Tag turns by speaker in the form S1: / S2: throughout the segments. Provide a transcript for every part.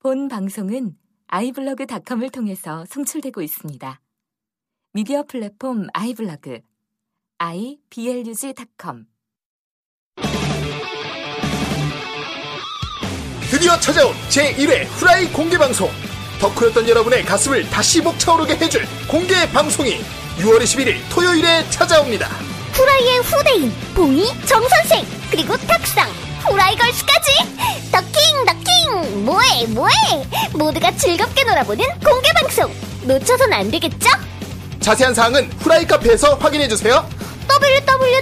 S1: 본 방송은 아이블로그닷컴을 통해서 송출되고 있습니다. 미디어 플랫폼 아이블로그 iblog.com
S2: 드디어 찾아온 제1회 후라이 공개 방송. 덕후였던 여러분의 가슴을 다시 벅차오르게 해줄 공개 방송이 6월 21일 토요일에 찾아옵니다.
S3: 후라이의 후대인 봉이 정선생 그리고 탁상 후라이걸스까지 더킹 더킹 뭐해 뭐해 모두가 즐겁게 놀아보는 공개 방송 놓쳐선 안 되겠죠?
S2: 자세한 사항은 후라이 카페에서 확인해주세요.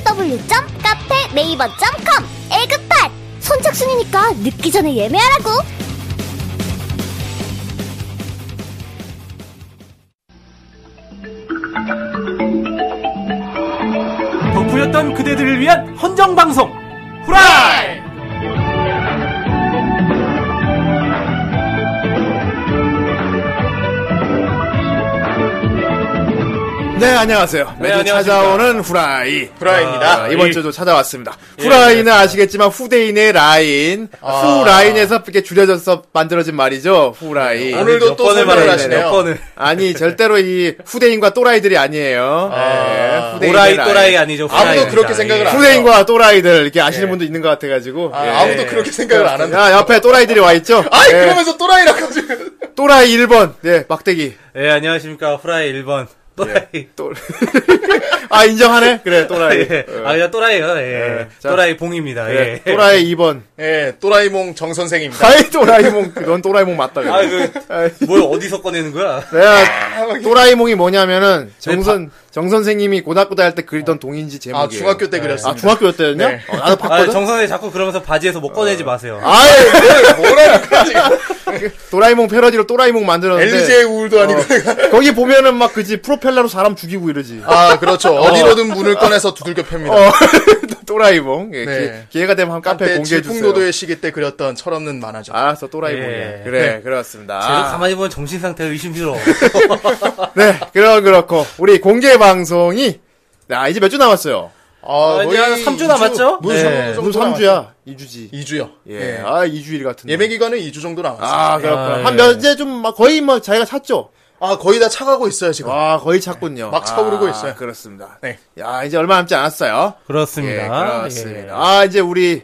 S3: www.카페네이버.com 에그팟 선착순이니까 늦기 전에 예매하라고
S4: 덕후였던 그대들을 위한 헌정방송 후라이
S2: 네, 안녕하세요. 매주
S5: 안녕하십니까.
S2: 찾아오는 후라이.
S5: 후라이입니다.
S2: 아, 이번
S5: 이-
S2: 주도 찾아왔습니다.
S5: 예, 아.
S2: 후라이는 아시겠지만 후대인의 라인, 후라인에서 이렇게 줄여져서 만들어진 말이죠. 후라이.
S5: 네, 오늘도
S2: 몇
S5: 또
S2: 번을
S5: 설명을
S2: 말하네,
S5: 하시네요.
S2: 몇 번을. 아니, 절대로 이 후대인과 또라이들이 아니에요. 네, 후대인의
S4: 오라이
S2: 라인.
S4: 또라이 아니죠 후라이.
S5: 아무도 그렇게 생각을 안 해요.
S2: 후대인과 또라이들 이렇게 아시는 분도 있는 것 같아가지고.
S5: 예. 아,
S2: 예.
S5: 아무도 그렇게 생각을 안 한다.
S2: 야, 옆에 또라이들이 와 있죠?
S5: 아이
S2: 예.
S5: 그러면서 또라이라고 지금.
S2: 또라이 1번. 예, 막대기.
S4: 예 안녕하십니까 후라이 1번 또라이
S2: 또... 아, 인정하네? 그래, 또라이.
S4: 예. 아 그냥 또라이요 예.
S2: 예. 자.
S4: 또라이 봉입니다
S2: 그래,
S4: 예.
S2: 또라이 2번.
S5: 예, 또라이몽 정 선생입니다.
S2: 아이 또라이몽 넌 또라이몽 맞다 그래.
S4: 아, 아그 뭘 어디서 꺼내는
S5: 아,
S4: 거야
S2: 내가 또라이몽이
S5: 네,
S2: 뭐냐면은 정선 정 선생님이 고등학교 다닐 때 그리던 동인지 제목이에요.
S5: 아 중학교 때 그렸습니다.
S2: 아 중학교 때였냐?
S5: 네.
S2: 어, 나도
S4: 아,
S2: 봤거든.
S4: 정선생 자꾸 그러면서 바지에서 못 꺼내지 마세요
S2: 아이
S5: 네, 뭐라니까 지금.
S2: 도라이몽 패러디로 또라이몽 만들었는데 어,
S5: LG의 우울도 아니고 내가.
S2: 거기 보면은 막 그지 프로펠러로 사람 죽이고 이러지.
S5: 아 그렇죠. 어디로든 문을 꺼내서 두들겨 팹니다.
S2: 어. 또라이몽 예,
S5: 네.
S2: 기, 회가 되면 한 카페
S5: 한때
S2: 공개해 주세요.
S5: 질풍노도의 시기 때 그렸던 철없는 만화죠.
S2: 알았어 또라이몽이야.
S4: 예.
S2: 그래
S5: 네.
S2: 그렇습니다.
S4: 제가 가만히 보면 정신 상태가 의심스러워
S2: 네 그럼 그렇고 우리 공개 방송이 아 이제 몇 주 남았어요.
S5: 아,
S4: 이제 한
S5: 거의
S4: 네, 삼주
S5: 이주-
S4: 남았죠?
S5: 무슨
S4: 네.
S5: 삼주 정도
S2: 무슨 뭐 3주야? 2주지.
S5: 2주요.
S2: 예. 아, 2주일 같은데.
S5: 예매 기간은 2주 정도 남았어요.
S2: 아, 그렇구나.
S4: 아,
S2: 한
S4: 예.
S2: 몇 제 좀, 막 거의 뭐 자기가 찾죠?
S5: 아, 거의 다 차가고 있어요, 지금.
S2: 아, 거의 찾군요.
S5: 막 차오르고
S2: 아,
S5: 있어요.
S2: 그렇습니다.
S5: 네.
S2: 야, 이제 얼마 남지 않았어요.
S4: 그렇습니다
S2: 예, 그렇습니다. 아, 이제 우리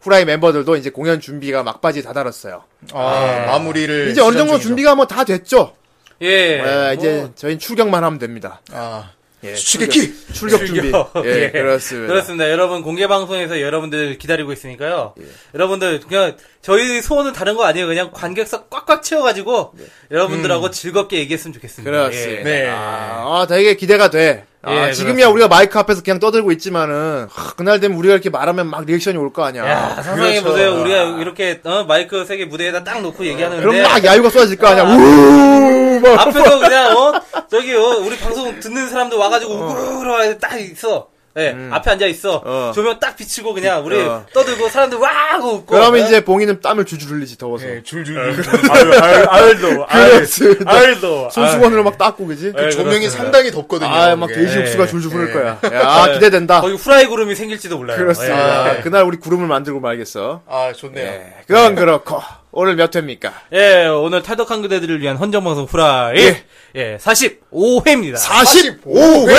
S2: 후라이 멤버들도 이제 공연 준비가 막바지 다다랐어요.
S5: 아, 마무리를.
S2: 네. 이제 어느 정도
S5: 시전 중이죠.
S2: 준비가 뭐 다 됐죠?
S4: 예, 예.
S2: 예, 이제 저희는 출격만 하면 됩니다.
S5: 아,
S2: 예,
S5: 수치게키!
S2: 출격, 출격 준비. 예, 그렇습니다.
S4: 그렇습니다. 여러분 공개 방송에서 여러분들 기다리고 있으니까요.
S2: 예.
S4: 여러분들 그냥 저희 소원은 다른 거 아니에요. 그냥 관객석 꽉꽉 채워가지고 여러분들하고
S2: 음.
S4: 즐겁게 얘기했으면 좋겠습니다.
S2: 네. 그렇습니다.
S4: 예.
S5: 네.
S2: 아, 아, 되게 기대가 돼. 아,
S4: 예,
S2: 지금이야
S4: 그렇습니다.
S2: 우리가 마이크 앞에서 그냥 떠들고 있지만은 하, 그날 되면 우리가 이렇게 말하면 막 리액션이 올 거 아니야.
S4: 야, 상상해
S2: 그렇죠. 어.
S4: 보세요. 우리가 이렇게 어, 마이크 세개 무대에다 딱 놓고
S2: 그럼
S4: 얘기하는데
S2: 막 야유가 쏟아질 거 아니야. 우우 막
S4: 앞에서 그냥 어 저기 어, 우리 방송 듣는 사람들 와가지고 우그르르 와서 딱 있어. 예, 앞에 앉아 있어.
S2: 음. 어.
S4: 조명 딱 비치고 그냥 우리
S2: 어.
S4: 떠들고 사람들 와 하고 웃고.
S2: 그러면 이제 봉이는 땀을 줄줄 흘리지 더워서.
S5: 예,
S6: 아,
S5: 줄줄.
S6: 네. 알도
S2: 그렇지.
S6: 알도 아, 네. 예,
S2: 손수건으로 막 닦고 그지?
S5: 조명이 상당히 덥거든요.
S2: 아, 막
S5: 그게.
S2: 돼지 육수가 줄줄 흐를
S5: 예.
S2: 거야. 야, 기대된다.
S4: 거기 후라이 구름이 생길지도 몰라요. 예.
S2: 그렇습니다. 그날 우리 구름을 만들고 말겠어.
S5: 아, 좋네요.
S2: 예, 그건 그렇고. 오늘 몇 회입니까?
S4: 예, 오늘 탈덕한 그대들을 위한 헌정방송 후라이.
S2: 예.
S4: 예. 45회입니다.
S2: 45회!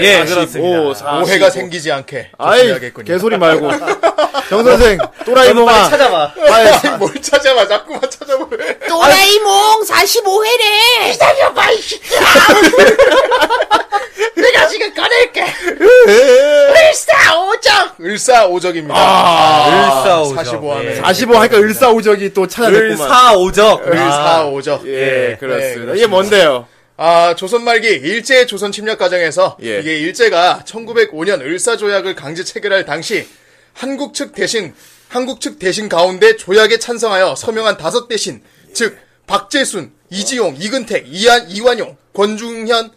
S4: 예, 그렇습니다.
S5: 오해가 생기지 않게
S2: 아이,
S5: 조심해야겠군요.
S2: 개소리 말고. 정선생,
S4: 너는 빨리
S2: 또라이몽아. 예.
S4: 찾아봐.
S2: 빨리
S5: 뭘 찾아봐, 자꾸만 찾아봐.
S7: 또라이몽 45회래! 기다려봐, 이 새끼야! 내가 지금 꺼낼게!
S4: 네.
S2: 아.
S7: 을사오적!
S5: 을사오적입니다. 아,
S4: 을사오적.
S5: 45화네.
S4: 예.
S2: 45 하니까 을사오적이 또 찾아냈구만.
S4: 을사오적. 아.
S5: 을사오적.
S2: 예,
S5: 네,
S2: 그렇습니다.
S5: 그렇습니다.
S2: 이게 뭔데요?
S5: 아, 조선 말기 일제 조선 침략 과정에서
S2: 예.
S5: 이게 일제가 1905년 을사 조약을 강제 체결할 당시 한국 측 대신 한국 측 대신 가운데 조약에 찬성하여 서명한 다섯 대신 즉 박재순, 이지용, 이근택, 이한, 이완용, 권중현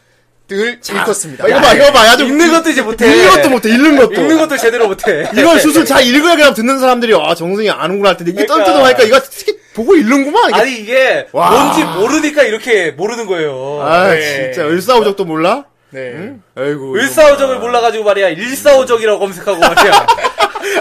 S5: 등을 일컫습니다.
S2: 이거 봐, 이거 봐. 야, 좀
S4: 읽는 것도 이제 못해.
S2: 읽는 것도 못해, 읽는 것도.
S4: 읽는 것도 제대로 못해.
S2: 이걸 수술 잘 읽어야 그냥 듣는 사람들이, 아, 정승이 아는구나 할 텐데, 이게
S4: 그러니까.
S2: 떤뜨동하니까 이거 특히 보고 읽는구만. 이게.
S4: 아니 이게
S2: 와.
S4: 뭔지 모르니까 이렇게 모르는 거예요.
S2: 아,
S5: 네.
S2: 진짜. 을사오적도 몰라?
S5: 네.
S2: 아이고.
S4: 을사오적을 몰라가지고 말이야. 일사오적이라고 검색하고 말이야.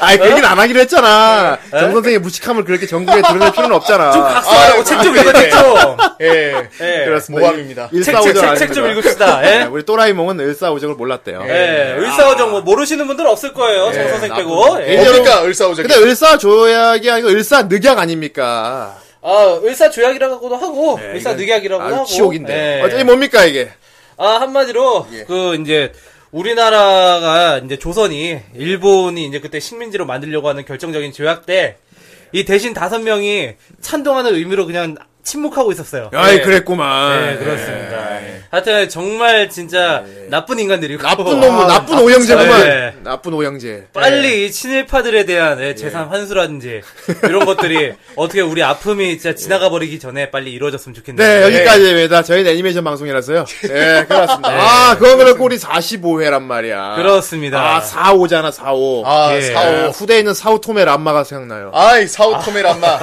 S2: 아이,
S4: 어?
S2: 그 얘기는 안 하기로 했잖아. 정선생의 무식함을 그렇게 전국에 드러낼 필요는 없잖아.
S4: 네. 각서하라고 책 좀 읽어주죠.
S5: 예.
S4: 예.
S2: 네. 그렇습니다.
S5: 모함입니다.
S2: 뭐 일-
S4: 책, 책,
S2: 일사오정
S4: 책, 책 좀
S2: 아닙니다.
S4: 읽읍시다.
S2: 네,
S4: 예.
S2: 우리 또라이몽은 을사오정을 몰랐대요.
S4: 예. 을사오정 뭐 모르시는 분들 없을
S2: 네,
S4: 거예요. 정선생 빼고. 예.
S5: 뭡니까 을사오적?
S2: 근데 을사조약이 아니고 을사늑약 아닙니까?
S4: 아, 을사조약이라고도 하고, 을사늑약이라고도
S2: 아,
S4: 하고.
S2: 지옥인데.
S4: 예.
S2: 어차피 뭡니까 이게?
S4: 아, 한마디로, 그, 이제, 우리나라가, 이제 조선이, 일본이 이제 그때 식민지로 만들려고 하는 결정적인 조약 때, 이 대신 다섯 명이 찬동하는 의미로 그냥 침묵하고 있었어요.
S2: 아이
S4: 예.
S2: 그랬구만.
S4: 네, 그렇습니다. 하여튼, 정말 진짜 나쁜 인간들이고.
S2: 예. 나쁜 놈, 나쁜 오영재구만.
S4: 아, 예.
S2: 나쁜 오영재.
S4: 빨리 이 친일파들에 대한 예, 재산 환수라든지 이런 것들이 어떻게 우리 아픔이 진짜 지나가 버리기 전에 빨리 이루어졌으면 좋겠네요.
S2: 네, 여기까지입니다. 저희는 애니메이션 방송이라서요. 예, 그렇습니다. 아, 그건 그렇고 우리 45회란 말이야.
S4: 예. 그렇습니다.
S2: 아, 45잖아, 45.
S5: 아
S4: 예.
S2: 예,
S5: 사오.
S2: 후대에 있는 사우토메 람마가 생각나요.
S5: 아이 사오토메 람마.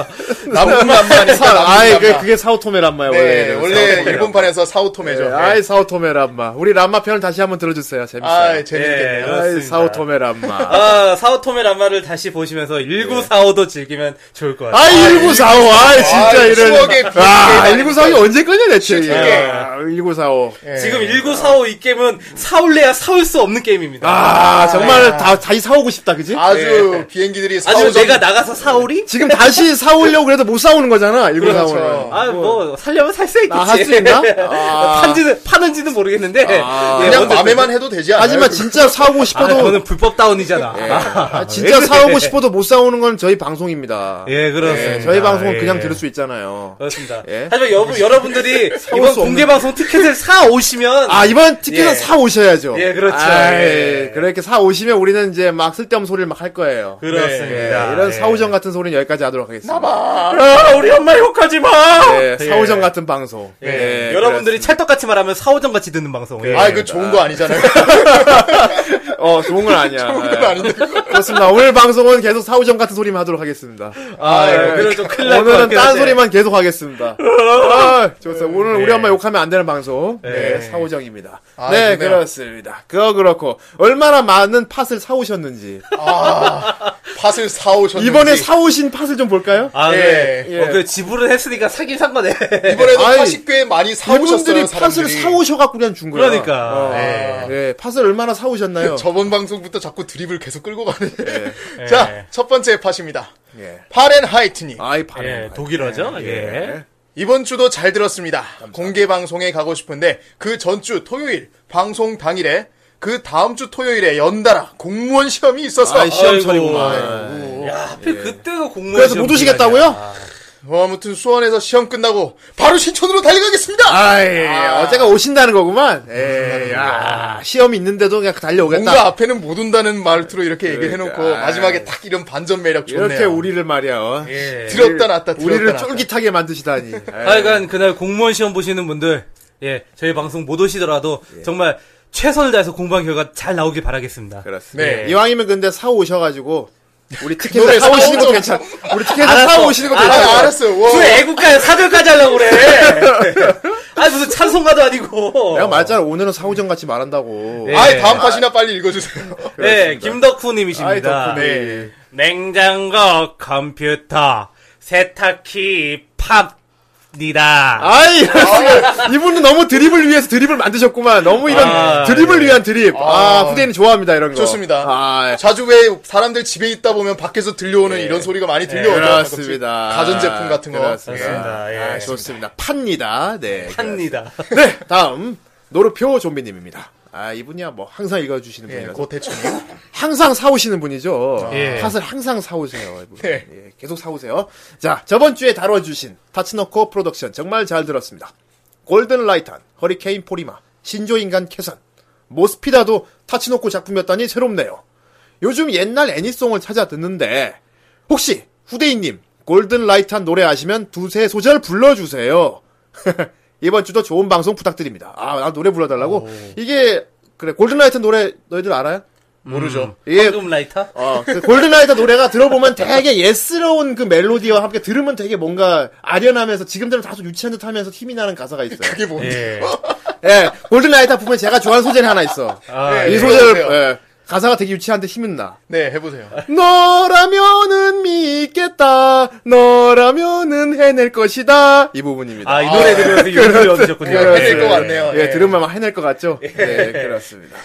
S5: 남군 람마니까
S2: 아, 이
S5: 남군
S2: 그,
S5: 람마.
S2: 그게 사우토메 람마예요,
S5: 네,
S2: 원래.
S5: 원래 일본판에서 사오토메죠. 예.
S2: 아이, 사우토메 람마. 우리 람마 편을 다시 한번 들어주세요. 재밌어요.
S5: 아이 재밌겠네요.
S4: 예.
S2: 아이,
S4: 그렇습니다.
S2: 사우토메 람마.
S4: 아, 사오토메 람마를 다시 보시면서 1945도 즐기면 좋을 것 같아요.
S2: 네. 아, 1945. 아, 진짜
S5: 아이,
S2: 이런.
S5: 추억의 비밀이
S2: 아,
S5: 많이
S2: 1945이 언제 끊냐, 대체.
S5: 추억의. 예.
S2: 아, 1945.
S4: 지금 1945 이 게임은 사올래야 사올 수 없는 게임입니다. 아,
S2: 아, 정말 다, 다시 사오고 싶다, 그지?
S5: 예.
S2: 예.
S5: 아주 비행기들이
S4: 주
S5: 사오적
S4: 내가 나가서 사올이?
S2: 지금 다시 사오려고 그래도 못 사오는 거잖아, 1945는.
S5: 그렇죠.
S4: 아, 뭐, 살려면 살 수 있겠지.
S2: 아, 아, 할수 있나?
S4: 판지는, 파는지는 모르겠는데. 예,
S5: 그냥
S4: 어쨌든.
S5: 맘에만 해도 되지 않아요?
S2: 하지만 진짜 사오고
S4: 아,
S2: 싶어도,
S4: 그거는 불법 다운이잖아.
S2: 아,
S4: 아,
S2: 진짜
S4: 왜 그래?
S2: 사오고 싶어도 못 사오는 건 저희 방송입니다.
S4: 예, 그렇습니다.
S2: 예, 저희 방송은
S4: 예.
S2: 그냥 들을 수 있잖아요.
S4: 그렇습니다.
S2: 예?
S4: 하지만 여러분, 여러분들이 이번
S2: 수
S4: 공개 방송 티켓을 사 오시면
S2: 아, 이번 티켓은
S4: 예.
S2: 사 오셔야죠.
S4: 예, 그렇죠.
S2: 아,
S4: 예.
S2: 예. 그렇게 사 오시면 우리는 이제 막 쓸데없는 소리를 막 할 거예요.
S4: 그렇습니다.
S2: 예, 이런
S4: 예.
S2: 사오정 같은 소리는 여기까지 하도록 하겠습니다.
S4: 아, 우리 엄마 욕하지 마.
S2: 예, 사오정
S4: 예.
S2: 같은 방송.
S4: 예. 여러분들이 찰떡같이 말하면 사오정 같이 듣는 방송. 예.
S5: 아, 그 좋은 거 아니잖아요.
S2: 그렇습니다. 어, 좋은 건 아니야.
S5: 좋은 건
S2: 예.
S5: 아닌데.
S2: 그렇습니다. 오늘 방송은 계속 사오정 같은 소리만 하도록 하겠습니다.
S4: 아, 예. 오늘은 좀 큰일 날것
S2: 오늘은
S4: 같긴
S2: 딴
S4: 한데.
S2: 소리만 계속 하겠습니다. 아, 좋습니다. 오늘
S4: 예.
S2: 우리 엄마 욕하면 안 되는 방송. 네,
S4: 네.
S2: 사오정입니다.
S5: 아,
S2: 네,
S5: 좋네요.
S2: 그렇습니다. 그거 그렇고 얼마나 많은 팥을 사오셨는지
S5: 팥을 아, 사오셨는지.
S2: 이번에 사오신 팥을 좀 볼까요?
S4: 아, 그래.
S5: 예.
S4: 어, 그 지불을 했으니까 사긴 산 거네.
S5: 이번에도
S2: 아이,
S5: 팥이 꽤 많이 사오셨어요,
S2: 이분들이 팥을
S5: 사람들이.
S2: 사오셔갖고 그냥 준 거예요.
S4: 그러니까.
S2: 어,
S5: 예.
S2: 예, 팥을 얼마나 사오셨나요?
S5: 저번 방송부터 자꾸 드립을 계속 끌고 가네. 자, 첫 번째 팥입니다.
S2: 예.
S5: 파렌하이트님.
S2: 아이 바로.
S4: 예, 독일어죠? 예.
S5: 이번 주도 잘 들었습니다. 공개 방송에 가고 싶은데 그 전주 토요일 방송 당일에 그 다음 주 토요일에 연달아 공무원 시험이 있어서
S2: 아이 시험
S4: 아이고.
S2: 처리구만.
S4: 야, 하필 그때가 공무원.
S2: 예. 그래서
S4: 시험
S2: 못 오시겠다고요?
S4: 기간이야.
S5: 어, 아무튼 수원에서 시험 끝나고 바로 신촌으로 달려가겠습니다.
S2: 아이, 어제가 오신다는 거구만. 예, 야, 시험이 있는데도 그냥 달려오겠다.
S5: 뭔가 앞에는 못 온다는 말투로 이렇게 얘기를 해놓고
S2: 그러니까,
S5: 마지막에 딱 이런 반전 매력 좋네요.
S2: 이렇게 우리를 말이야. 어.
S4: 예.
S5: 들었다 놨다 들었다
S2: 우리를
S5: 놨다.
S2: 쫄깃하게 만드시다니.
S5: 예.
S4: 하여간 그날 공무원 시험 보시는 분들, 예, 저희 방송 못 오시더라도
S2: 예.
S4: 정말 최선을 다해서 공부한 결과 잘 나오길 바라겠습니다. 예.
S2: 그렇습니다.
S5: 네.
S2: 예. 이왕이면 근데 사 오셔가지고 우리
S5: 그 노래
S2: 티켓을 사 오시는 것도
S5: 좀-
S2: 괜찮. 우리 티켓을 사 오시는 것도
S5: 아,
S2: 괜찮.
S5: 알았어요. 와.
S4: 무슨
S2: 네.
S4: 애국가야 사절까지 하려고 그래.
S2: 예.
S4: 아니 무슨 찬송가도 아니고.
S2: 내가 말했잖아 오늘은 사오정 같이 말한다고.
S4: 네.
S5: 아이 다음 팟이나 빨리 읽어주세요.
S4: 네,
S2: 그렇습니다. 아이
S4: 김덕후님이십니다. 예.
S2: 덕분에
S5: 예.
S2: 네.
S4: 냉장고, 컴퓨터, 세탁기, 팝니다.
S2: 아이 이럴수가. 이분은 너무 드립을 위해서 드립을 만드셨구만. 너무 이런
S4: 아,
S2: 드립을 위한 드립. 아, 후대인 좋아합니다 이런 거.
S5: 좋습니다.
S2: 아,
S5: 네. 자주 왜 사람들 집에 있다 보면 밖에서 들려오는 이런 소리가 많이 들려오죠.
S2: 네. 그렇습니다.
S5: 가전제품 같은 거.
S2: 그렇습니다.
S4: 그렇습니다. 예.
S2: 아, 좋습니다. 팝니다. 네.
S4: 팝니다.
S2: 네, 다음 노르표 좀비님입니다. 아 이분이야 뭐 항상 읽어주시는
S5: 예,
S2: 분이라서
S5: 그 대충. 아,
S2: 항상 사오시는 분이죠.
S4: 예.
S2: 팥을 항상 사오세요. 이분.
S5: 네.
S2: 예, 계속 사오세요. 자 저번 주에 다뤄주신 타츠노코 프로덕션 정말 잘 들었습니다. 골든 라이탄, 허리케인 포리마, 신조인간 캐선, 모스피다도 타츠노코 작품이었다니 새롭네요. 요즘 옛날 애니송을 찾아 듣는데 혹시 후대인님 골든 라이탄 노래 아시면 두세 소절 불러주세요. 이번 주도 좋은 방송 부탁드립니다. 아, 나 노래 불러달라고?
S5: 어.
S2: 이게 그래 골든 라이탄 노래 너희들 알아요?
S5: 음. 모르죠.
S2: 이게
S4: 황금 라이터?
S2: 어, 그 골든라이더 노래가 들어보면 되게 예스러운 그 멜로디와 함께 들으면 되게 뭔가 아련하면서 지금대로 다소 유치한 듯 하면서 힘이 나는 가사가 있어요.
S5: 그게 뭔데?
S4: 예.
S2: 예, 골든라이더 부분에 제가 좋아하는 소절이 하나 있어.
S4: 아,
S2: 이
S5: 예,
S2: 소절,
S5: 그러세요.
S2: 예. 가사가 되게 유치한데 힘은 나.
S5: 네, 해보세요.
S2: 너라면은 믿겠다. 너라면은 해낼 것이다. 이 부분입니다.
S4: 아, 이 노래 들으면서 요를 얻으셨군요.
S5: 어, 그렇죠. 그럴
S4: 예,
S5: 것 같네요.
S2: 예, 들으면 해낼 것 같죠? 네, 그렇습니다.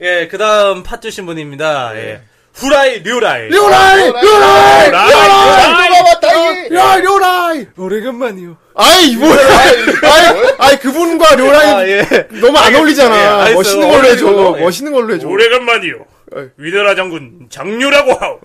S4: 예, 그 다음 팟 주신 분입니다. 예. 후라이, 류라이.
S2: 요라이! 요라이! 어,
S5: 누가 왔다이!
S2: 야, 요라이!
S4: 오래간만이요.
S2: 아이, 뭐야! 아이, 아이, 그분과 요라이
S4: 아, 예.
S2: 너무 안
S4: 예,
S2: 어울리잖아.
S4: 알겠어요.
S2: 멋있는 걸로 해줘.
S4: 어울리고, 예.
S2: 멋있는 걸로 해줘.
S6: 오래간만이요.
S5: 어.
S6: 위나라 장군 장류라고 하오.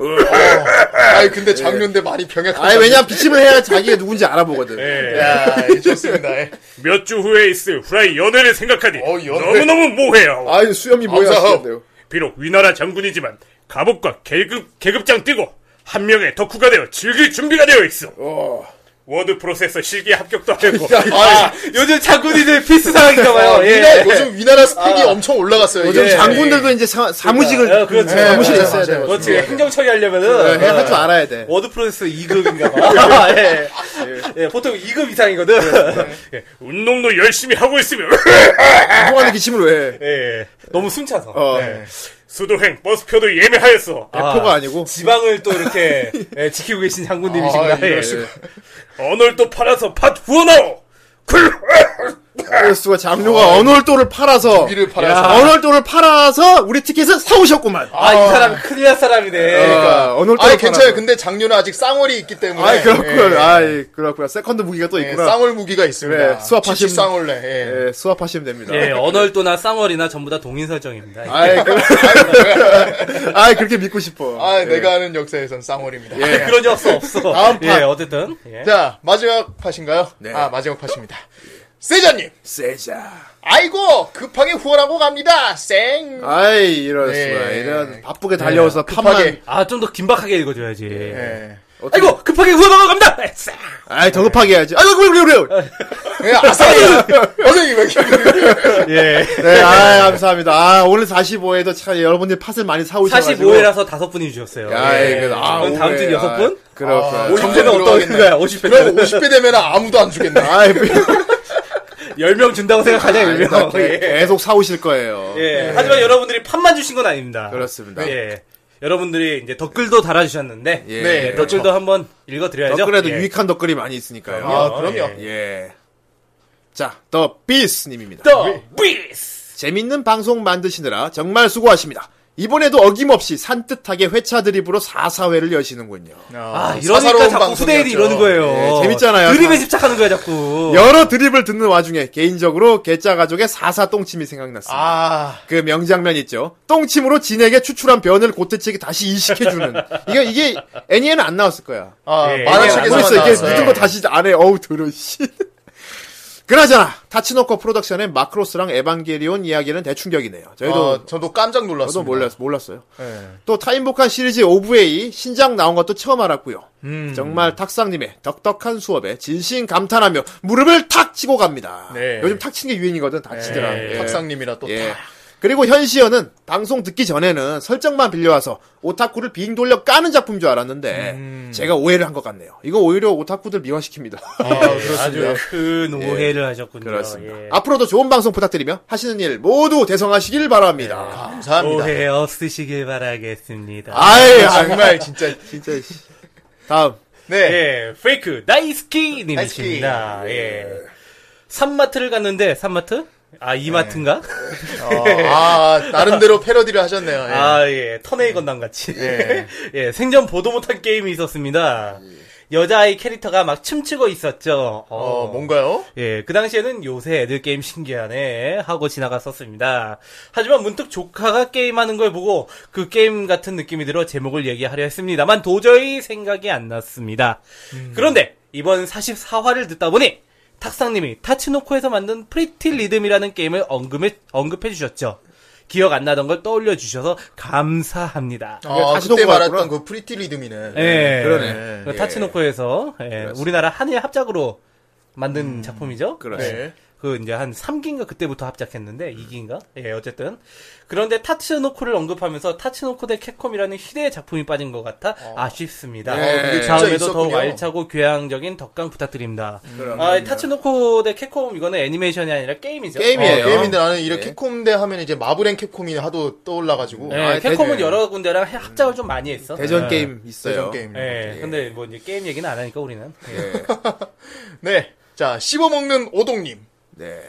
S5: 아이, 근데 작년대 많이 병약하다.
S2: 네. 아니, 왜냐면 비침을 해야 자기가 누군지 알아보거든.
S5: 야, 예, 좋습니다. 예.
S2: 네.
S6: 몇 주 후에 있을 후라이 연회를 생각하니
S5: 어, 연회.
S6: 너무너무 모해하오.
S2: 아이, 수염이 뭐야,
S5: 감사하오.
S2: 하시는데요.
S6: 비록 위나라 장군이지만 갑옷과 계급, 계급장 뛰고 한 명의 덕후가 되어 즐길 준비가 되어 있어. 워드 프로세서 실기에 합격도 하고
S5: 아,
S4: 요즘 장군이들 필수 사항인가
S5: 아,
S4: 봐요.
S5: 위나,
S4: 예.
S5: 요즘 위나라 스펙이 엄청 올라갔어요.
S2: 아. 요즘
S5: 이게.
S2: 장군들도 이제 사, 사무직을
S4: 아, 예, 그렇죠.
S2: 사무실에
S5: 맞아요, 맞아요.
S2: 있어야 돼요.
S4: 그렇지. 행정 처리하려면은.
S2: 네, 할줄 알아야 돼.
S4: 워드 프로세스 2급인가 봐. 예. 예, 보통 2급 이상이거든.
S6: 예, 운동도 열심히 하고 있으며
S2: 한동안에 기침을 왜 해?
S4: 예, 예. 너무 숨차서.
S2: 어,
S4: 예.
S6: 네. 수도행 버스표도 예매하였어.
S2: 배포가 아니고.
S4: 지방을 또 이렇게 예, 지키고 계신 장군님이신가.
S5: 아,
S4: 예.
S5: 이럴 수가.
S6: 언월도 팔아서 팥 후원하오. 글
S2: 그럴수가 장료가 언월도를 팔아서
S5: 고기를 아. 어. 팔아서.
S2: 야, 언월도를 팔아서 우리 티켓을 사오셨구만.
S4: 아, 이 사람 큰일 날 사람이네. 어.
S2: 그러니까 언월도.
S5: 예, 아니, 괜찮아요. 근데 작년은 아직 쌍월이 있기 때문에.
S2: 아이 그렇군.
S5: 예.
S2: 아이 그렇구나. 세컨드 무기가 또
S5: 예,
S2: 있구나.
S5: 쌍월 무기가 있습니다.
S2: 그래, 수합하시면-
S5: 치 쌍월래. 예.
S2: 예, 수합하시면 됩니다.
S4: 예, 언월도나 쌍월이나 전부 다 동인 설정입니다.
S2: 아이, 그, 아이 그렇게 믿고 싶어.
S5: 아,
S2: 예.
S5: 내가 아는 역사에선 쌍월입니다.
S4: 예, 그런 역사 없어.
S5: 다음 판.
S4: 예, 어쨌든. 예.
S5: 자, 마지막 팟인가요? 아, 마지막 팟입니다. 세자님!
S2: 네. 세자.
S5: 아이고! 급하게 후원하고 갑니다! 쌩!
S2: 아이 이럴 수가.
S5: 예.
S2: 이런 바쁘게 달려와서
S5: 급하게.
S2: 판만.
S4: 아, 좀 더 긴박하게 읽어줘야지.
S5: 예.
S4: 아이고, 급하게 후원하고 갑니다! 예, 싹!
S2: 아이 더 급하게 해야지. 아이고 그래 그래 그래.
S5: 예, 아싸! 선생님, 왜 이렇게.
S4: 예.
S2: 네, 아 감사합니다. 아 오늘 45회도 참 여러분들 팟을 많이 사오셔가지고.
S4: 45회라서 다섯 분이 주셨어요.
S2: 아이,
S4: 예.
S2: 그래서, 아,
S4: 그럼 다음
S2: 오해.
S4: 주 여섯 분?
S2: 아, 그렇군.
S5: 아,
S4: 오십
S5: 점점
S4: 배는 어떤
S5: 들어가겠네.
S4: 거야? 오십
S5: 그럼
S4: 배는
S5: 50배 되면 아무도 안 주겠네.
S2: 아이, 뭐,
S4: 열 명 준다고 생각하냐 열 명.
S2: 네,
S4: 예.
S2: 계속 사오실 거예요.
S4: 예. 하지만 여러분들이 판만 주신 건 아닙니다.
S2: 네. 그렇습니다.
S4: 예. 여러분들이 이제 덧글도 달아주셨는데
S2: 예.
S4: 네,
S5: 네,
S4: 덧글도 한번 읽어드려야죠.
S2: 댓글에도
S4: 예.
S2: 유익한 댓글이 많이 있으니까요.
S5: 아, 그렇죠. 그럼요.
S2: 예. 자, 더 비스님입니다.
S4: 더 비스.
S2: 재밌는 방송 만드시느라 정말 수고하십니다. 이번에도 어김없이 산뜻하게 회차 드립으로 4사회를 여시는군요.
S4: 아,
S5: 어, 사사로운
S4: 이러니까 자꾸
S5: 방송이었죠.
S4: 후대인이 이러는 거예요.
S2: 예, 재밌잖아요.
S4: 드립에
S2: 다.
S4: 집착하는 거야 자꾸.
S2: 여러 드립을 듣는 와중에 개인적으로 개짜 가족의 4사 똥침이 생각났습니다.
S5: 아,
S2: 그 명장면 있죠. 똥침으로 진에게 추출한 변을 고태책이 다시 이식해주는. 이게, 이게 애니에는 안 나왔을 거야.
S5: 아,
S4: 예,
S5: 만화책에서.
S2: 모르겠어. 이게 묻은 거 네. 다시 안 해. 어우, 더러, 씨. 그나저나, 타치노코 프로덕션의 마크로스랑 에반게리온 이야기는 대충격이네요. 저희도,
S5: 아, 저도 깜짝 놀랐어요.
S2: 저도 몰랐, 몰랐어요. 또 타임복한 시리즈 오브웨이 신작 나온 것도 처음 알았고요. 정말 탁상님의 덕덕한 수업에 진심 감탄하며 무릎을 탁 치고 갑니다.
S5: 네.
S2: 요즘 탁 치는 게 유행이거든, 다 치더라. 예.
S5: 탁상님이라 또.
S2: 예.
S5: 다.
S2: 그리고 현시연은 방송 듣기 전에는 설정만 빌려와서 오타쿠를 빙 돌려 까는 작품 줄 알았는데 제가 오해를 한 것 같네요. 이거 오히려 오타쿠들 미화시킵니다.
S5: 아, 그렇습니다.
S2: 예.
S4: 아주 큰 오해를 하셨군요. 예.
S2: 앞으로도 좋은 방송 부탁드리며 하시는 일 모두 대성하시길 바랍니다.
S5: 예. 감사합니다.
S4: 오해 없으시길 바라겠습니다.
S2: 아이, 아이,
S5: 정말, 진짜.
S2: 진짜. 씨. 다음.
S5: 네.
S4: 예, 페이크 나이스키님이십니다. 예. 산마트를 갔는데 산마트? 아 이마트인가?
S5: 아, 아, 나름대로 패러디를 하셨네요. 예.
S4: 아 예, 턴웨이 건담 같이.
S5: 예.
S4: 예, 생전 보도 못한 게임이 있었습니다. 여자아이 캐릭터가 막 춤추고 있었죠.
S5: 어, 뭔가요?
S4: 예, 그 당시에는 요새 애들 게임 신기하네 하고 지나갔었습니다. 하지만 문득 조카가 게임하는 걸 보고 그 게임 같은 느낌이 들어 제목을 얘기하려 했습니다만 도저히 생각이 안 났습니다. 그런데 이번 44화를 듣다 보니 탁상님이 타치노코에서 만든 프리티 리듬이라는 게임을 언급해, 언급해 주셨죠. 기억 안 나던 걸 떠올려 주셔서 감사합니다.
S5: 아,
S2: 다시
S5: 그때
S2: 녹음하구나.
S5: 말했던 그 프리티 리듬이네.
S4: 예,
S2: 그러네.
S4: 그 타치노코에서 예, 우리나라 한일 합작으로 만든 작품이죠.
S2: 음. 그렇지.
S5: 네.
S4: 그 이제 한 3기인가 그때부터 합작했는데 2기인가? 예, 어쨌든. 그런데 타츠노코를 언급하면서 타츠노코 대 캡콤이라는 희대의 작품이 빠진 것 같아
S2: 어.
S4: 아쉽습니다.
S5: 예, 그게 진짜
S4: 다음에도 더욱
S5: 있었군요.
S4: 알차고 교양적인 덕강 부탁드립니다. 아, 이 타츠노코 대 캡콤 이거는 애니메이션이 아니라 게임이죠.
S5: 어,
S2: 게임이에요.
S5: 게임인데 나는 이런
S2: 네.
S5: 캡콤대 하면 이제 마블앤 캡콤이 하도 떠올라가지고
S4: 예,
S2: 아,
S4: 캡콤은
S2: 대전.
S4: 여러 군데랑 해- 합작을 좀 많이 했어.
S2: 대전
S4: 예.
S2: 게임
S5: 대전
S2: 있어요.
S5: 게임.
S4: 예, 근데 뭐 이제 게임 얘기는 안 하니까 우리는. 예.
S5: 네, 자 씹어먹는 오동님.
S2: 네.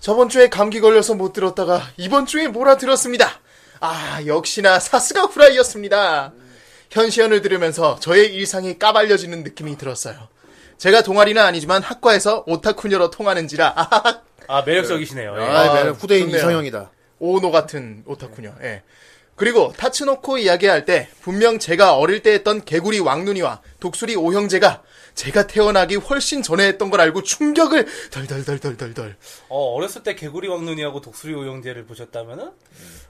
S5: 저번 주에 감기 걸려서 못 들었다가 이번 주에 몰아들었습니다. 아, 역시나 사스가 후라이였습니다. 현시연을 들으면서 저의 일상이 까발려지는 느낌이 들었어요. 제가 동아리는 아니지만 학과에서 오타쿠녀로 통하는지라 아하하,
S4: 아, 매력적이시네요. 예.
S2: 아,
S5: 아,
S2: 네. 후대인
S5: 좋네요.
S2: 이성형이다.
S5: 오노 같은 오타쿠녀. 예. 그리고 타츠노코 이야기할 때 분명 제가 어릴 때 했던 개구리 왕눈이와 독수리 오형제가 제가 태어나기 훨씬 전에 했던 걸 알고 충격을 덜덜덜덜덜덜
S4: 어, 어렸을 때 개구리 왕눈이하고 독수리 오영제를 보셨다면은?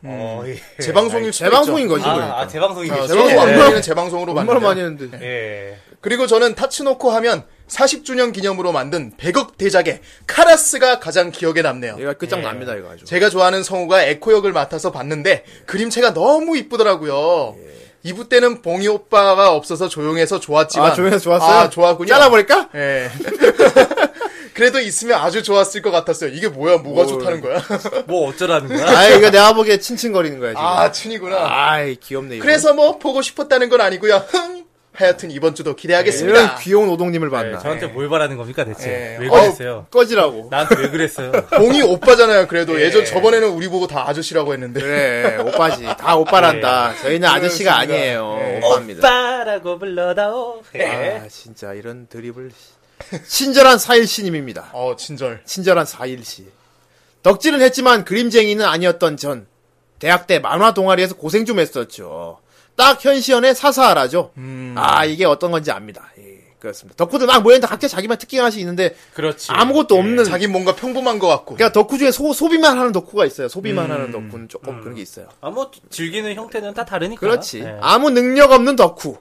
S4: 어, 예.
S5: 재방송일 수도
S2: 재방송인
S5: 있죠.
S2: 거지.
S4: 아,
S2: 음. 그러니까.
S4: 아, 재방송이
S5: 아,
S4: 겠
S5: 재방송 안 보면 재방송으로
S2: 정말
S5: 봤는데.
S2: 많이 했는데.
S4: 예.
S5: 그리고 저는 타츠노코 하면 40주년 기념으로 만든 100억 대작의 카라스가 가장 기억에 남네요.
S2: 얘가 끝장납니다, 이거 아주.
S5: 제가 좋아하는 성우가 에코 역을 맡아서 봤는데 그림체가 너무 이쁘더라고요.
S2: 예.
S5: 2부 때는 봉이 오빠가 없어서 조용해서 좋았지만
S2: 아, 조용해서 좋았어요?
S5: 아, 좋았군요.
S2: 잘라버릴까?
S5: 예. 그래도 있으면 아주 좋았을 것 같았어요. 이게 뭐야? 뭐가
S2: 예.
S5: 좋다는 거야?
S4: 뭐 어쩌라는 거야?
S2: 아, 이거 내가 보기에 칭칭거리는 거야, 지금.
S5: 아, 춘이구나.
S2: 아이, 귀엽네, 이거.
S5: 그래서 뭐 보고 싶었다는 건 아니고요. 흥. 하여튼 이번 주도 기대하겠습니다.
S2: 이런 귀여운 오동님을
S4: 예,
S2: 봤나.
S4: 저한테 뭘 바라는 겁니까 대체?
S2: 네.
S5: 예.
S4: 왜
S5: 어,
S4: 그랬어요?
S2: 꺼지라고.
S4: 나한테 왜 그랬어요?
S5: 봉이 오빠잖아요. 그래도 예. 전 저번에는 우리 보고 다 아저씨라고 했는데.
S2: 그래, 오빠지. 다 오빠란다.
S4: 네.
S2: 저희는 아저씨가 아니에요. 오빠입니다.
S4: 오빠라고 네. 불러다오. 예.
S2: 아, 진짜 이런 드립을. 친절한 사일씨님입니다.
S5: 어 친절.
S2: 친절한 사일씨. 덕질은 했지만 그림쟁이는 아니었던 전 대학 때 만화 동아리에서 고생 좀 했었죠. 딱 현시연의 사사하라죠.
S4: 음.
S2: 아 이게 어떤 건지 압니다. 예, 그렇습니다. 덕후들 막 모였는데 각자 자기만 특기 하나씩 있는데
S4: 그렇지.
S2: 아무것도 없는
S4: 예.
S5: 자기 뭔가 평범한 것 같고.
S2: 그러니까 덕후 중에 소, 소비만 하는 덕후가 있어요.
S4: 음.
S2: 소비만 하는 덕후는 조금 그런 게 있어요.
S4: 아, 뭐 즐기는 형태는 다 다르니까.
S2: 그렇지.
S4: 예.
S2: 아무 능력 없는 덕후.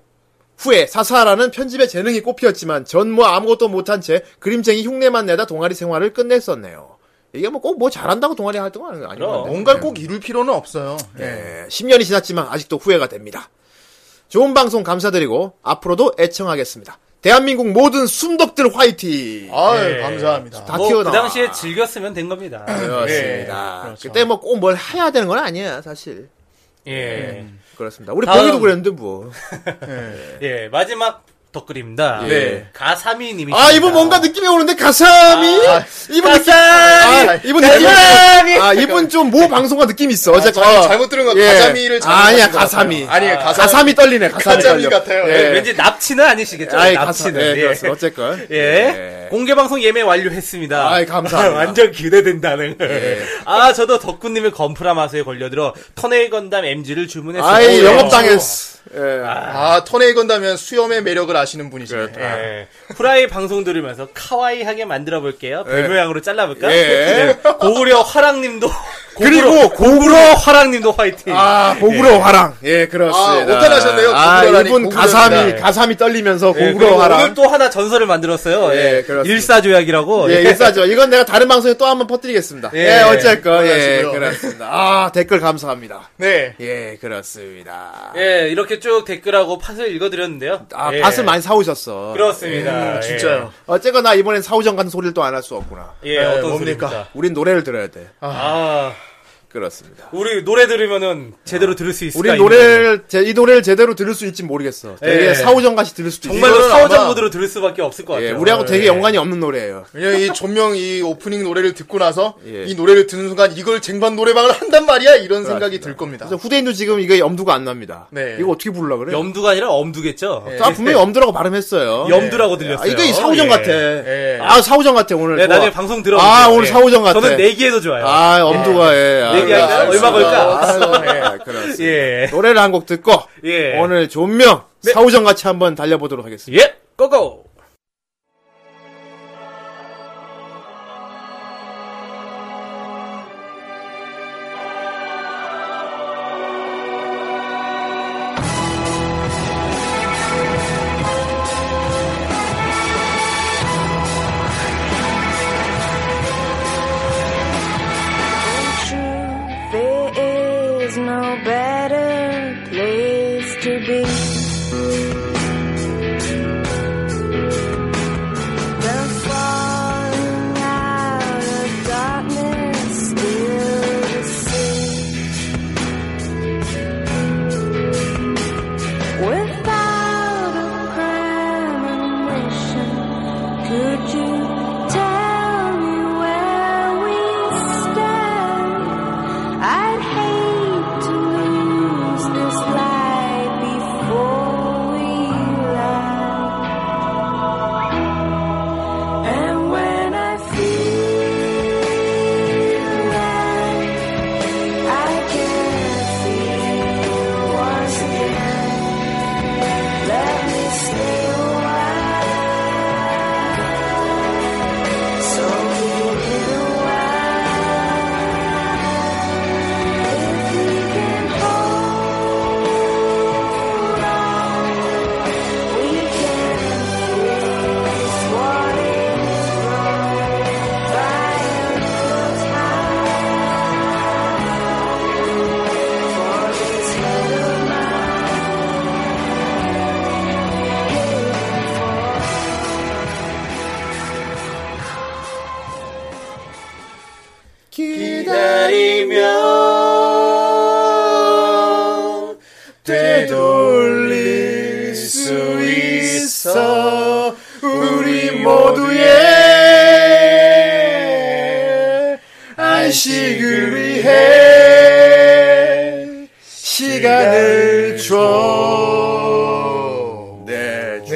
S2: 후에 사사라는 편집의 재능이 꽃피었지만 전 뭐 아무것도 못한 채 그림쟁이 흉내만 내다 동아리 생활을 끝냈었네요. 이게 뭐 꼭 뭐 잘한다고 동아리 활동을 하는 거
S4: 그럼.
S2: 아니고.
S5: 뭔가를 꼭 이룰 필요는 없어요. 예.
S2: 예, 10년이 지났지만 아직도 후회가 됩니다. 좋은 방송 감사드리고 앞으로도 애청하겠습니다. 대한민국 모든 순덕들 화이팅!
S5: 아유 감사합니다.
S2: 예. 다 아,
S4: 뭐, 그
S2: 튀어나와.
S4: 당시에 즐겼으면 된 겁니다.
S2: 그렇습니다.
S5: 예, 그렇죠.
S2: 그때 뭐 꼭 뭘 해야 되는 건 아니야 사실. 네.
S4: 예.
S2: 음. 그렇습니다. 우리
S4: 다음.
S2: 보기도 그랬는데 뭐.
S4: 예, 마지막 덧글입니다.
S5: 네.
S4: 가사미님이.
S2: 아 이분 뭔가 느낌이 오는데 가사미.
S4: 아,
S2: 이분 느낌.
S4: 가사미!
S2: 아, 이분 느낌. 아 이분 좀 모 방송과 느낌 이 있어. 어제
S5: 아, 잘- 잘못 들은 거
S2: 예.
S5: 가사미를 잘못
S2: 아니야
S5: 들은 것 같아요.
S2: 가사미.
S5: 아니에요, 가사미.
S2: 가사미 떨리네. 가사미,
S5: 가자미
S2: 떨려.
S5: 같아요.
S2: 예.
S4: 왠지 납치는 아니시겠죠?
S2: 아이 가사.
S4: 납치는.
S2: 예,
S4: 예.
S2: 그렇습니다. 어쨌건.
S4: 예. 공개 방송 예매 완료했습니다.
S2: 아이, 감사합니다. 예.
S4: 완전 기대된다는. 아, 저도 덕구님의 건프라 맛에 걸려들어 터널 건담 MG를 주문했어요.
S2: 아이
S4: 예.
S2: 영업당했어. 예.
S5: 아 터네이 건다면 수염의 매력을 아시는 분이시네요. 예.
S4: 예. 후라이 방송 들으면서 카와이하게 만들어 볼게요. 별 모양으로 잘라볼까?
S2: 예.
S4: 고구려 화랑님도
S2: 그리고
S4: 고구려 화랑님도 화이팅.
S2: 아, 고구려 화랑. 예, 그렇습니다.
S5: 아, 오타나셨네요.
S2: 아,
S5: 고구려라니,
S2: 이분
S5: 고구려입니다.
S2: 가삼이,
S5: 예.
S2: 가삼이 떨리면서
S4: 예,
S2: 고구려
S4: 그리고
S2: 화랑.
S4: 오늘 또 하나 전설을 만들었어요.
S2: 예, 그렇습니다.
S4: 일사조약이라고.
S2: 예, 일사죠. 이건 내가 다른 방송에 또 한번 퍼뜨리겠습니다.
S4: 예.
S2: 예, 어쨌건, 예,
S5: 그러시고요.
S2: 그렇습니다. 아, 댓글 감사합니다.
S5: 네.
S2: 예, 그렇습니다.
S4: 예, 이렇게 쭉 댓글하고 팟을 읽어드렸는데요.
S2: 아,
S4: 예.
S2: 밭을 많이 사오셨어.
S4: 그렇습니다. 예.
S2: 예.
S5: 진짜요.
S2: 어쨌거나 이번엔 사오정 같은 소리를 또 안 할 수 없구나.
S4: 예, 예, 어떤
S5: 뭡니까?
S4: 소리입니까?
S2: 우린 노래를 들어야 돼.
S4: 아,
S2: 그렇습니다.
S4: 우리 노래 들으면은 제대로 들을 수 있을까?
S2: 우린 노래를, 제- 이 노래를 제대로 들을 수 있지 모르겠어. 되게
S4: 예.
S2: 사오정 같이 들을 수도 있어.
S4: 정말로
S5: 이거는 아마-
S4: 사오장 모드로 들을 수밖에 없을 것 같아요.
S2: 예, 우리하고 되게 연관이 없는 노래예요.
S5: 왜냐면 이 존명 이 오프닝 노래를 듣고 나서
S2: 예.
S5: 이 노래를 듣는 순간 이걸 쟁반 노래방을 한단 말이야 이런 생각이 들 겁니다.
S2: 그래서 후대인도 지금 이게 염두가 안 납니다.
S5: 네.
S2: 이거 어떻게 부르려 그래?
S4: 염두가 아니라 엄두겠죠. 예.
S2: 아, 분명히 염두라고 발음했어요.
S4: 염두라고 들렸어요.
S2: 아, 이거 이 사우정
S4: 예.
S2: 같아. 아, 사우정 같아, 오늘.
S4: 네,
S2: 좋아.
S4: 나중에 방송 들어.
S2: 아, 오늘 사우정 같아.
S4: 저는 내기에도 좋아요.
S2: 아, 엄두가, 예. 아,
S4: 내기하니까
S2: 알겠습니다.
S4: 얼마 걸까?
S2: 아유, 예, 그렇습니다.
S4: 예.
S2: 노래를 한 곡 듣고,
S4: 예. 네.
S2: 오늘 존명, 사우정 같이 한번 달려보도록 하겠습니다.
S4: 예, 고고!
S8: 넌
S2: 주의 안식을 위해 시간을 줘.
S5: 네, 줘.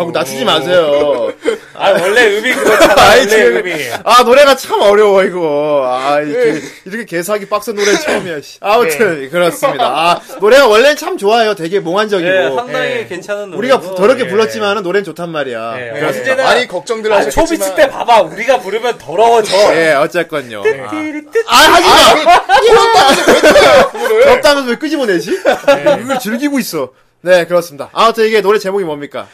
S2: 하고 낮추지 마세요.
S4: 아 원래 의미 그거잖아.
S2: 아이,
S4: 원래
S5: 네,
S2: 지금,
S4: 의미.
S2: 아, 노래가 참 어려워, 이거. 아, 이렇게, 이렇게 개사하기 빡센 노래 처음이야,
S5: 네.
S2: 씨. 아무튼, 그렇습니다. 아, 노래가 원래는 참 좋아요. 되게 몽환적이고.
S5: 네,
S4: 예, 상당히 괜찮은 노래.
S2: 우리가
S5: 예.
S2: 저렇게 불렀지만 노래는 좋단 말이야.
S5: 네,
S4: 예,
S2: 그래서-
S4: 언제나
S5: 많이 걱정들
S4: 아,
S5: 하셨겠지만
S4: 초비치 때 봐봐. 우리가 부르면 더러워져.
S2: 예, 어쨌건요.
S5: 네.
S2: 아, 하지 마!
S5: 아,
S2: 부럽다면서 왜 끄집어내지?
S5: 네.
S2: 이걸 즐기고 있어. 네, 그렇습니다. 아무튼 이게 노래 제목이 뭡니까?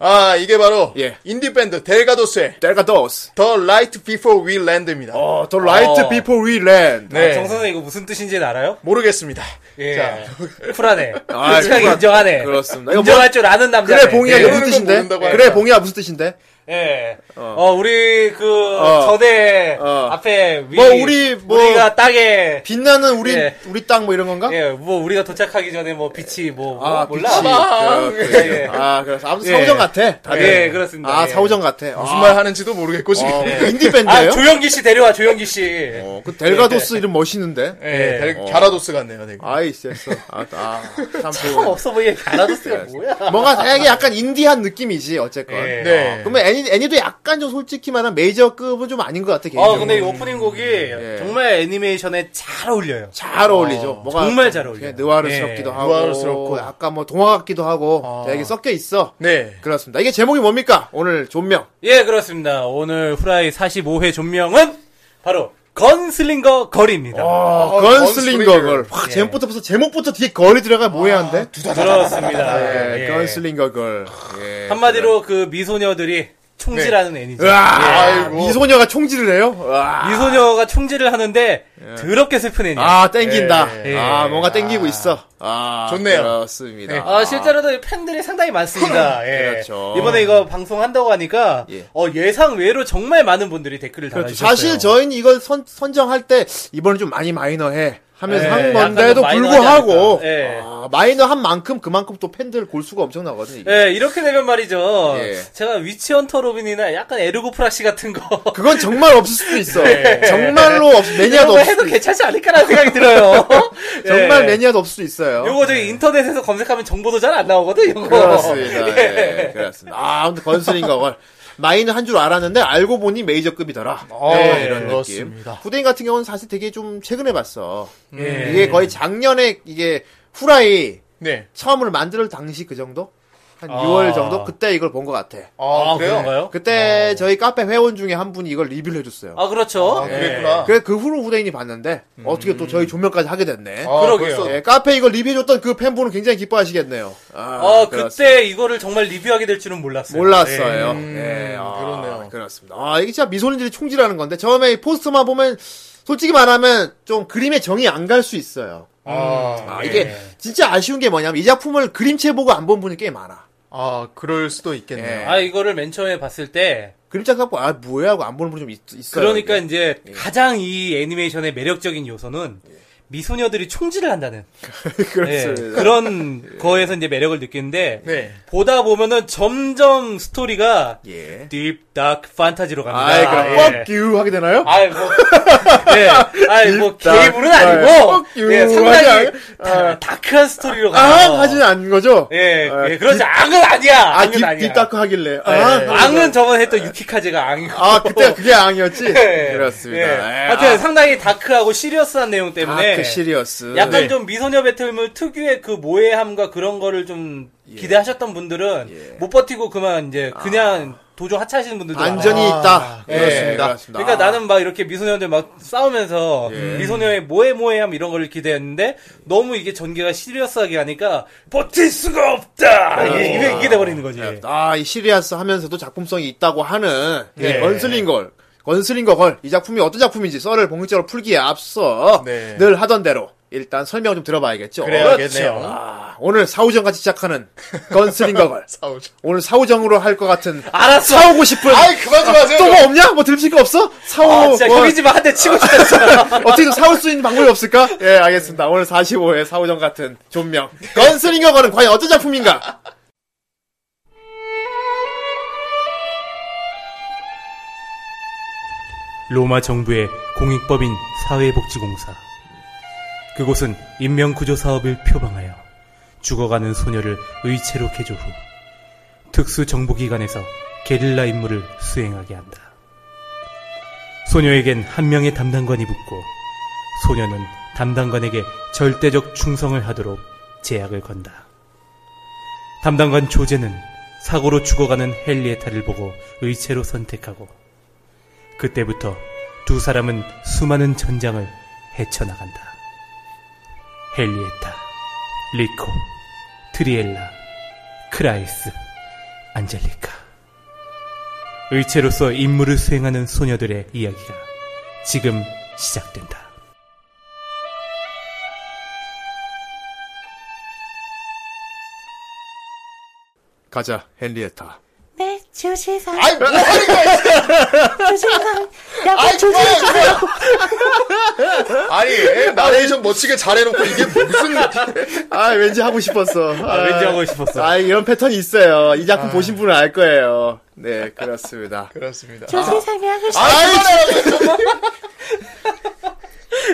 S5: 아 이게 바로
S2: 예.
S5: 인디 밴드 델가도스의
S2: 델가도스.
S5: The Light Before We Land입니다.
S2: 어, The Light
S4: 어.
S2: Before We Land.
S4: 아,
S5: 네.
S4: 정 선생 이거 무슨 뜻인지는 알아요?
S5: 모르겠습니다.
S4: 예. 쿨하네.
S2: 아,
S4: 솔직하게
S2: 쿨하-
S4: 인정하네.
S2: 그렇습니다. 이거 뭐
S4: 인정할 줄 아는 남자.
S2: 그래, 봉이야,
S5: 예.
S2: 이게 무슨
S5: 모르는 건
S2: 뜻인데?
S5: 모른다고
S2: 그래,
S5: 하니까.
S2: 봉이야, 무슨 뜻인데?
S4: 예. 어, 우리 그
S2: 어.
S4: 저대
S2: 어.
S4: 앞에 위,
S2: 뭐, 우리, 뭐-
S4: 우리가 땅에
S2: 빛나는 우리,
S4: 예.
S2: 우리 땅 뭐 이런 건가?
S4: 예, 뭐 우리가 도착하기 전에 뭐 빛이 뭐, 뭐
S2: 아,
S4: 몰라.
S2: 빛이. 그렇군요.
S4: 예.
S2: 아, 그래서 아무튼
S4: 예.
S2: 사우정 같아. 다들.
S4: 예, 그렇습니다.
S2: 아,
S4: 예.
S2: 사우정 같아.
S5: 무슨
S2: 아,
S5: 말 하는지도 모르겠고 지금.
S2: 어,
S5: 예.
S2: 인디밴드예요
S4: 아, 조영기 씨 데려와 조영기 씨.
S2: 어, 그 델가도스 이름 멋있는데.
S5: 예,
S4: 예.
S5: 델- 갸라도스 같네요, 되게.
S2: 아이, 쎄어 아, 아, 참
S4: 처음
S2: 좋은.
S4: 없어 보이게 가라도스가
S2: 예.
S4: 뭐야?
S2: 뭔가 되게 약간 인디한 느낌이지, 어쨌건.
S4: 예.
S5: 네.
S2: 그러면 애니, 애니도 약간 좀 솔직히 말하면 메이저급은 좀 아닌 것 같아, 개인적으로.
S4: 어, 근데 이 오프닝 곡이
S2: 예.
S4: 정말 애니메이션에 잘 어울려요.
S2: 잘 어울리죠. 뭔가
S4: 정말 잘 어울려요.
S2: 되게 느와르스럽기도
S4: 예. 아.
S2: 하고.
S5: 느와르스럽고.
S2: 약간 뭐 동화 같기도 하고. 되게 섞여 있어.
S5: 네.
S2: 그렇습니다. 이게 제목이 뭡니까? 오늘 존명.
S4: 예, 그렇습니다. 오늘 후라이 45회 존명은 바로 건슬링거 거리입니다.
S2: 아, 건슬링거 걸. 와,
S4: 예.
S2: 제목부터 벌써 제목부터 뒤에 걸이 들어가 모해한데.
S4: 그렇습니다.
S2: 예,
S4: 예.
S2: 건슬링거 걸. 예.
S4: 한마디로 그 미소녀들이 총질하는 애니죠.
S2: 네. 으아, 미소녀가 총질을 해요? 으아.
S4: 미소녀가 총질을 하는데 더럽게 슬픈 애니. 아,
S2: 예. 아, 땡긴다.
S4: 예.
S2: 아, 뭔가 땡기고 있어. 아,
S5: 좋네요.
S2: 그렇습니다. 아,
S4: 아, 실제로도 팬들이 상당히 많습니다. 예.
S2: 예. 그렇죠.
S4: 이번에 이거 방송한다고 하니까
S2: 예.
S4: 예. 상 외로 정말 많은 분들이 댓글을
S2: 그렇죠.
S4: 달아주셨어요.
S2: 사실 저희는 이걸 선, 선정할 때 이번엔 좀 많이 마이너해 하면서
S4: 예,
S2: 한
S4: 약간
S2: 건데도
S4: 좀 마이너하지
S2: 불구하고
S4: 않을까. 예.
S2: 아, 마이너한 만큼 그만큼 또 팬들 골수가 엄청나거든요. 이게.
S4: 예, 이렇게 되면 말이죠.
S2: 예.
S4: 제가 위치헌터 로빈이나 약간 에르고프라시 같은 거
S2: 그건 정말 없을 수도 있어. 정말로 없, 매니아도
S4: 예. 이런 거
S2: 없을
S4: 해도
S2: 수도 있어.
S4: 괜찮지 않을까라는 생각이 들어요.
S2: 정말
S4: 예.
S2: 매니아도 없을 수도 있어요. 네.
S4: 요거 저기 인터넷에서 검색하면 정보도 잘 안 나오거든, 요거.
S2: 그렇습니다. 예, 그렇습니다. 아, 근데 건슬인가 걸. 마이너 한 줄 알았는데 알고 보니 메이저급이더라. 네, 이런 느낌. 후대인 같은 경우는 사실 되게 좀 최근에 봤어. 이게 거의 작년에 이게 후라이
S5: 네.
S2: 처음으로 만들 당시 그 정도? 한 6월 정도? 그때 이걸 본 것 같아.
S5: 아, 그래요?
S4: 그런가요?
S2: 그때 저희 카페 회원 중에 한 분이 이걸 리뷰를 해줬어요.
S4: 아, 그렇죠.
S5: 아, 그랬구나.
S2: 그러니까. 그래서 그 후로 후대인이 봤는데 어떻게 또 저희 조명까지 하게 됐네.
S5: 아,
S4: 그러게요.
S5: 벌써-
S2: 예, 카페 이걸 리뷰해줬던 그 팬분은 굉장히 기뻐하시겠네요. 아,
S4: 어,
S2: 그렇습니다.
S4: 그때 이거를 정말 리뷰하게 될 줄은 몰랐어요.
S2: 몰랐어요.
S5: 음,
S2: 예, 아,
S5: 그렇네요.
S2: 그렇습니다. 아, 이게 진짜 미소년들이 총질하는 건데, 처음에 이 포스터만 보면, 솔직히 말하면, 좀 그림에 정이 안 갈 수 있어요.
S4: 네.
S2: 아, 이게,
S4: 예.
S2: 진짜 아쉬운 게 뭐냐면, 이 작품을 그림체 보고 안 본 분이 꽤 많아.
S5: 아, 그럴 수도 있겠네요.
S2: 예.
S4: 아, 이거를 맨 처음에 봤을 때,
S2: 그림체 갖고, 아, 뭐야 하고 안 보는 분이 좀 있, 있어요.
S4: 그러니까
S2: 이게.
S4: 이제 가장 이 애니메이션의 매력적인 요소는 미소녀들이 총질을 한다는 예,
S2: 그렇습니다.
S4: 그런 거에서 이제 매력을 느끼는데,
S5: 네.
S4: 보다 보면은 점점 스토리가
S2: 예.
S4: 딥 다크 판타지로 갑니다.
S2: 아이, 그럼,
S4: 예.
S2: 뻑 유! 하게 되나요?
S4: 아이 뭐, 예, 아이 뭐
S2: 딥다.
S4: 게이블은
S2: 아,
S4: 아니고,
S2: 유,
S4: 예, 상당히
S2: 아니,
S4: 다, 다크한 스토리로
S2: 아,
S4: 가요.
S2: 하지는 않은 거죠?
S4: 어. 예,
S2: 아,
S4: 예, 그렇지 악은 아니야.
S2: 아,
S4: 악은
S2: 딥,
S4: 아니야.
S2: 딥다크 하길래.
S4: 예,
S2: 아,
S4: 악은 저번에 했던 유키카제가 악이고.
S2: 아, 그때 그게 앙이었지?
S4: 예,
S2: 그렇습니다.
S4: 예.
S2: 예,
S4: 하여튼 상당히 다크하고 시리어스한 내용 때문에
S2: 다크 그 시리어스. 네.
S4: 약간 좀 미소녀 배틀물 특유의 그 모해함과 그런 거를 좀
S2: 예.
S4: 기대하셨던 분들은 못 버티고 그만 이제
S2: 아.
S4: 그냥 도저 하차하시는 분들도
S2: 반전이
S4: 많아요.
S2: 있다.
S5: 예, 그렇습니다.
S2: 아.
S4: 그러니까 나는 막 이렇게 미소녀들 막 싸우면서
S2: 예.
S4: 미소녀의 모해 모해함 이런 걸 기대했는데 너무 이게 전개가 시리어스하게 하니까 버틸 수가 없다. 이게 이게, 이게 돼버리는 거지.
S2: 아, 이 시리아스 하면서도 작품성이 있다고 하는 이
S4: 예.
S2: 건슬링걸. 건슬링거 걸. 이 작품이 어떤 작품인지 썰을 본격적으로 풀기에 앞서
S5: 네.
S2: 늘 하던 대로 일단 설명을 좀 들어봐야겠죠.
S4: 그렇죠.
S5: 그래야겠네요.
S2: 아, 오늘 사우정 같이 시작하는 건슬링거 걸.
S5: 싸우죠.
S2: 오늘 사우정으로 할 것 같은
S4: 알았어.
S2: 사오고 싶은
S5: 아이, 그만 좀 하세요.
S2: 또 뭐 없냐? 뭐 들칠 거 없어? 사오
S4: 아, 진짜
S2: 뭐,
S4: 형이지만 한 대 치고 싶다 진짜.
S2: 어떻게 좀 사올 수 있는 방법이 없을까? 예, 알겠습니다. 오늘 45회 사우정 같은 존명. 건슬링거 걸은 과연 어떤 작품인가?
S4: 로마 정부의 공익법인 사회복지공사. 그곳은 인명구조 사업을 표방하여 죽어가는 소녀를 의체로 개조 후 특수정보기관에서 게릴라 임무를 수행하게 한다. 소녀에겐 한 명의 담당관이 붙고 소녀는 담당관에게 절대적 충성을 하도록 제약을 건다. 담당관 조제는 사고로 죽어가는 헨리에타를 보고 의체로 선택하고 그때부터 두 사람은 수많은 전장을 헤쳐나간다. 헨리에타, 리코, 트리엘라, 크라이스, 안젤리카. 의체로서 임무를 수행하는 소녀들의 이야기가 지금 시작된다.
S2: 가자, 헨리에타.
S9: 네, 조세상.
S5: 아이, 뭐 하는 거야, 이
S9: 조세상. 야, 뭐
S5: 아이,
S9: 조세상.
S5: 뭐야, 뭐야. 아니, 애 나레이션 멋지게 잘해놓고 이게 무슨.
S2: 아, 왠지 하고 싶었어. 아,
S4: 왠지 하고 싶었어.
S2: 아, 이런 패턴이 있어요. 이 작품 보신 분은 알 거예요. 네, 그렇습니다.
S5: 아, 그렇습니다.
S9: 조세상이 하고 싶어.
S5: 아이,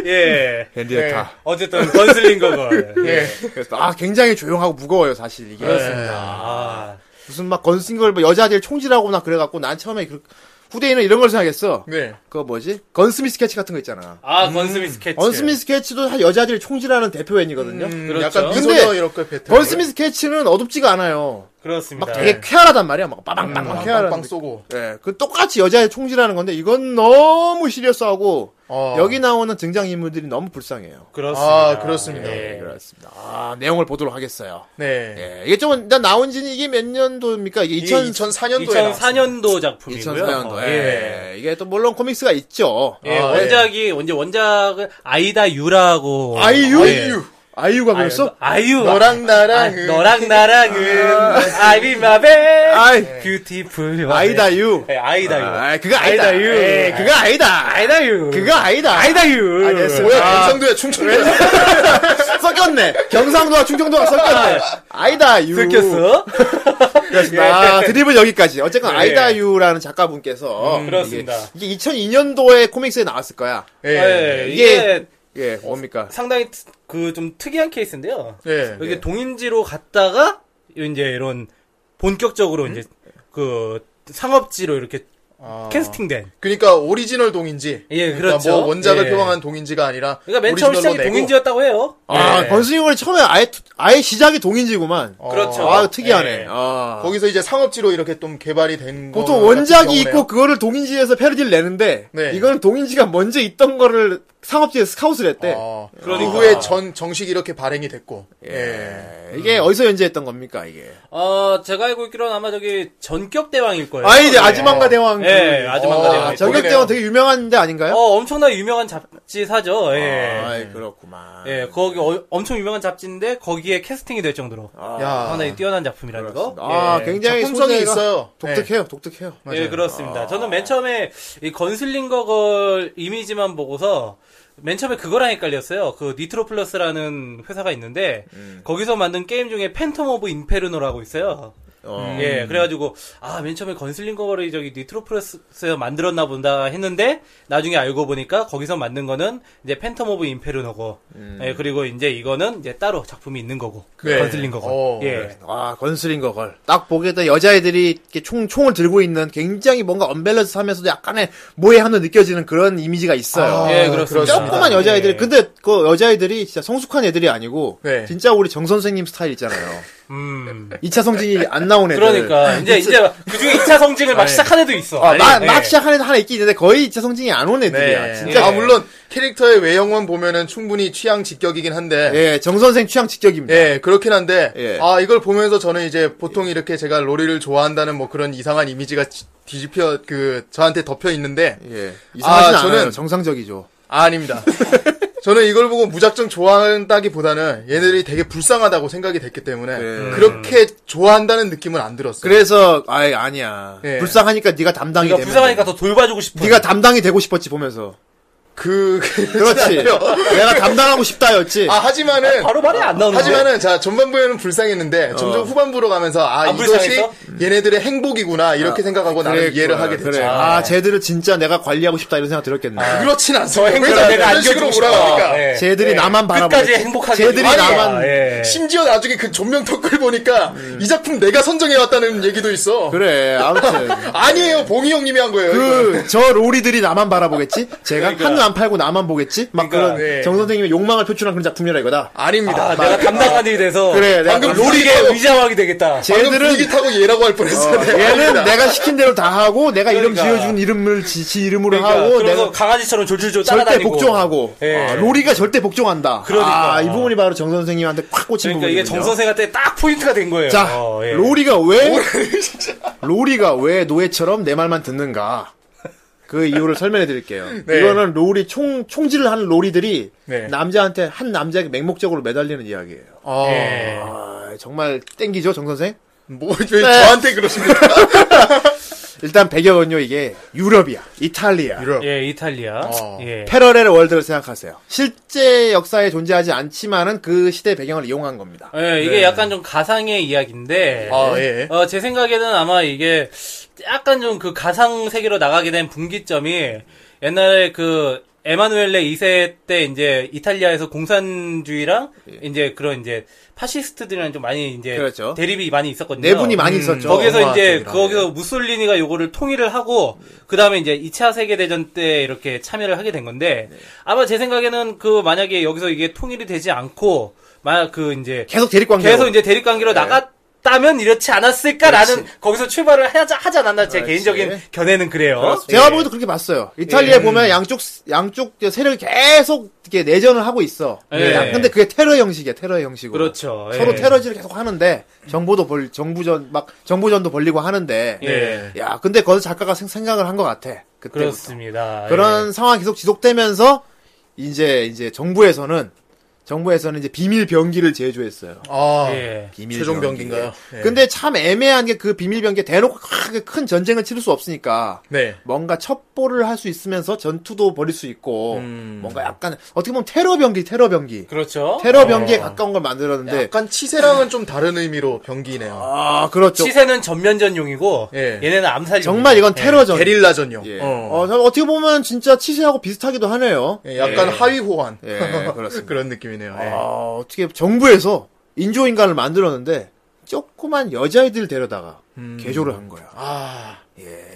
S4: 예.
S2: 헨리에타.
S4: 어쨌든 건슬링거걸.
S5: 예.
S2: 그래서 아, 굉장히 조용하고 무거워요, 사실 이게.
S4: 네. 아,
S2: 무슨 막 건슬걸 뭐 여자들 총질하고나 그래갖고 난 처음에 그, 후대인은 이런 걸 생각했어.
S5: 네.
S2: 그거 뭐지? 건스미 스케치 같은 거 있잖아.
S4: 아 건스미 스케치.
S2: 건스미 스케치도 다 여자들이 총질하는 대표애니거든요.
S4: 그렇죠.
S5: 음, 약간
S2: 근데
S5: 미소녀 이렇게 배틀.
S2: 건스미 스케치는 어둡지가 않아요.
S4: 그렇습니다.
S2: 막 되게 쾌활하단 말이야. 막 빠방빵빵 쾌활한.
S5: 음, 빵빵
S2: 느낌.
S5: 쏘고.
S2: 예, 그 똑같이 여자의 총질하는 건데 이건 너무 시리어스하고
S5: 어.
S2: 여기 나오는 등장 인물들이 너무 불쌍해요. 네,
S4: 그렇습니다.
S5: 아, 그렇습니다.
S4: 예.
S2: 그렇습니다. 아, 내용을 보도록 하겠어요.
S5: 네.
S2: 예, 이게 좀 일단 나온 지는 이게 몇 년도입니까? 이게 2000
S5: 2004년도에 나왔어요.
S4: 2004년도 작품이고요.
S2: 2004년도.
S4: 어,
S2: 예. 이게 또 물론 코믹스가 있죠.
S4: 예,
S5: 아,
S4: 원작이 언제 원작은 아이다 유라고.
S2: 아이유?
S4: 어, 예.
S2: 아이유가
S4: 아이유.
S2: 그랬어?
S4: 아이유.
S5: 너랑
S4: 아,
S5: 나랑.
S4: 너랑 나랑은 아이비 마베.
S2: 아이,
S4: 뷰티풀.
S2: 아이다유.
S4: 예, 아이다 유.
S2: 아, 그거 아니다.
S4: 아이다유.
S2: 예, 그거 아니다.
S4: 아이다 유.
S2: 그거 아니다. 아니다.
S4: 아이다유.
S5: 그- 뭐야, 경상도야, 충청도야.
S2: 섞였네. 경상도와 충청도가 섞였네. 아이다유.
S4: 들켰어? 네.
S2: 그렇습니다. 아, 드립은 여기까지. 어쨌건 아이다유라는 작가분께서
S4: 음, 그렇습니다.
S2: 이게, 이게 2002년도에 코믹스에 나왔을 거야. 네.
S4: 예,
S2: 이게-
S4: 이게
S2: 예, 뭡니까?
S4: 상당히 그 좀 특이한 케이스인데요.
S5: 예.
S4: 이게 동인지로 갔다가 이제 이런 본격적으로 이제 그 상업지로 이렇게
S2: 아.
S4: 캐스팅된.
S5: 그러니까 오리지널 동인지.
S4: 예,
S5: 그러니까
S4: 그렇죠.
S5: 뭐 원작을
S4: 예.
S5: 표방한 동인지가 아니라.
S4: 그러니까 맨 처음
S5: 오리지널로
S4: 시작이
S5: 내고.
S4: 동인지였다고 해요.
S2: 아,
S4: 예.
S2: 건승용을 처음에 아예, 투- 아예 시작이 동인지구만.
S4: 그렇죠.
S2: 아, 특이하네.
S4: 예.
S2: 아.
S5: 거기서 이제 상업지로 이렇게 좀 개발이 된 거.
S2: 보통 원작이 있고 그거를 동인지에서 패러디를 내는데
S5: 뭐, 네.
S2: 이거는 동인지가 먼저 있던 거를 상업지에서 스카웃을 했대.
S4: 그러니까.
S5: 그 후에 전 정식 이렇게 발행이 됐고. 예.
S2: 예, 이게 어디서 연재했던 겁니까 이게?
S4: 어, 제가 알고 있기로는 아마 저기 전격 대왕일
S5: 네.
S4: 거예요.
S2: 아 이제
S4: 예.
S2: 아즈만가 대왕. 그-
S4: 예, 아즈만가
S5: 어,
S4: 대왕.
S2: 전격
S5: 거기네요.
S2: 대왕 되게 유명한데 아닌가요?
S4: 어, 엄청나 유명한 잡지사죠. 예.
S2: 아이, 그렇구만.
S4: 예, 거기 어- 엄청 유명한 잡지인데 거기에 캐스팅이 될 정도로
S5: 야.
S4: 상당히 뛰어난 작품이라는 거.
S2: 아,
S4: 예.
S2: 굉장히
S5: 아. 작품성이
S2: 소재가
S5: 있어요. 네.
S2: 독특해요, 독특해요.
S4: 예, 그렇습니다. 저는 맨 처음에 이 건슬링거 걸 이미지만 보고서 맨 처음에 그거랑 헷갈렸어요. 그 니트로플러스라는 회사가 있는데 거기서 만든 게임 중에 팬텀 오브 인페르노라고 있어요. 예, 그래가지고 아 맨 처음에 건슬링거 걸이 저기 니트로플러스에서 만들었나 본다 했는데 나중에 알고 보니까 거기서 만든 거는 이제 팬텀 오브 인페르노고 예, 그리고 이제 이거는 이제 따로 작품이 있는 거고
S5: 네.
S4: 건슬링거 걸.
S5: 어,
S4: 예.
S2: 아, 건슬인 거걸. 딱 보게 되 여자애들이 이렇게 총, 총을 들고 있는 굉장히 뭔가 언밸런스 하면서도 약간의 모해함도 느껴지는 그런 이미지가 있어요.
S5: 아,
S4: 예, 그렇습니다.
S2: 조그만 여자애들이
S4: 예.
S2: 근데 그 여자애들이 진짜 성숙한 애들이 아니고
S5: 네.
S2: 진짜 우리 정 선생님 스타일 있잖아요.
S4: 음.
S2: 2차 성징이 안 나온 애들.
S4: 그러니까 이제 이제 그 중에 2차 성징을 막 시작한 애도 있어.
S2: 네. 아, 막,
S4: 예.
S2: 막 시작한 애들 하나 있긴 있는데 거의 2차 성징이 안 온 애들이야.
S5: 네.
S2: 진짜
S5: 아 물론 캐릭터의 외형만 보면은 충분히 취향 직격이긴 한데 예,
S2: 예, 정 선생 취향 직격입니다.
S5: 그렇긴 한데
S2: 예.
S5: 아 이걸 보면서 저는 이제 보통 이렇게 제가 로리를 좋아한다는 뭐 그런 이상한 이미지가 지- 뒤집혀 그 저한테 덮여 있는데
S2: 예. 이상하진
S5: 아,
S2: 않아요.
S5: 저는-
S2: 정상적이죠.
S5: 아, 닙니다 저는 이걸 보고 무작정 좋아한다기보다는 얘네들이 되게 불쌍하다고 생각이 됐기 때문에
S4: 네.
S5: 그렇게 좋아한다는 느낌은 안 들었어요.
S2: 그래서 아이 아니야.
S5: 예.
S2: 불쌍하니까 네가 담당이
S4: 그러니까
S2: 되면
S4: 부상하니까 더 돌봐주고 싶어.
S2: 네가 담당이 되고 싶었지 보면서.
S5: 그
S2: 그렇지. 내가 감당하고 싶다였지.
S5: 아 하지만은
S4: 바로 말이 안 나오는데.
S5: 하지만은 자 전반부에는 불쌍했는데 점점 후반부로 가면서 아
S4: 안
S5: 이것이
S4: 불쌍했어? 아,
S5: 얘네들의 행복이구나 이렇게 생각하고 나는 이해를 하게 됐죠.
S2: 그래. 아, 쟤들을 진짜 내가 관리하고 싶다 이런 생각 들었겠네.
S5: 그렇진 않습니다.
S4: 아. 행복을 내가
S5: 이런 식으로
S4: 안겨주고 싶다.
S5: 몰아가니까
S4: 예.
S2: 쟤들이 나만 바라보고.
S4: 끝까지 행복하게
S2: 쟤들이
S4: 해주고 싶다.
S2: 나만.
S4: 예. 음.
S5: 심지어 나중에 그 전명 턱을 보니까 이 작품 내가 선정해왔다는 얘기도 있어.
S2: 그래, 아무튼.
S5: 아니에요, 봉이 형님이 한 거예요. 이건.
S2: 그, 저 로리들이 나만 바라보겠지? 제가 한눈 안 팔고 나만 보겠지? 막
S4: 그러니까,
S2: 그런
S4: 예.
S2: 정선생님의 욕망을 표출한 그런 작품이라 이거다.
S5: 아닙니다.
S4: 아, 내가 감당하는 일에 대해서
S2: 그래, 내가
S5: 방금
S2: 감당-
S5: 로리-
S4: 로리게 위장왕이
S5: 방금
S4: 되겠다.
S2: 쟤들은
S5: 얘기 타고 얘라고 할 뻔했어.
S2: 어, 얘는 내가 시킨 대로 다 하고 내가 이름
S4: 그러니까.
S2: 지어준 이름을 지, 지 이름으로
S4: 그러니까
S2: 하고
S4: 그래서
S2: 내가
S4: 강아지처럼 졸졸졸
S2: 절대
S4: 따라다니고
S2: 복종하고
S4: 예.
S2: 아, 로리가 절대 복종한다.
S4: 그러니까.
S2: 아, 이 부분이 바로 정 선생님한테 콱 꽂힌
S4: 그러니까
S2: 부분이거든요.
S4: 이게 정 선생한테 딱 포인트가 된 거예요.
S2: 자,
S4: 어, 예.
S2: 로리가 왜 로리가 왜 노예처럼 내 말만 듣는가? 그 이유를 설명해 드릴게요.
S4: 네.
S2: 이거는 로리 총 총질을 하는 로리들이 남자한테 한 남자에게 맹목적으로 매달리는 이야기예요. 아,
S4: 네.
S2: 정말 땡기죠, 정 선생?
S5: 어, 뭐, 왜
S2: 네.
S5: 저한테 그러십니까?
S2: 일단 배경은요 이게 유럽이야, 이탈리아.
S4: 예, 이탈리아.
S2: 어.
S4: 예.
S2: 패러렐 월드를 생각하세요. 실제 역사에 존재하지 않지만은 그 시대 배경을 이용한 겁니다.
S4: 예, 이게 약간 좀 가상의 이야기인데,
S5: 아, 예.
S4: 어, 제 생각에는 아마 이게 약간 좀 그 가상 세계로 나가게 된 분기점이 옛날에 그 에마누엘레 2세 때 이제 이탈리아에서 공산주의랑 이제 그런 이제 파시스트들이랑 좀 많이 이제
S2: 예. 그렇죠. 네
S4: 대립이 많이 있었거든요.
S2: 내분이 많이 있었죠.
S4: 거기서
S2: 엄마
S4: 이제
S2: 쪽이랑.
S4: 거기서 무솔리니가 요거를 통일을 하고 그 다음에 이제 2차 세계 대전 때 이렇게 참여를 하게 된 건데
S2: 네.
S4: 아마 제 생각에는 그 만약에 여기서 이게 통일이 되지 않고 만약 그 이제
S2: 계속 대립 관계.
S4: 계속 이제 대립 관계로 나갔다면 이렇지 않았을까라는 거기서 출발을 하자 하지 않았나 제 개인적인 견해는 그래요.
S2: 제가
S4: 예.
S2: 보기에도 그렇게 봤어요. 이탈리아에 보면 양쪽 양쪽 세력이 계속 이렇게 내전을 하고 있어.
S4: 예.
S2: 양- 근데 그게 테러 형식이야, 테러 형식으로.
S4: 그렇죠. 예.
S2: 서로 테러질을 계속 하는데 정보도 벌 정부전 막 정보전도 벌리고 하는데
S4: 예.
S2: 야 근데 거기서 작가가 생- 생각을 한 것 같아 그때부터
S4: 그렇습니다. 예.
S2: 그런 상황이 계속 지속되면서 이제 이제 정부에서는 정부에서는 이제 비밀 병기를 제조했어요.
S5: 아,
S4: 예. 예.
S2: 비밀
S5: 최종
S2: 병기.
S5: 병기인가요? 예.
S2: 근데 참 애매한 게 그 비밀 병기에 대놓고 크게 큰 전쟁을 치를 수 없으니까
S5: 네.
S2: 뭔가 첩보를 할 수 있으면서 전투도 벌일 수 있고
S5: 음.
S2: 뭔가 약간 어떻게 보면 테러 병기 테러 병기
S4: 그렇죠.
S2: 테러 병기에 가까운 걸 만들었는데
S5: 어. 약간 치세랑은 좀 다른 의미로 병기네요.
S2: 네. 아 그렇죠.
S4: 시세는 전면전용이고
S5: 예.
S4: 얘네는 암살용.
S2: 정말 이건 테러전.
S5: 게릴라전용.
S2: 예.
S5: 어.
S2: 어, 참 어떻게 보면 진짜 치세하고 비슷하기도 하네요.
S5: 예, 약간 하위 호환.
S2: 예, 그렇습니다.
S5: 그런 느낌이네요. 예.
S2: 아, 어떻게 정부에서 인조인간을 만들었는데 조그만 여자아이들 데려다가 개조를 한 거야.
S5: 음. 아,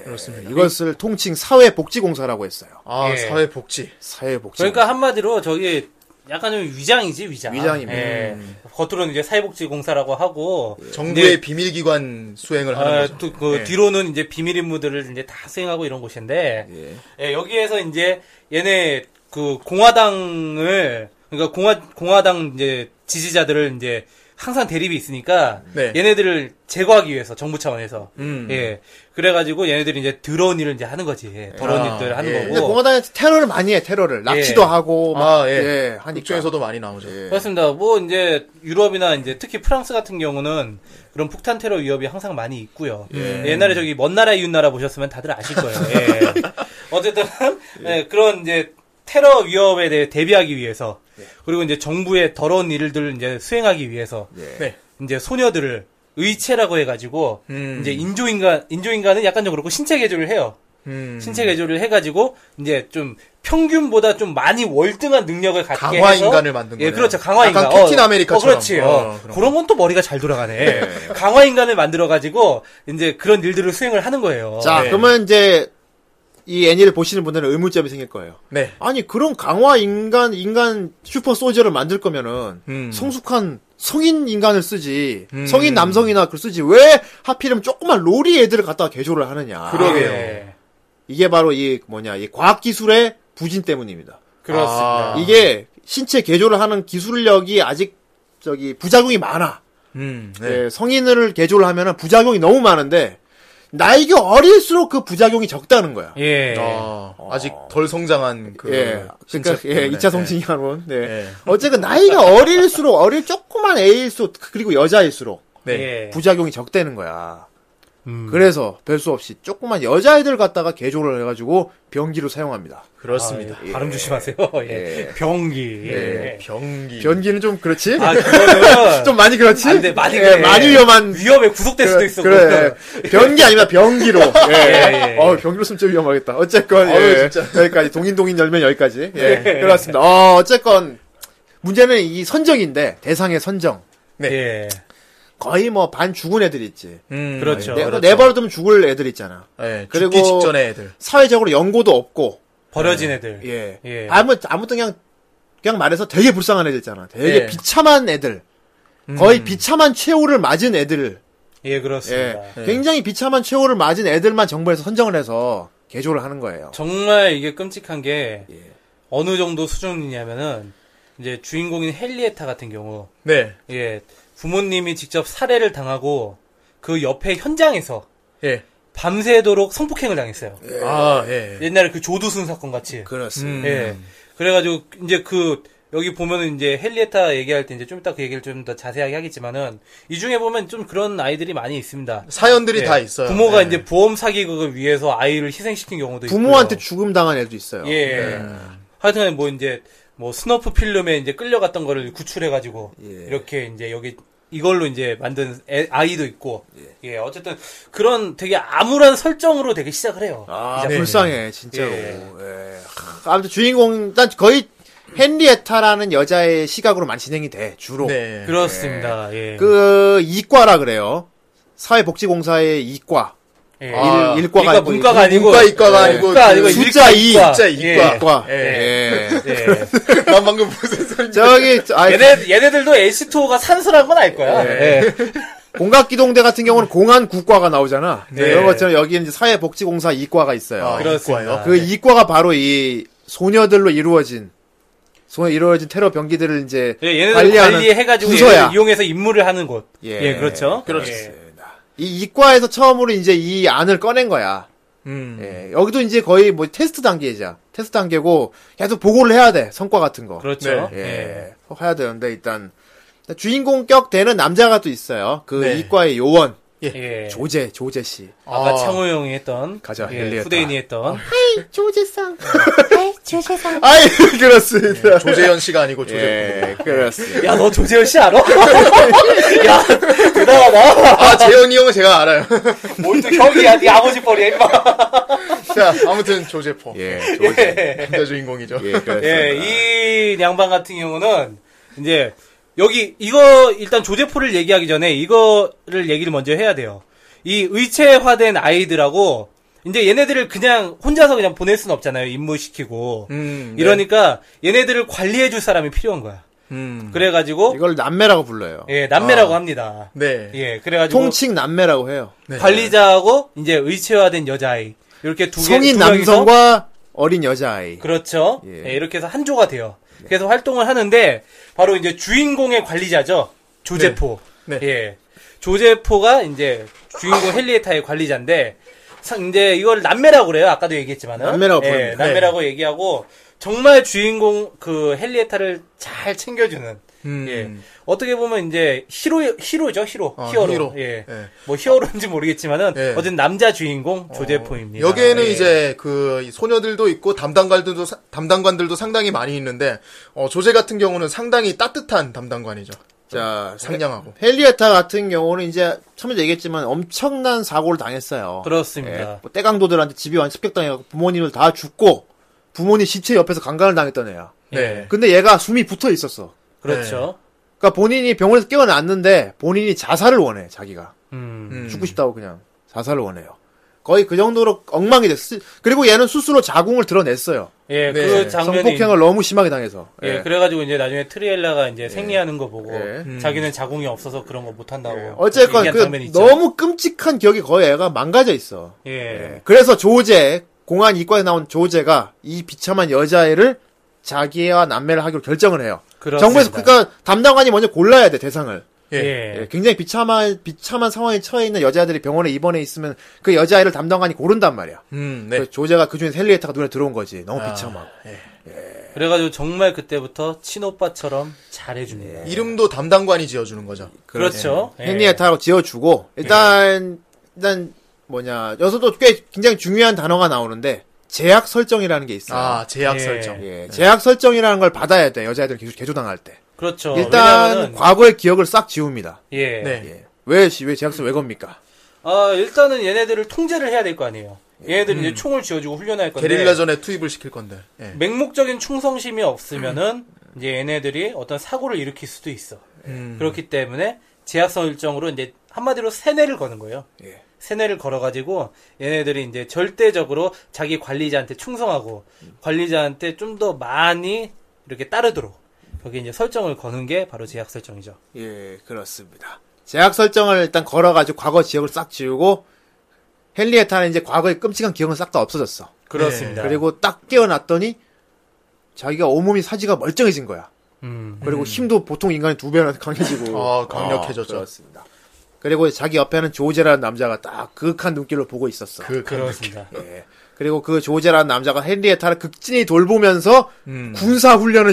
S5: 그렇습니다.
S2: 이것을 통칭 사회복지공사라고 했어요.
S5: 아,
S4: 예.
S5: 사회복지.
S2: 사회복지.
S4: 그러니까 한마디로 저기 약간 좀 위장이지 위장.
S2: 위장입니다.
S4: 예. 겉으로는 이제 사회복지공사라고 하고
S5: 정부의
S4: 근데,
S5: 비밀기관 수행을 하는
S4: 네. 아,
S5: 거죠.
S4: 또, 그
S5: 예.
S4: 뒤로는 이제 비밀 임무들을 이제 다 수행하고 이런 곳인데 예, 여기에서 이제 얘네 그 공화당을 그러니까 공화 공화당 이제 지지자들을 이제 항상 대립이 있으니까
S5: 네.
S4: 얘네들을 제거하기 위해서 정부 차원에서
S5: 음.
S4: 예 그래가지고 얘네들이 이제 더러운 일을 이제 하는 거지 더러운
S5: 아,
S4: 일들 하는
S5: 예.
S2: 근데
S4: 거고
S2: 공화당에서 테러를 많이 해, 테러를. 납치도
S4: 예.
S2: 하고, 막,
S5: 아,
S2: 예,
S5: 예.
S2: 하니까. 예.
S5: 극중에서도 많이 나오죠.
S4: 그렇습니다. 뭐 이제 유럽이나 이제 특히 프랑스 같은 경우는 그런 폭탄 테러 위협이 항상 많이 있고요.
S5: 예.
S4: 예, 옛날에 저기 먼 나라 이웃 나라 보셨으면 다들 아실 거예요. 예. 어쨌든 예, 그런 이제 테러 위협에 대해 대비하기 위해서
S5: 예.
S4: 그리고 이제 정부의 더러운 일들을 이제 수행하기 위해서
S5: 네.
S4: 이제 소녀들을 의체라고 해가지고 이제 인조인간 인조인간은 약간 좀 그렇고 신체 개조를 해요.
S5: 음.
S4: 신체 개조를 해가지고 이제 좀 평균보다 좀 많이 월등한 능력을 갖게
S5: 강화
S4: 해서-
S5: 인간을 만든
S4: 예,
S5: 거네요.
S4: 그렇죠. 강화
S5: 약간
S4: 인간.
S5: 캡틴 아메리카처럼.
S4: 어, 그렇지. 어,
S5: 어, 그런
S4: 그런 건 또 머리가 잘 돌아가네. 강화 인간을 만들어가지고 이제 그런 일들을 수행을 하는 거예요.
S2: 자,
S5: 네.
S2: 그러면 이제 이 애니를 보시는 분들은 의문점이 생길 거예요.
S5: 네.
S2: 아니, 그런 강화 인간, 인간 슈퍼 소저를 만들 거면은
S5: 음.
S2: 성숙한 성인 인간을 쓰지, 성인 남성이나 그걸 쓰지, 왜 하필이면 조그만 로리 애들을 갖다가 개조를 하느냐.
S5: 그러게요.
S4: 예,
S2: 이게 바로 이 뭐냐, 이 과학기술의 부진 때문입니다.
S5: 아.
S4: 그렇습니다.
S2: 이게 신체 개조를 하는 기술력이 아직 저기 부작용이 많아.
S5: 음. 네.
S2: 예, 성인을 개조를 하면은 부작용이 너무 많은데 나이가 어릴수록 그 부작용이 적다는 거야.
S4: 예.
S5: 아, 아직 덜 성장한 그
S2: 예.
S5: 신체
S2: 그러니까 예,
S5: 때문에.
S2: 2차 성징이하론. 네.
S5: 예.
S2: 어쨌든 나이가 어릴수록 어릴 조그만 애일수록 그리고 여자일수록
S5: 네. 음.
S4: 예.
S2: 부작용이 적다는 거야. 그래서 별 수 없이 조그만 여자애들 갖다가 개조를 해가지고 변기로 사용합니다.
S5: 그렇습니다.
S4: 아, 예. 발음 조심하세요. 예. 병기. 예.
S5: 병기.
S2: 변기는 좀 그렇지?
S4: 아, 그거는
S2: 좀 많이
S5: 아,
S2: 그렇지?
S4: 안 돼, 많이
S2: 예,
S4: 그래.
S2: 많이 위험한
S4: 위험에 구속될 수도 있어. 뭐.
S2: 그래. 변기 아니라 변기로. 예.
S4: 예, 예.
S2: 어, 변기로 쓰면 좀 위험하겠다. 어쨌건,
S5: 어우,
S2: 예. 여기까지. 동인동인 열면 여기까지.
S4: 네.
S2: 예. 그렇습니다. 어, 어쨌건. 문제는 이 선정인데, 대상의 선정.
S4: 네. 예.
S2: 거의 뭐 반 죽은 애들 있지.
S5: 음,
S4: 그렇죠.
S2: 내, 내버려두면 죽을 애들 있잖아.
S5: 예,
S2: 그리고-
S5: 죽기 직전에 애들.
S2: 사회적으로 연고도 없고,
S4: 버려진 애들.
S2: 예.
S4: 예.
S2: 아무, 아무튼 그냥, 그냥 말해서 되게 불쌍한 애들 있잖아. 되게
S5: 예.
S2: 비참한 애들.
S4: 음.
S2: 거의 비참한 최후를 맞은 애들을
S4: 예,
S2: 예.
S4: 그렇습니다.
S2: 굉장히 비참한 최후를 맞은 애들만 정부에서 선정을 해서 개조를 하는 거예요.
S4: 정말 이게 끔찍한 게
S5: 예.
S4: 어느 정도 수준이냐면은 이제 주인공인 헨리에타 같은 경우
S5: 네.
S4: 예 부모님이 직접 살해를 당하고 그 옆에 현장에서
S5: 예.
S4: 밤새도록 성폭행을 당했어요.
S5: 아, 예. 음.
S4: 옛날에 그 조두순 사건 같이.
S2: 그렇습니다.
S4: 예. 그래가지고 이제 그 여기 보면은 이제 헨리에타 얘기할 때 이제 좀 이따 그 얘기를 좀 더 자세하게 하겠지만은 이 중에 보면 좀 그런 아이들이 많이 있습니다.
S5: 사연들이
S4: 예.
S5: 다 있어요.
S4: 부모가
S5: 예.
S4: 이제 보험 사기극을 위해서 아이를 희생시킨 경우도 있고
S2: 부모한테 죽음 당한 애도 있어요.
S4: 예. 하여튼 뭐 이제 뭐 스너프 필름에 이제 끌려갔던 거를 구출해가지고 이렇게 이제 여기 이걸로 이제 만든 애- 아이도 있고 예. 어쨌든 그런 되게 암울한 설정으로 되게 시작을 해요.
S2: 아,
S4: 이 작품이.
S2: 불쌍해, 진짜로.
S4: 네. 예.
S2: 예. 하, 아무튼 주인공, 난 거의 헨리에타라는 여자의 시각으로 많이 진행이 돼, 주로.
S5: 네.
S4: 그렇습니다. 예.
S2: 그, 이과라 그래요. 사회복지공사의 이과.
S4: 예.
S5: 아,
S2: 일, 과가
S4: 그러니까 문과가 아니고 예.
S5: 문과 이과가 아니고
S4: 문과 아니고
S5: 그
S4: 일과,
S2: 숫자 이,
S4: 이과.
S5: 숫자 이과.
S2: 이과.
S5: 예.
S2: 예.
S4: 예. 예.
S5: 난 방금 무슨 소리?
S2: 저기, 저- 아이,
S4: 얘네 얘네들도 H2O가 산소라는 건 알 거야. 예.
S2: 공각기동대 같은 경우는 공안 국과가 나오잖아.
S4: 네.
S2: 이런 것처럼 여기는 이제 사회복지공사 이과가 있어요.
S5: 아,
S4: 그렇습니다.
S5: 이과요?
S2: 그 이과가 바로 이 소녀들로 이루어진 소녀 이루어진 테러 병기들을 이제
S4: 예, 얘네들
S2: 관리하는
S4: 관리해가지고
S2: 부서야.
S4: 얘네들 이용해서 임무를 하는 곳.
S2: 예.
S4: 예, 그렇죠. 그렇죠.
S2: 이 이과에서 처음으로 이제 이 안을 꺼낸 거야.
S4: 음.
S2: 예, 여기도 이제 거의 뭐 테스트 단계이자 테스트 단계고 계속 보고를 해야 돼 성과 같은 거.
S4: 그렇죠.
S2: 예,
S4: 예.
S2: 해야 되는데 일단 주인공격 되는 남자가 또 있어요. 그
S5: 네.
S2: 이과의 요원
S4: 예.
S2: 조제 조제 씨.
S4: 아까
S5: 아.
S4: 창호 형이 했던
S2: 가자, 아.
S4: 예,
S2: 헨리에타.
S4: 후대인이 했던
S2: 조제상.
S9: 아이, 조세상.
S2: 아이 그렇습니다.
S5: 조재현 씨가 아니고 조재현.
S2: 예, 그렇습니다.
S4: 네. 야 너 조재현 씨 알아? 야 대단하다.
S5: 아, 재현이 형은 제가 알아요.
S4: 뭘또 형이야? 네 아버지 뻘이야 임마.
S5: 자, 아무튼 조제포.
S2: 예, 조제.
S5: 남자 주인공이죠.
S2: 예, 그렇습니다.
S4: 예, 이 양반 같은 경우는 이제 여기 이거 일단 조제포를 얘기하기 전에 이거를 얘기를 먼저 해야 돼요. 이 의체화된 아이들하고 이제 얘네들을 그냥 혼자서 그냥 보낼 수는 없잖아요. 임무시키고.
S5: 음, 네.
S4: 이러니까 얘네들을 관리해 줄 사람이 필요한 거야.
S5: 음.
S4: 그래 가지고
S2: 이걸 남매라고 불러요.
S4: 어? 예, 남매라고 합니다.
S5: 네.
S4: 예, 그래 가지고
S2: 아.
S4: 네.
S2: 통칭 남매라고 해요. 네.
S4: 관리자하고 이제 의체화된 여자아이. 이렇게 두 개,
S2: 성인
S4: 두 명이서
S2: 남성과 어린 여자아이.
S4: 그렇죠.
S2: 예. 네.
S4: 예, 이렇게 해서 한조가 돼요. 그래서 활동을 하는데 바로 이제 주인공의 관리자죠. 조제포.
S5: 네. 네.
S4: 예. 조제포가 이제 주인공 헨리에타의 관리자인데 상- 이제 이걸 남매라고 그래요. 아까도 얘기했지만은
S2: 남매라고
S4: 예,
S2: 부릅니다.
S4: 남매라고 얘기하고 정말 주인공 그 헨리에타를 잘 챙겨주는
S5: 음.
S4: 예. 어떻게 보면 이제 히로 히로죠 히로
S5: 아,
S4: 히어로
S5: 히로.
S4: 예.
S5: 예.
S4: 뭐 히어로인지 모르겠지만은
S5: 예.
S4: 어쨌든 남자 주인공 조제포입니다.
S5: 여기에는
S4: 예.
S5: 이제 그이 소녀들도 있고 담당관들도 사- 담당관들도 상당히 많이 있는데 어, 조제 같은 경우는 상당히 따뜻한 담당관이죠.
S2: 자,
S5: 상냥하고.
S4: 네.
S2: 헨리에타 같은 경우는 이제 처음에 얘기했지만 엄청난 사고를 당했어요.
S4: 그렇습니다.
S2: 예, 뭐 떼강도들한테 집이 완전 습격당해서 부모님을 다 죽고 부모님 시체 옆에서 강간을 당했던 애야.
S5: 네.
S2: 근데 얘가 숨이 붙어 있었어.
S4: 그렇죠.
S2: 그러니까 본인이 병원에서 깨어났는데 본인이 자살을 원해 자기가
S4: 음.
S5: 음.
S2: 죽고 싶다고 그냥 자살을 원해요. 거의 그 정도로 엉망이 됐어. 그리고 얘는 스스로 자궁을 드러냈어요.
S4: 예,
S5: 네.
S4: 그 장면이
S2: 성폭행을 너무 심하게 당해서.
S4: 예,
S2: 예.
S4: 그래가지고 이제 나중에 트리엘라가 이제 생리하는 거 보고 음.
S2: 예.
S4: 자기는 자궁이 없어서 그런 거 못 한다고.
S2: 어쨌건
S4: 그렇죠. 얘기한
S2: 그
S4: 장면이 있죠.
S2: 너무 끔찍한 기억이 거의 애가 망가져 있어.
S4: 예,
S2: 예. 그래서 조제 공안 이과에 나온 조제가 이 비참한 여자애를 자기와 남매를 하기로 결정을 해요.
S4: 그렇습니다.
S2: 정부에서 그러니까 담당관이 먼저 골라야 돼 대상을.
S4: 예,
S2: 예, 굉장히 비참한 비참한 상황에 처해 있는 여자들이 병원에 입원해 있으면 그 여자아이를 담당관이 고른단 말이야.
S5: 음, 네.
S2: 그 조제가 그 중에 헨리에타가 눈에 들어온 거지. 너무
S4: 아.
S2: 비참하고.
S4: 그래가지고 정말 그때부터 친오빠처럼 잘해줍니다.
S5: 예. 이름도 담당관이 지어 주는 거죠.
S4: 그렇죠. 예.
S2: 헨리에타로 지어주고 일단 일단 뭐냐 여기서도 꽤 굉장히 중요한 단어가 나오는데 제약 설정이라는 게 있어요.
S5: 아, 제약
S4: 예.
S5: 설정.
S2: 예, 제약 설정이라는 걸 받아야 돼 여자애들 계속 개조당할 때.
S4: 그렇죠.
S2: 일단
S4: 왜냐면은-
S2: 과거의 기억을 싹 지웁니다.
S4: 예.
S5: 네.
S2: 예. 왜, 시- 왜 제약서 왜 겁니까?
S4: 아 일단은 얘네들을 통제를 해야 될 거 아니에요. 얘네들은 이제 총을 쥐어주고 훈련할 건데
S5: 게릴라전에 투입을 시킬 건데. 예.
S4: 맹목적인 충성심이 없으면은 이제 얘네들이 어떤 사고를 일으킬 수도 있어. 그렇기 때문에 제약성 일정으로 이제 한마디로 세뇌를 거는 거예요.
S2: 예.
S4: 세뇌를 걸어가지고 얘네들이 이제 절대적으로 자기 관리자한테 충성하고 관리자한테 좀 더 많이 이렇게 따르도록 거기 이제 설정을 거는 게 바로 제약 설정이죠.
S2: 예, 그렇습니다. 제약 설정을 일단 걸어가지고 과거 지역을 싹 지우고 헨리에타는 이제 과거의 끔찍한 기억은 싹 다 없어졌어.
S4: 그렇습니다.
S2: 그리고 딱 깨어났더니 자기가 온몸이 사지가 멀쩡해진 거야.
S4: 음.
S2: 그리고 힘도 보통 인간의 두 배나 강해지고
S5: 아, 강력해졌죠.
S2: 그렇습니다. 그리고 자기 옆에는 조제라는 남자가 딱 그윽한 눈길로 보고 있었어.
S5: 그,
S4: 그렇습니다.
S2: 예. 그리고 그 조제라는 남자가 헨리에타를 극진히 돌보면서 군사 훈련을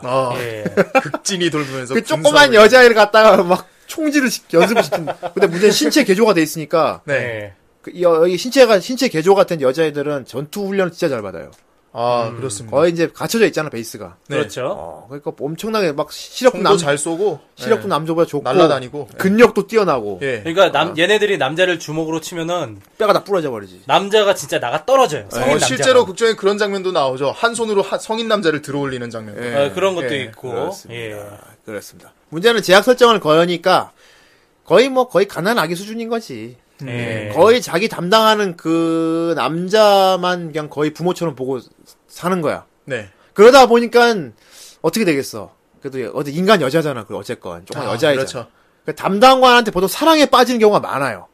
S5: 음. 아,
S4: 예.
S5: 극진이 돌면서.
S2: 그 조그만 여자애를 갖다가 막 총질을 시- 연습을 시킨. 근데 문제는 신체 개조가 돼 있으니까
S4: 네.
S2: 그 여, 이 신체가 신체 개조 같은 여자애들은 전투 훈련을 진짜 잘 받아요.
S5: 아,
S4: 음.
S5: 그렇습니다.
S2: 거의 이제 갖춰져 있잖아 베이스가.
S4: 그렇죠.
S2: 어, 그러니까 엄청나게 막 시력도
S5: 총도
S2: 남
S5: 잘 쏘고.
S2: 시력도
S5: 예.
S2: 남자보다 좋고
S5: 날라다니고. 예.
S2: 근력도 뛰어나고
S5: 예.
S4: 그러니까 남- 얘네들이 남자를 주먹으로 치면은
S2: 뼈가 다 부러져 버리지.
S4: 남자가 진짜 나가 떨어져요. 성인
S5: 어,
S4: 남자.
S5: 실제로 극장에 그런 장면도 나오죠. 한 손으로 하- 성인 남자를 들어올리는 장면.
S2: 예.
S4: 어, 그런 것도
S5: 예,
S4: 있고. 예.
S2: 그렇습니다. 그렇습니다. 문제는 제약 설정을 거니까 거의 뭐 거의 가난 아기 수준인 거지.
S4: 예.
S2: 음. 거의 자기 담당하는 그 남자만 그냥 거의 부모처럼 보고 사는 거야.
S5: 네.
S2: 그러다 보니까 어떻게 되겠어? 그래도 어디 인간 여자잖아. 그 어쨌건 조금
S5: 아,
S2: 여자이잖아.
S5: 그렇죠.
S2: 그 담당관한테 보통 사랑에 빠지는 경우가 많아요.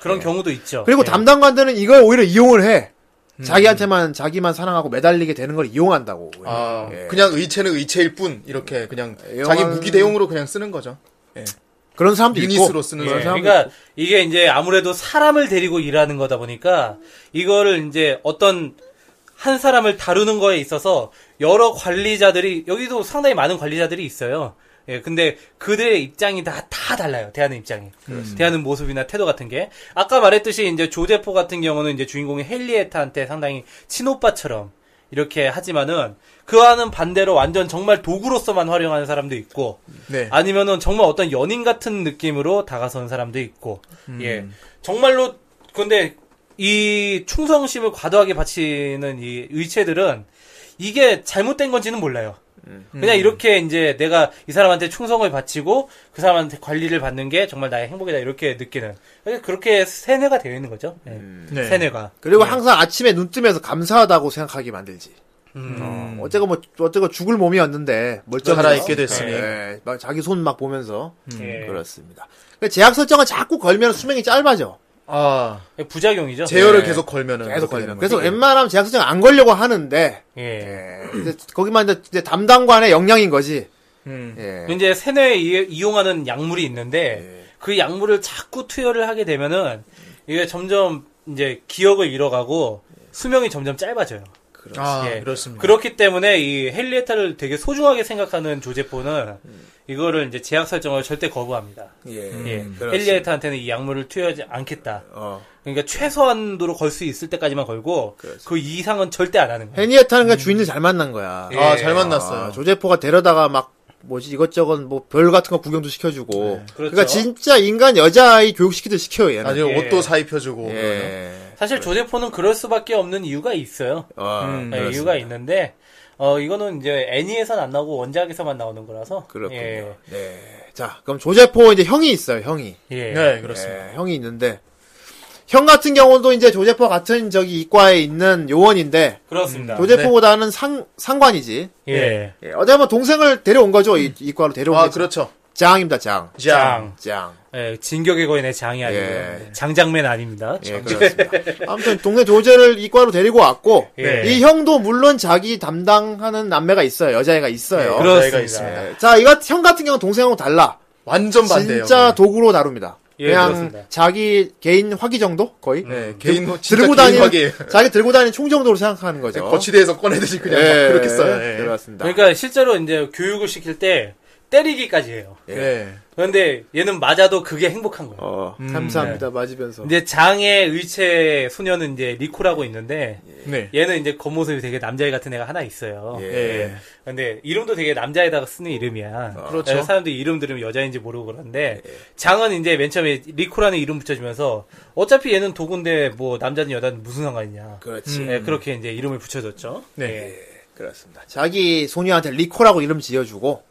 S4: 그런 경우도 있죠.
S2: 그리고
S4: 예.
S2: 담당관들은 이걸 오히려 이용을 해.
S5: 음.
S2: 자기한테만 자기만 사랑하고 매달리게 되는 걸 이용한다고.
S5: 아,
S2: 예.
S5: 그냥 의체는 의체일 뿐 이렇게 그냥
S2: 애용하는-
S5: 자기 무기 대용으로 그냥 쓰는 거죠.
S2: 그런 사람도
S5: 유닛으로
S2: 있고.
S5: 쓰는
S4: 예,
S5: 사람.
S4: 그러니까 이게 이제 아무래도 사람을 데리고 일하는 거다 보니까 이거를 이제 어떤 한 사람을 다루는 거에 있어서 여러 관리자들이 여기도 상당히 많은 관리자들이 있어요. 예, 근데 그들의 입장이 다, 다 달라요. 대하는 입장이. 대하는 모습이나 태도 같은 게. 아까 말했듯이 이제 조제포 같은 경우는 이제 주인공이 헨리에타한테 상당히 친오빠처럼 이렇게 하지만은 그와는 반대로 완전 정말 도구로서만 활용하는 사람도 있고
S5: 네.
S4: 예. 아니면은 정말 어떤 연인 같은 느낌으로 다가서는 사람도 있고
S2: 음.
S4: 예 정말로 근데 이 충성심을 과도하게 바치는 이 의체들은 이게 잘못된 건지는 몰라요.
S2: 음.
S4: 그냥 이렇게 이제 내가 이 사람한테 충성을 바치고 그 사람한테 관리를 받는 게 정말 나의 행복이다 이렇게 느끼는 그러니까 그렇게 세뇌가 되어 있는 거죠. 예.
S2: 음.
S5: 네.
S4: 세뇌가
S2: 그리고 항상 아침에 눈 뜨면서 감사하다고 생각하게 만들지.
S4: 음.
S2: 어, 어째가 뭐 어째가 죽을 몸이었는데 멀쩡
S5: 살아있게 됐으니. 음.
S2: 막 자기 손 막 보면서 음,
S4: 예.
S2: 그렇습니다. 그러니까 제약 설정을 자꾸 걸면 수명이 짧아져.
S5: 아,
S4: 부작용이죠.
S5: 제어를
S2: 네.
S5: 계속 걸면은
S2: 계속
S5: 그렇게
S2: 걸리는
S5: 되는
S2: 그래서
S5: 거죠.
S2: 웬만하면 제약 설정 안 걸려고 하는데
S4: 예.
S2: 예. 근데 거기만 이제- 이제 담당관의 역량인 거지.
S5: 음.
S2: 예.
S4: 이제 세뇌에 이- 이용하는 약물이 있는데 그 약물을 자꾸 투여를 하게 되면은 이게 점점 이제 기억을 잃어가고 수명이 점점 짧아져요.
S5: 아,
S4: 예.
S2: 음.
S5: 그렇습니다.
S4: 그렇기 때문에 이 헨리에타를 되게 소중하게 생각하는 조제포는
S2: 음.
S4: 이거를 이제 제약 설정을 절대 거부합니다.
S2: 예.
S4: 예.
S2: 그렇습니다.
S4: 헨리에타한테는 이 약물을 투여하지 않겠다.
S2: 어.
S4: 그러니까 최소한도로 걸 수 있을 때까지만 걸고 그 이상은 절대 안 하는 거예요.
S2: 헤니에타는 그 주인을 잘 만난 거야.
S4: 예.
S5: 아, 잘
S2: 아,
S5: 만났어요.
S2: 조제포가 데려다가 막 뭐지 이것저것 뭐 별 같은 거 구경도 시켜주고.
S5: 네.
S2: 그러니까
S4: 그렇죠.
S2: 진짜 인간 여자아이 교육시키듯 시켜요 얘는.
S5: 나중에
S4: 예.
S5: 옷도 사입혀주고. 그러면.
S2: 예.
S4: 사실 조제포는 그럴 수밖에 없는 이유가 있어요.
S2: 아,
S5: 음,
S4: 네,
S2: 그렇습니다.
S4: 이유가 있는데 어 이거는 이제 애니에선 안 나오고 원작에서만 나오는 거라서
S2: 그렇군요. 네.
S4: 예.
S2: 자, 그럼 조제포 이제 형이 있어요, 형이.
S4: 예.
S5: 네, 그렇습니다.
S2: 예, 형이 있는데 형 같은 경우도 이제 조제포 같은 저기 이과에 있는 요원인데 음,
S4: 그렇습니다.
S2: 조제포보다는 상 상관이지.
S4: 예.
S2: 예, 어제 한번 동생을 데려온 거죠. 이, 이과로 데려온
S5: 아,
S2: 거죠.
S5: 그렇죠.
S2: 장입니다, 장.
S4: 장.
S2: 장.
S4: 예, 진격의 거인의 장이 아니고
S2: 예.
S4: 장장맨 아닙니다.
S2: 예, 그렇습니다. 아무튼 동네 조제를 이과로 데리고 왔고
S4: 예.
S2: 이 형도 물론 자기 담당하는 남매가 있어요. 여자애가 있어요.
S4: 그렇습니다.
S5: 자기가 있습니다.
S2: 예, 자, 이거 형 같은 경우는 동생하고 달라.
S5: 완전 반대예요. 네.
S2: 진짜 도구로 다루니다.
S4: 예,
S2: 그냥
S4: 그렇습니다.
S2: 자기 개인 화기 정도 거의.
S5: 네, 개인 호
S2: 들고
S5: 들고
S2: 다니는
S5: 다니는
S2: 자기 들고 다니는 총 정도로 생각하는 거죠.
S5: 거치대에서 꺼내듯이 그냥 막
S2: 예,
S5: 그렇게 써요. 예.
S2: 그렇습니다.
S4: 그러니까 실제로 이제 교육을 시킬 때 때리기까지 해요.
S5: 네.
S4: 그런데 얘는 맞아도 그게 행복한 거예요.
S2: 어, 감사합니다. 맞으면서.
S4: 이제 장의 의체 소녀는 이제 리코라고 있는데
S5: 네.
S4: 예. 얘는 이제 겉모습이 되게 남자애 같은 애가 하나 있어요. 예. 근데 이름도 되게 남자에다가 쓰는
S2: 아.
S4: 이름이야. 그렇죠. 사람들이 이름 들으면 여자인지 모르고 그런데
S2: 예.
S4: 장은 이제 맨 처음에 리코라는 이름 붙여주면서 어차피 얘는 도구인데 뭐 남자든 여자든 무슨 상관이냐.
S5: 음.
S2: 그렇지.
S4: 예, 그렇게 이제 이름을 붙여줬죠. 예.
S2: 그렇습니다. 자기 소녀한테 리코라고 이름 지어주고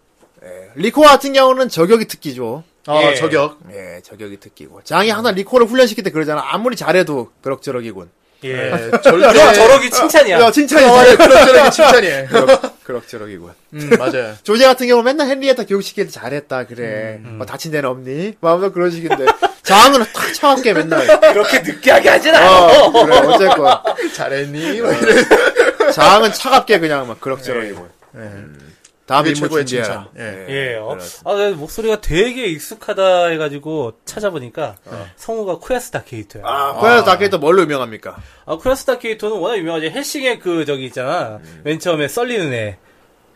S2: 예, 리코 같은 경우는 저격이 특기죠.
S5: 아,
S4: 예.
S5: 저격.
S2: 예, 저격이 특기고 장이 항상 리코를 훈련시킬 때 그러잖아. 아무리 잘해도 그럭저럭이군.
S4: 예.
S5: 절대
S4: 그럼 저러기 칭찬이야.
S2: 야, 칭찬이
S5: 아, 예, 그럭저럭이 칭찬이에요.
S2: 그럭- 그럭저럭이군.
S5: 음, 맞아요.
S2: 조제 같은 경우 맨날 henrietta 교육시킬 때 잘했다 그래. 뭐 다친 데는 없니? 뭐 아무튼 그런 식인데 장은 탁 차갑게 맨날.
S4: 그렇게 느끼하게 하진 않아.
S2: 어, 그래 어쨌건
S5: 잘했니? 막 이래.
S2: 장은 차갑게 그냥 막 그럭저럭이군. 음. 다음
S5: 그게
S2: 인물
S5: 최고의
S2: 준비해라.
S5: 칭찬. 예.
S4: 예, 어. 아, 네, 목소리가 되게 익숙하다 해가지고 찾아보니까 성우가 쿠야스다 케이토야. 아,
S2: 어. 아, 코야 다케이터 뭘로 유명합니까?
S4: 쿠야스다 케이토는 워낙 유명하지. 헬싱의 그 저기 있잖아. 맨 처음에 썰리는 애.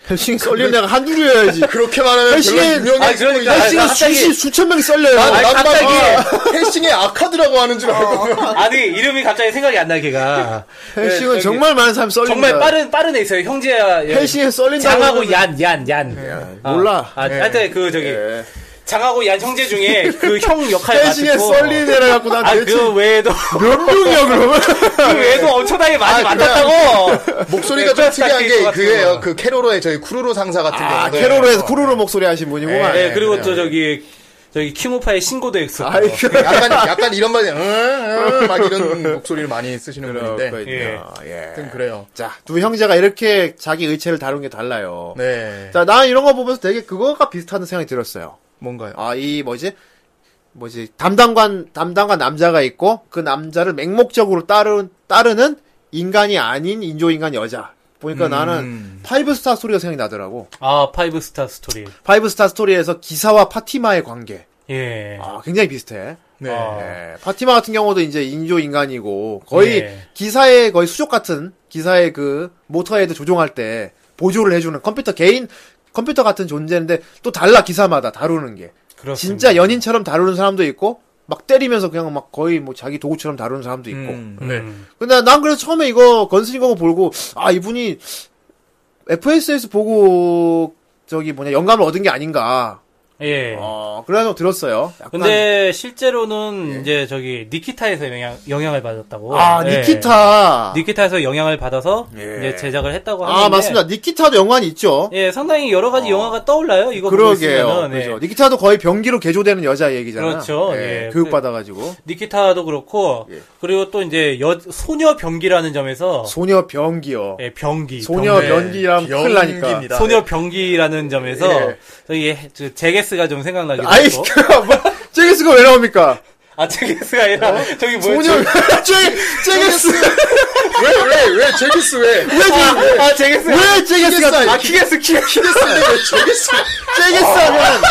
S2: 헬싱 썰리는 애가 한둘이어야지.
S5: 그렇게 말하면 별로
S2: 헬싱의-
S5: 유명해.
S4: 아니, 그러니까
S2: 헬싱은
S4: 갑자기-
S2: 수십 수천 명이 썰려요.
S5: 난, 난
S4: 갑자기-
S5: 막, 아, 헬싱의 아카드라고 하는 줄 알고.
S4: 아니 이름이 갑자기 생각이 안 나게가.
S2: 헬싱은
S4: 예, 저기
S2: 정말 많은 사람 썰린다.
S4: 정말 빠른 빠른 애 있어요. 형제야. 예.
S2: 헬싱에 썰린다.
S4: 장하고 얀, 얀, 얀. 아,
S2: 예, 몰라. 예.
S4: 아, 하여튼 그 저기 장하고 얀 형제 중에 그 형 역할을 맡고.
S2: 헬싱에 썰린 애라 갖고 난 대체
S4: 아그 외에도
S2: 몇 명이야 그러면?
S4: 그 외에도 엄청나게 많이 만났다고.
S5: 목소리가
S4: 네,
S5: 좀 특이한
S4: 크레스타
S5: 게
S4: 케이크
S5: 그거예요.
S4: 같은
S5: 그 캐로로의 저희 쿠루로 상사 같은
S2: 아
S5: 경우도. 네.
S2: 캐롤에서 쿠루루 목소리 하신 분이구만.
S4: 네, 그리고 또 저기 저기 킹오파의 신고도 엑소.
S2: 아이 그
S5: 약간, 약간 이런 말이, 응, 응, 막 이런 목소리를 많이 쓰시는 분인데.
S4: 예.
S2: 그렇군요. 예.
S5: 하여튼 그래요.
S2: 자 두 형제가 이렇게 자기 의체를 다룬 게 달라요.
S5: 네.
S2: 자 난 이런 거 보면서 되게 그거가 비슷하다는 생각이 들었어요.
S5: 뭔가요?
S2: 아 이 뭐지 뭐지 담당관 담당관 남자가 있고 그 남자를 맹목적으로 따르 따르는 인간이 아닌 인조인간 여자. 보니까 나는 파이브 스타 스토리가 생각이 나더라고.
S4: 아 파이브 스타 스토리.
S2: 파이브 스타 스토리에서 기사와 파티마의 관계.
S4: 예.
S2: 아, 굉장히 비슷해.
S5: 네.
S4: 아,
S2: 예, 파티마 같은 경우도 이제 인조 인간이고 거의
S4: 네.
S2: 기사의 거의 수족 같은 기사의 그 모터헤드 조종할 때 보조를 해주는 컴퓨터 개인 컴퓨터 같은 존재인데 또 달라 기사마다 다루는 게
S4: 그렇습니다.
S2: 진짜 연인처럼 다루는 사람도 있고 막 때리면서 그냥 막 거의 뭐 자기 도구처럼 다루는 사람도 있고
S4: 음.
S5: 네.
S2: 근데 난 그래서 처음에 이거 건슬링거 보고 아 이분이 FSS 보고 저기 뭐냐 영감을 얻은 게 아닌가
S4: 예.
S2: 어 그래서 들었어요 약간
S4: 근데 네, 실제로는 이제 저기 니키타에서 영향 영향을 받았다고.
S2: 아
S4: 예.
S2: 니키타 예.
S4: 니키타에서 영향을 받아서 이제 제작을
S10: 뭐
S4: 했다고 하는데.
S2: 아 맞습니다. 니키타도 연관이 있죠.
S4: 예, 상당히 여러 가지 영화가 떠올라요. 이거
S2: 그러게요.
S4: 보면
S10: 네.
S2: 그죠.
S10: 예.
S2: 니키타도 거의 병기로 개조되는 여자 얘기잖아.
S4: 그렇죠. 예.
S2: 교육받아가지고
S10: 네.
S4: 니키타도 그렇고
S2: 예.
S4: 그리고 또 이제 여
S2: 네.
S4: 소녀 병기라는 점에서
S2: 소녀 병기요.
S4: 예, 병기.
S2: 소녀
S4: 병기.
S2: 병기랑 큰일 나니까.
S5: 병기입니다.
S4: 소녀 병기라는 점에서 저기 해- 저 제게스가 좀 생각나기도
S2: 아이
S4: 하고
S2: 뭐 제게스가 왜 나옵니까?
S4: 아 제게스가 아니라 저기 뭐였지?
S2: 소녀 제 제게스
S5: 왜, 왜, 왜, 제기스 왜?
S4: 아, 아 제게스
S2: 왜 제게스가
S5: 키게스
S2: 아,
S5: 아니-
S4: 키게스 키게스
S5: 키게스인데 왜 제기스?
S2: 제게스하면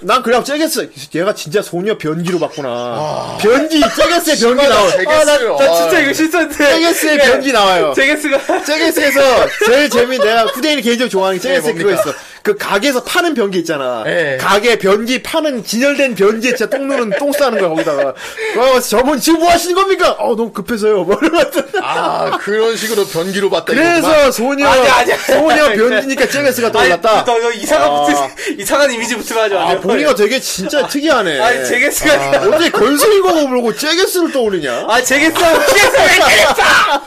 S2: 난 그냥 제게스 얘가 진짜 소녀 변기로 봤구나. 변기 제게스의 변기 나와.
S5: 아, 제게스. 어,
S4: 나 진짜 이거 실수인데
S2: 제게스의 변기 나와요.
S4: 제게스가
S2: 제게스에서 제일 재미 내가 후대인이 개인적으로 좋아하는 게 제게스
S5: 네,
S2: 그거
S5: 뭡니까?
S2: 있어. 그 가게에서 파는 변기 있잖아.
S5: 예.
S2: 가게 변기 파는 진열된 변기에 진짜 똥 누는 똥 싸는 거야 거기다가. 와 저분 지금 뭐 하시는 겁니까? 어 너무 급해서요. 뭐 이러면서.
S5: 아, 그런 식으로 변기로 봤다. 이거구만.
S2: 그래서 소녀
S4: 아니야, 아니야.
S2: 소녀 변기니까 제게스가
S4: 아니,
S2: 떠올랐다.
S4: 너, 너 이상한 붙 이상한 이미지부터 하죠.
S2: 아 본인가 되게 진짜 특이하네.
S4: 아니 제게스가
S2: 어떻게 건슬이고 모르고 제게스를 떠올리냐?
S4: 아 제게스가 키게스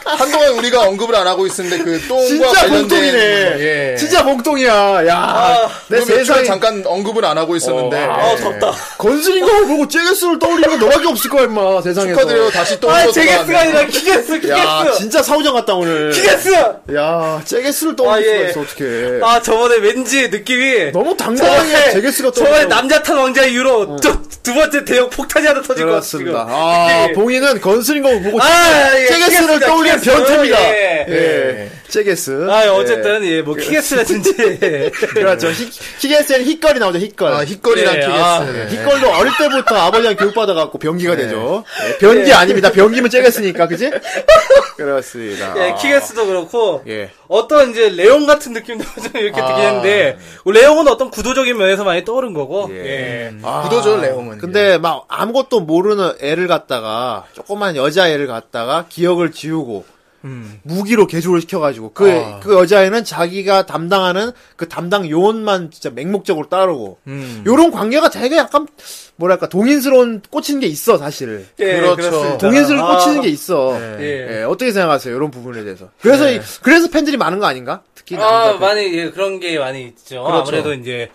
S5: 한동안 우리가 언급을 안 하고 있었는데 그 똥과
S2: 진짜
S5: 관련된
S2: 봉똥이네.
S5: 거, 예.
S2: 진짜 봉똥이야. 야, 내
S5: 그 세상에
S2: 세상에
S5: 잠깐 언급을 안 하고 있었는데
S4: 아
S5: 예.
S4: 덥다.
S2: 건슬인 거 보고 제게스를 떠올리는 거 너밖에 없을 거야, 임마. 세상에서.
S5: 축하드려요. 다시 똥으로
S4: 아
S5: 돌아가네.
S4: 제게스가 아니라 키게스
S2: 야,
S4: 키게스
S2: 진짜 사우정 같다, 오늘.
S4: 키게스.
S2: 야, 제게스를 떠올릴
S4: 아, 예.
S2: 수가 있어, 어떡해.
S4: 아 저번에 왠지 느낌이
S2: 너무
S10: 네,
S2: 당당하게 제게스가
S4: 저번에
S2: 떠올려.
S4: 남자탄 왕자 이후로 저- 두 번째 대형 폭탄이 하나 터질 것
S2: 그렇습니다.
S10: 예.
S4: 같습니다.
S2: 예. 아, 봉이는 건슬인 거 보고
S4: 아, 예,
S2: 제게스를
S4: 키게스다,
S2: 떠올리는
S4: 키게스.
S2: 변태입니다.
S4: 예.
S2: 예. 세게스.
S10: 아, 예, 어쨌든, 예, 뭐, 키게스라든지. 예.
S2: 그렇죠. 히, 히겟스는 힛걸이 나오죠, hit걸.
S5: 아, 힛걸이랑
S10: 예,
S5: 키겠스.
S10: 아,
S5: 예.
S2: 힛걸도 어릴 때부터 아버지랑 교육받아갖고 변기가 되죠. 예, 변기 아닙니다. 변기면 째겠으니까, 그지? 그렇습니다. 아,
S10: 예, 키게스도 그렇고.
S2: 예.
S10: 어떤 이제 레옹 같은 느낌도 좀 이렇게
S2: 아.
S10: 들긴 했는데. 레옹은 어떤 구도적인 면에서 많이 떠오른 거고. 예.
S2: 아,
S5: 구도죠, 레옹은.
S2: 근데 막 아무것도 모르는 애를 갖다가, 조그만 여자애를 갖다가 기억을 지우고,
S10: 음.
S2: 무기로 개조를 시켜가지고, 그,
S10: 아.
S2: 그 여자애는 자기가 담당하는 그 담당 요원만 진짜 맹목적으로 따르고,
S10: 음.
S2: 요런 관계가 되게 약간, 뭐랄까, 동인스러운 꽂힌 게 있어, 사실.
S10: 예,
S5: 그렇죠.
S10: 그렇습니다.
S2: 동인스를
S10: 아,
S2: 꽂히는 게 있어.
S10: 예.
S2: 예, 어떻게 생각하세요? 이런 부분에 대해서. 그래서 이- 그래서 팬들이 많은 거 아닌가? 특히
S10: 아,
S2: 남자 팬.
S10: 많이, 예, 그런 게 많이 있죠. 아무래도 이제,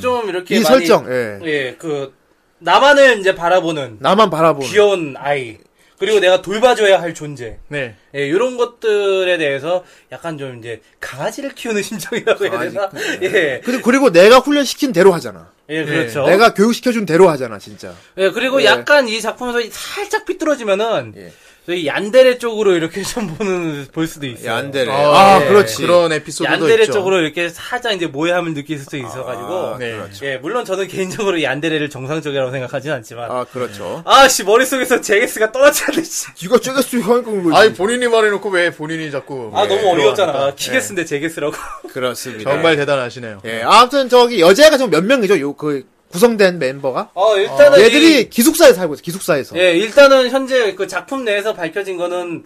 S10: 좀
S2: 그렇죠. 음. 이
S10: 이렇게. 많이-
S2: 설정, 예.
S10: 예, 그, 나만을 이제 바라보는
S2: 나만 바라보는.
S10: 귀여운 아이. 그리고 내가 돌봐줘야 할 존재.
S5: 네.
S10: 예, 이런 것들에 대해서 약간 좀 이제 강아지를 키우는 심정이라고 해야 되나? 예,
S2: 근데 그리고 내가 훈련시킨 대로 하잖아.
S10: 예, 그렇죠.
S2: 네. 내가 네. 교육시켜준 대로 하잖아, 진짜.
S10: 예, 그리고 약간 이 작품에서 살짝 삐뚤어지면은
S2: 예.
S10: 저희 얀데레 쪽으로 이렇게 좀 보는 볼 수도 있어요.
S5: 얀데레.
S2: 아,
S5: 예.
S2: 그렇지.
S5: 그런 에피소드도
S10: 얀데레
S5: 있죠.
S10: 쪽으로 이렇게 살짝 이제 모해함을 느낄
S2: 아,
S10: 수도 있어가지고,
S5: 네.
S10: 예, 물론 저는 개인적으로 얀데레를 정상적이라고 생각하진 않지만,
S2: 아, 그렇죠.
S10: 아, 씨, 머릿속에서 제게스가 떠나지 씨.
S2: 이거 쬐겠어, 이거 뭐, 하는 거지.
S5: 아니 본인이 말해놓고 왜 본인이 자꾸
S10: 아,
S5: 예,
S2: 네.
S10: 너무 어이없잖아.
S5: 그러하니까.
S10: 아, 키게스인데 제게스라고.
S2: 그렇습니다.
S5: 정말 대단하시네요.
S2: 예, 아무튼 저기 여자애가 좀 몇 명이죠, 요, 그, 구성된 멤버가?
S10: 어, 일단은. 이-
S2: 얘들이 기숙사에 살고 있어, 기숙사에서.
S10: 예, 일단은 현재 그 작품 내에서 밝혀진 거는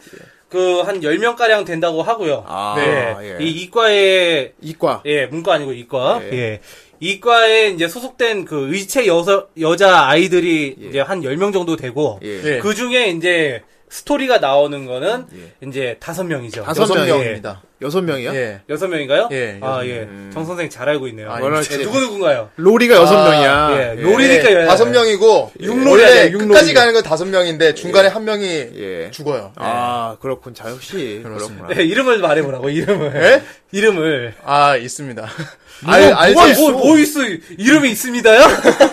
S10: 그 한 10명가량 된다고 하고요.
S2: 아,
S10: 네.
S2: 예.
S10: 이 이과에
S2: 이과.
S10: 예, 문과 아니고 이과.
S2: 예.
S10: 예. 이과에 이제 소속된 그 의체 여서, 여자 아이들이 이제 한 10명 정도 되고
S2: 예.
S5: 예.
S10: 그 중에 이제 스토리가 나오는 거는 이제 다섯 명이죠.
S2: 다섯
S5: 여섯
S2: 명이에요.
S5: 명입니다.
S2: 여섯 명이요?
S5: 예.
S10: 여섯 명인가요?
S5: 예,
S10: 아, 예. 정 선생 잘 알고 있네요.
S5: 아,
S2: 그렇지.
S10: 예, 누구 누군가요?
S2: 로리가 여섯 명이야.
S10: 예, 로리니까 여
S5: 다섯 명이고
S10: 예,
S5: 원래
S2: 육롤이야,
S5: 끝까지
S2: 육롤이.
S5: 가는 건 다섯 명인데 중간에 한 명이
S2: 예.
S5: 죽어요.
S2: 아, 그렇군. 자, 역시.
S5: 그렇습니다.
S2: 그렇구나.
S10: 예, 이름을 말해보라고, 이름을.
S5: 예?
S10: 이름을.
S5: 아 있습니다. 아,
S10: 알, 뭐가 있어? 뭐, 뭐 있어? 이름이 있습니다요?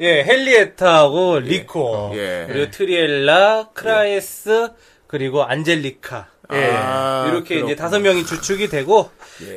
S10: 예, 헨리에타하고 리코,
S2: 예.
S10: 그리고 트리엘라, 크라에스, 그리고 안젤리카. 예.
S2: 아,
S10: 이렇게
S2: 그렇구나. 예.
S10: 이제 다섯 명이 주축이 되고,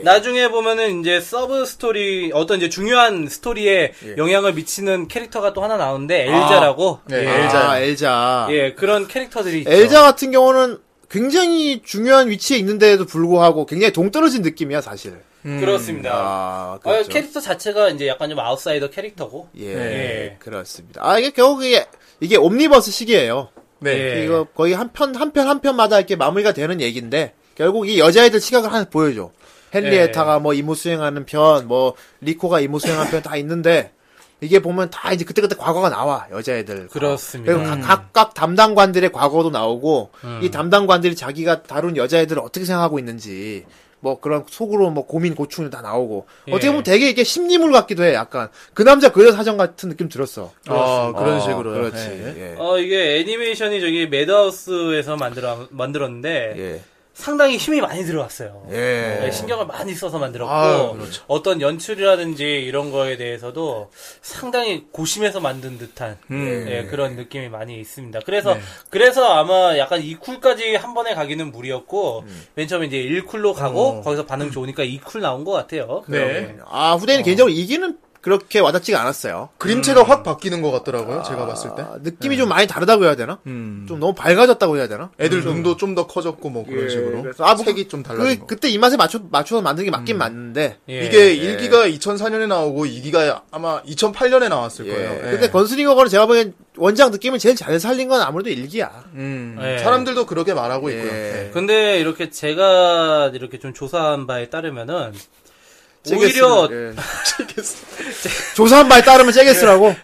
S10: 나중에 보면은 이제 서브 스토리, 어떤 이제 중요한 스토리에
S2: 예.
S10: 영향을 미치는 캐릭터가 또 하나 나오는데, 엘자라고.
S5: 네,
S10: 예.
S5: 엘자.
S2: 아, 엘자.
S10: 예, 그런 캐릭터들이 있죠.
S2: 엘자 같은 경우는 굉장히 중요한 위치에 있는데도 불구하고 굉장히 동떨어진 느낌이야, 사실.
S10: 음. 그렇습니다.
S2: 아,
S10: 어,
S2: 그렇죠.
S10: 캐릭터 자체가 이제 약간 좀 아웃사이더 캐릭터고.
S2: 예,
S10: 예.
S2: 그렇습니다. 아, 이게 결국 이게, 이게 옴니버스 시기예요
S5: 네.
S10: 예.
S2: 이거 거의 한 편, 한 편, 한 편마다 이렇게 마무리가 되는 얘기인데, 결국 이 여자애들 시각을 하나 보여줘. 헨리에타가 뭐 이모 수행하는 편, 뭐, 리코가 이모 수행하는 편 다 있는데, 이게 보면 다 이제 그때그때 과거가 나와, 여자애들.
S10: 그렇습니다.
S5: 음.
S2: 그리고 가- 각각 담당관들의 과거도 나오고 이 담당관들이 자기가 다룬 여자애들을 어떻게 생각하고 있는지 뭐 그런 속으로 뭐 고민 고충도 다 나오고
S5: 예.
S2: 어떻게 보면 되게 이게 심리물 같기도 해 약간 그 남자 그 여자 사정 같은 느낌 들었어
S5: 아, 그런 식으로요.
S2: 그렇지
S5: 예.
S2: 예.
S10: 어, 이게 애니메이션이 저기 매드하우스에서 만들어, 만들었는데,
S2: 예.
S10: 상당히 힘이 많이 들어갔어요.
S2: 예.
S10: 네, 신경을 많이 써서 만들었고,
S5: 아유, 그렇죠.
S10: 어떤 연출이라든지 이런 거에 대해서도 상당히 고심해서 만든 듯한
S5: 음.
S10: 예, 그런 느낌이 많이 있습니다. 그래서,
S5: 네.
S10: 그래서 아마 약간 2쿨까지 한 번에 가기는 무리였고, 맨 처음에 이제 1쿨로 가고, 거기서 반응 좋으니까 2쿨 나온 것 같아요.
S5: 어. 네.
S2: 아 후대는 개인적으로 이기는 그렇게 와닿지가 않았어요
S5: 그림체가 확 바뀌는 것 같더라고요. 제가 봤을 때. 예.
S2: 아, 느낌이 좀 많이 다르다고 해야 되나
S5: 음.
S2: 좀 너무 밝아졌다고 해야 되나
S5: 애들 눈도 좀 더 커졌고 뭐 그런 식으로.
S2: 그래서 아, 뭐
S5: 색이 좀 음. 달라진
S2: 그,
S5: 거.
S2: 그때 이 맛에 맞춰 맞춰서 만든 게
S5: 음.
S2: 맞긴 맞는데
S10: 예.
S5: 이게 일 1기가 2004년에 나오고 2기가 아마 2008년에 나왔을
S2: 예.
S5: 거예요. 예.
S2: 근데 건슬링어거는 제가 보기엔 원작 느낌을 제일 잘 살린 건 아무래도 일기야.
S5: 음,
S10: 예.
S5: 사람들도 그렇게 말하고
S2: 예.
S5: 있고요. 예.
S10: 근데 이렇게 제가 이렇게 좀 조사한 바에 따르면은 오히려
S2: 제게스는, 예. 조사한 바에 따르면 제게스라고.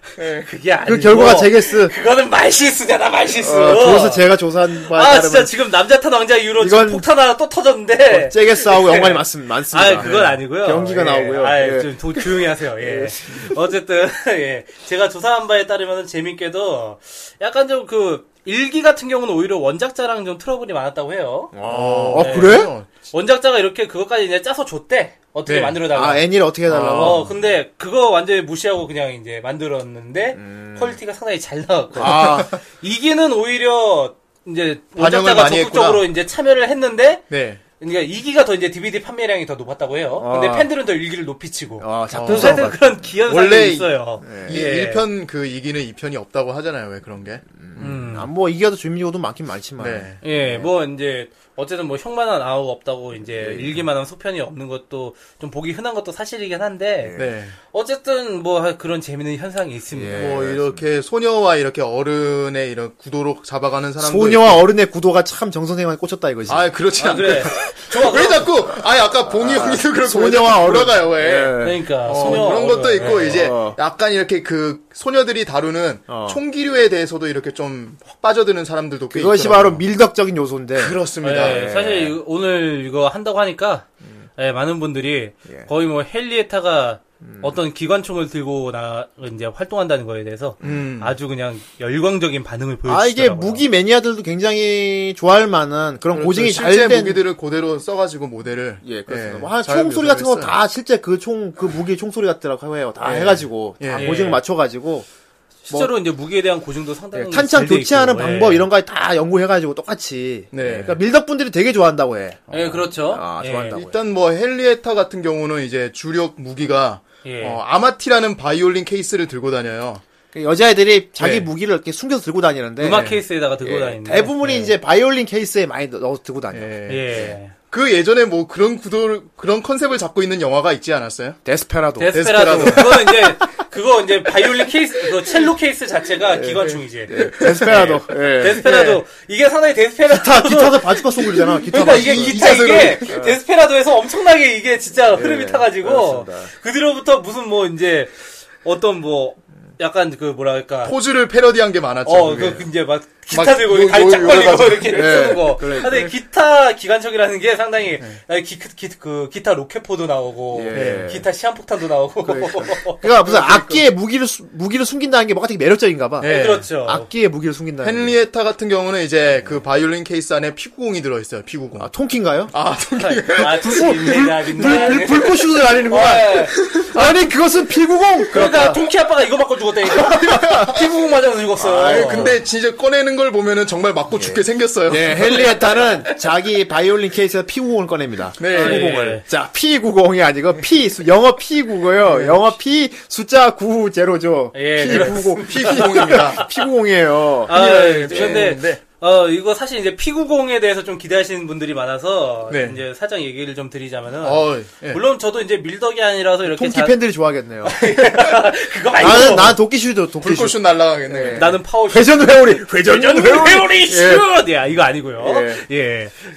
S10: 그게 아니고
S2: 그 결과가 제게스.
S10: 그거는 말실수잖아 말실수.
S2: 어, 조사 제가 조사한 바에
S10: 아 진짜
S2: 따르면
S10: 지금 남자 탄 왕자 이후로
S2: 이건-
S10: 지금 폭탄 하나 또 터졌는데.
S2: 제게스하고 연관이 많습 많습니다.
S10: 아 그건 아니고요.
S2: 경기가
S10: 예.
S2: 나오고요.
S10: 아,
S2: 예.
S10: 좀 도- 조용히 하세요. 예. 어쨌든 예. 제가 조사한 바에 따르면 재밌게도 약간 좀 그 일기 같은 경우는 오히려 원작자랑 좀 트러블이 많았다고 해요.
S2: 어, 아, 그래?
S10: 원작자가 이렇게 그것까지 이제 짜서 줬대. 어떻게
S5: 네.
S10: 만들어 달라.
S2: 아, 애니를 어떻게 해달라고?
S10: 어, 근데 그거 완전히 무시하고 그냥 이제 만들었는데
S5: 음.
S10: 퀄리티가 상당히 잘 나왔고
S2: 아,
S10: 이기는 오히려 이제
S5: 반영을
S10: 원작자가
S5: 많이
S10: 적극적으로 이제 참여를 했는데
S5: 네.
S4: 그러니까 2기가 더 이제 DVD 판매량이 더 높았다고 해요. 근데
S2: 아.
S4: 팬들은 더 1기를 높이 치고.
S2: 아, 작품
S4: 어쨌든
S2: 싸움.
S4: 그런 기현상이
S5: 원래
S4: 있어요. 예.
S5: 이
S10: 예.
S5: 1편 그 이기는 2편이 없다고 하잖아요. 왜 그런 게?
S2: 아, 뭐 이겨도 주민이고도 많긴 많지만.
S5: 네.
S4: 예, 뭐 이제 어쨌든 뭐 형만한 아우 없다고 이제
S5: 네.
S4: 일기만한 소편이 없는 것도 좀 보기 흔한 것도 사실이긴 한데
S5: 네.
S4: 어쨌든 뭐 그런 재밌는 현상이 있습니다.
S2: 예,
S5: 뭐 이렇게 소녀와 이렇게 어른의 이런 구도로 잡아가는 사람도
S2: 소녀와 어른의 구도가 참 정선생한테 꽂혔다 이거지. 예.
S5: 있- 아 그렇지 않아.
S4: 그래. 좋아.
S5: 왜 자꾸 아니 아까 봉이 형님도 그렇고
S2: 소녀와 예. 어른.
S5: 돌아가요 왜?
S10: 네.
S4: 그러니까
S5: 어,
S4: 소녀
S5: 그런 것도
S4: 어른.
S5: 있고
S4: 예.
S5: 이제
S2: 어.
S5: 약간 이렇게 그 소녀들이 다루는
S2: 어.
S5: 총기류에 대해서도 이렇게 좀 확 빠져드는 사람들도 꽤
S2: 그것이 바로 밀덕적인 요소인데.
S5: 그렇죠. 그렇습니다.
S4: 예,
S2: 네.
S4: 사실 이- 오늘 이거 한다고 하니까
S2: 음.
S4: 예, 많은 분들이 거의 뭐 헨리에타가
S2: 음.
S4: 어떤 기관총을 들고 나 이제 활동한다는 거에 대해서 아주 그냥 열광적인 반응을 보여주더라고요.
S2: 음. 아 이게 무기 매니아들도 굉장히 좋아할 만한 그런
S5: 그렇죠.
S2: 고증이
S5: 실제
S2: 잘된
S5: 무기들을 그대로 써가지고 모델을
S2: 예, 그렇습니다.
S5: 예,
S2: 뭐, 한
S5: 잘
S2: 총소리 같은
S5: 묘사를
S2: 거 다 실제 그 총 그 무기의 총소리 같더라고 해요. 다 해가지고 다
S4: 예.
S2: 고증 맞춰가지고
S4: 실제로 이제 무기에 대한 고증도 상당히
S2: 예, 탄창
S4: 잘돼 있고,
S2: 교체하는
S4: 예.
S2: 방법 이런 거 다 연구해가지고 똑같이.
S5: 네.
S2: 예, 그러니까 밀덕분들이 되게 좋아한다고 해.
S4: 예, 그렇죠.
S2: 아,
S4: 예.
S2: 좋아한다고.
S5: 일단 뭐 헨리에타 같은 경우는 이제 주력 무기가
S4: 예.
S5: 어, 아마티라는 바이올린 케이스를 들고 다녀요.
S2: 그 여자애들이 자기
S5: 예.
S2: 무기를 이렇게 숨겨서 들고 다니는데
S4: 음악 케이스에다가 들고
S2: 예,
S4: 다니는
S2: 대부분이 이제 바이올린 케이스에 많이 넣- 넣어서 들고 다녀.
S5: 예.
S4: 예.
S5: 그 예전에 뭐 그런 구도를 그런 컨셉을 잡고 있는 영화가 있지 않았어요?
S2: 데스페라도.
S4: 데스페라도 그거는 이제 그거 이제 바이올린 케이스 그 첼로 케이스 자체가 기관총이지.
S2: 데스페라도.
S5: 네,
S2: 예.
S4: 데스페라도 이게 상당히
S2: 기타
S4: 데스페라도
S2: 기타도 바지가 소리잖아. 기타
S4: 그러니까 이게
S2: 바지가.
S4: 기타 이게 데스페라도에서 엄청나게 이게 진짜 흐름이 타가지고 그 뒤로부터 무슨 뭐 이제 어떤 뭐 약간 그 뭐랄까
S5: 포즈를 패러디한 게 많았죠. 그게.
S4: 어그 이제 막 기타
S5: 막
S4: 들고
S5: 요-
S4: 다리
S5: 요-
S4: 쫙 벌리고
S5: 요래가지고.
S4: 이렇게
S5: 예,
S4: 쓰는 거.
S5: 그래,
S4: 근데 기타 기관총이라는 게 상당히 아니, 기, 기, 그 기타 로켓포도 나오고 네.
S2: 예.
S4: 기타 시한폭탄도 나오고
S2: 그러니까 무슨 악기에 무기를 숨- 무기를 숨긴다는 게 뭐가 되게 매력적인가 봐.
S5: 예.
S4: 그렇죠.
S2: 악기에 무기를
S5: 네.
S2: 숨긴다는. 게.
S5: 헨리에타 같은 경우는 이제 그 바이올린 케이스 안에 피구공이 들어있어요. 피구공.
S2: 아, 통키인가요?
S5: 아, 네. 통기.
S4: 아침이나
S2: 불, 불,
S4: 빛나는
S2: 불꽃슛을 날리는구만. 아니, 그것은 피구공!
S4: 그러니까 동키 아빠가 이거 맞고 죽었다니까 피부공 맞아서 죽었어.
S5: 아, 근데 진짜 꺼내는 걸 보면은 정말 맞고 죽게 생겼어요.
S2: 네, 헨리에타는 자기 바이올린 케이스에서 피구공을 꺼냅니다.
S5: 네.
S2: 피구공을. 자, P90이 아니고 P, 수-
S5: 네.
S2: 영어 P9고요. 영어 P 숫자 9, 제로죠.
S4: 예,
S2: P90.
S5: 피구공입니다.
S2: P90이에요.
S4: 아, 그런데 어 이거 사실 이제 피구공에 대해서 좀 기대하시는 분들이 많아서
S5: 네.
S4: 이제 살짝 얘기를 좀 드리자면은
S5: 어, 예.
S4: 물론 저도 이제 밀덕이 아니라서 이렇게
S2: 통키
S4: 자-
S2: 팬들이 좋아하겠네요.
S4: 그거 말고
S2: 나는, 난 도끼슛이죠, 도끼슛.
S5: 불꽃슛 날라가겠네.
S4: 나는 파워
S2: 회전 회오리, 회전
S4: 회전
S2: 회오리.
S4: 회오리 슛! 야, 이거 아니고요. 예.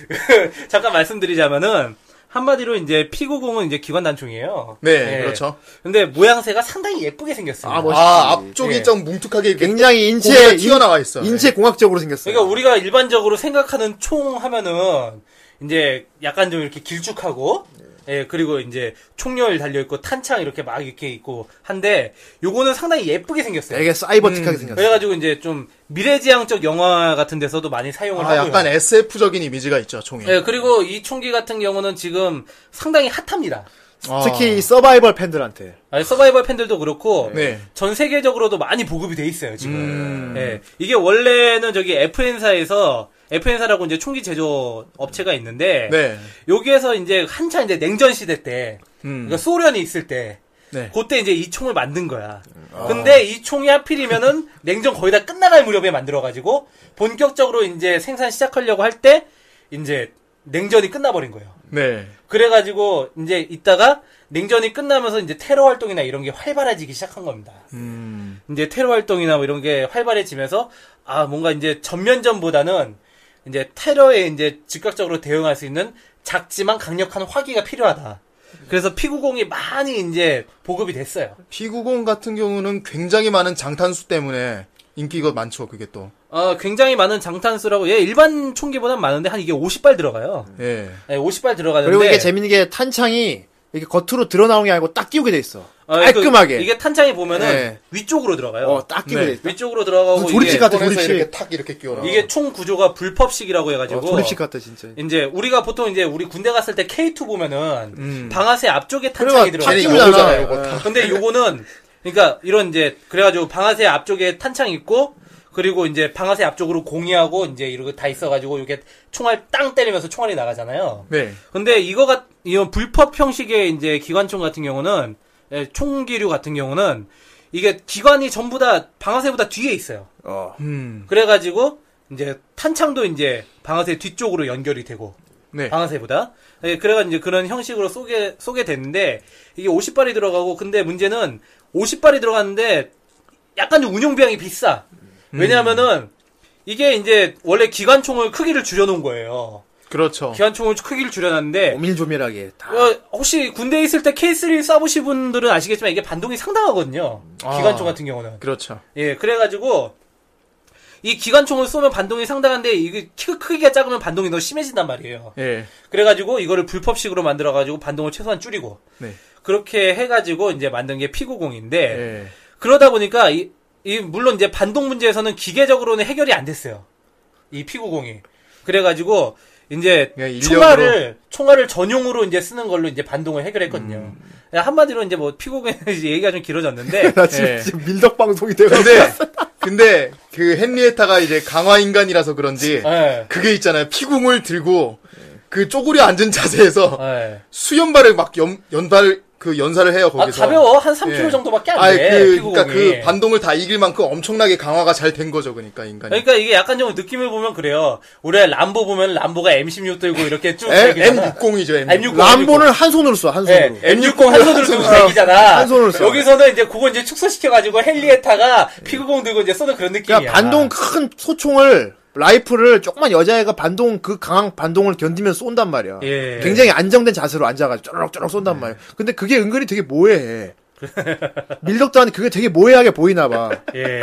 S4: 잠깐 말씀드리자면은 한마디로 이제 피구공은 이제 기관 단총이에요.
S5: 네,
S4: 예.
S5: 그렇죠.
S4: 근데 모양새가 상당히 예쁘게 생겼어요.
S2: 아, 멋있지.
S5: 아, 앞쪽이
S4: 예.
S5: 좀 뭉툭하게 이렇게
S2: 굉장히
S5: 고기가
S2: 인체,
S5: 튀어나와 있어.
S2: 인체 공학적으로 생겼어요.
S4: 그러니까 우리가 일반적으로 생각하는 총 하면은 이제 약간 좀 이렇게 길쭉하고 예 그리고 이제 총열 달려 있고 탄창 이렇게 막 이렇게 있고 한데 요거는 상당히 예쁘게 생겼어요.
S2: 되게
S5: 음.
S2: 사이버틱하게 생겼어요.
S4: 그래가지고 이제 좀 미래지향적 영화 같은 데서도 많이 사용을
S5: 아,
S4: 하고요.
S5: 약간 SF적인 이미지가 있죠, 총이.
S4: 예 그리고 이 총기 같은 경우는 지금 상당히 핫합니다.
S5: 아.
S2: 특히 이 서바이벌 팬들한테.
S4: 아니, 서바이벌 팬들도 그렇고
S5: 네.
S4: 전 세계적으로도 많이 보급이 돼 있어요 지금. 예, 이게 원래는 저기 FN사에서 FN사라고 이제 총기 제조 업체가 있는데
S5: 네.
S4: 여기에서 이제 한참 이제 냉전 시대 때 그러니까 소련이 있을 때
S5: 네.
S4: 그때 이제 이 총을 만든 거야. 근데 이 총이 하필이면은 냉전 거의 다 끝나갈 무렵에 만들어가지고 본격적으로 이제 생산 시작하려고 할 때 이제 냉전이 끝나버린 거예요.
S5: 네.
S4: 그래가지고 이제 있다가 냉전이 끝나면서 이제 테러 활동이나 이런 게 활발해지기 시작한 겁니다.
S2: 음.
S4: 이제 테러 활동이나 뭐 이런 게 활발해지면서 아 뭔가 이제 전면전보다는 이제 테러에 이제 즉각적으로 대응할 수 있는 작지만 강력한 화기가 필요하다. 그래서 피구공이 많이 이제 보급이 됐어요.
S5: 피구공 같은 경우는 굉장히 많은 장탄수 때문에 인기가 많죠, 그게 또.
S4: 어, 굉장히 많은 장탄수라고 얘 일반 총기보단 많은데 한 이게 50발 들어가요.
S5: 예.
S4: 네, 50발 들어가는데
S2: 그리고 이게 재밌는 게 탄창이 이렇게 겉으로 드러나온 게 아니고 딱 끼우게 돼 있어.
S4: 어, 그-
S2: 깔끔하게.
S4: 이게 탄창이 보면은
S2: 네.
S4: 위쪽으로 들어가요.
S2: 어, 딱 끼우게
S5: 네.
S2: 돼 있어.
S4: 위쪽으로 들어가고
S2: 무슨 그 조립식
S4: 이게-
S2: 같아,
S5: 꺼내서
S2: 조립식.
S5: 이렇게 탁 이렇게 끼워라.
S4: 이게 총 구조가 불법식이라고
S2: 어,
S4: 해가지고
S2: 조립식 같아, 진짜.
S4: 이제 우리가 보통 이제 우리 군대 갔을 때 K2 보면은 방아쇠 앞쪽에 탄창이
S2: 음. 그래요,
S4: 들어가
S2: 다
S4: 있어요.
S2: 끼우잖아.
S5: 요거잖아요, 요거
S4: 근데 요거는 그러니까 이런 이제 그래가지고 방아쇠 앞쪽에 탄창 있고 그리고 이제 방아쇠 앞쪽으로 공이하고 이제 이렇게 다 있어가지고 이렇게 총알 땅 때리면서 총알이 나가잖아요.
S5: 네.
S4: 근데 이거가 이런 불법 형식의 이제 기관총 같은 경우는 예, 총기류 같은 경우는 이게 기관이 전부 다 방아쇠보다 뒤에 있어요.
S2: 어.
S4: 그래가지고 이제 탄창도 이제 방아쇠 뒤쪽으로 연결이 되고
S5: 네.
S4: 방아쇠보다 예, 그래가 이제 그런 형식으로 쏘게 쏘게 됐는데 이게 50발이 들어가고 근데 문제는 50발이 들어갔는데 약간 좀 운용비용이 비싸. 왜냐하면은 이게 이제 원래 기관총을 크기를 줄여놓은 거예요.
S2: 어.
S5: 그렇죠.
S4: 기관총을 크기를 줄여놨는데
S2: 오밀조밀하게 다.
S4: 어, 혹시 군대에 있을 때 K3 쏴보신 분들은 아시겠지만 이게 반동이 상당하거든요. 기관총 같은 경우는.
S5: 그렇죠.
S4: 예, 그래가지고 이 기관총을 쏘면 반동이 상당한데 이게 키 크기가 작으면 반동이 더 심해진단 말이에요.
S5: 예.
S4: 그래가지고 이거를 불법식으로 만들어가지고 반동을 최소한 줄이고
S5: 네.
S4: 그렇게 해가지고 이제 만든 게 피구공인데
S5: 예.
S4: 그러다 보니까 이, 이 물론 이제 반동 문제에서는 기계적으로는 해결이 안 됐어요. 이 피구공이 그래가지고 이제
S5: 그냥 그러니까 인력으로.
S4: 총알을 총알을 전용으로 이제 쓰는 걸로 이제 반동을 해결했거든요.
S5: 음.
S4: 한마디로 이제 뭐 피구공 얘기가 좀 길어졌는데
S2: 나 지금,
S5: 예.
S2: 지금 밀덕 방송이 되고
S5: 근데 근데 그 헨리에타가 이제 강화 인간이라서 그런지
S4: 예.
S5: 그게 있잖아요. 피궁을 들고 그 쪼그려 앉은 자세에서
S4: 예.
S5: 수연발을 막 연, 연발 그 연사를 해요
S4: 아
S5: 거기서.
S4: 가벼워 한 3kg
S5: 예.
S4: 정도밖에 안
S5: 아니,
S4: 돼.
S5: 그,
S4: 피구공이.
S5: 그러니까 그 반동을 다 이길 만큼 엄청나게 강화가 잘 된 거죠, 그러니까 인간이.
S2: 네.
S4: 그러니까 이게 약간 좀 느낌을 보면 그래요. 우리 람보 보면 람보가 M16 들고 이렇게 그러니까. 쭉
S5: M,
S4: 달리잖아.
S5: M60이죠, M60.
S4: M60.
S2: 람보는 한 손으로 써, 한
S4: 예,
S2: 손으로.
S4: M60 한 손으로 들고 달리잖아.
S2: 한 손으로 써.
S4: 여기서는 이제 그거 이제 축소시켜가지고 헨리에타가 피구공 들고 이제 쏘는 그런 느낌이야.
S2: 네. 그러니까 반동 큰 소총을 라이프를 조그만 여자애가 반동 그 강한 반동을 견디면 쏜단 말이야.
S4: 예.
S2: 굉장히 안정된 자세로 앉아가지고 쪼르륵쪼르륵 쏜단
S5: 네.
S2: 말이야. 근데 그게 은근히 되게 모해해. 밀덕도 아니 그게 되게 모해하게 보이나 봐.
S4: 예.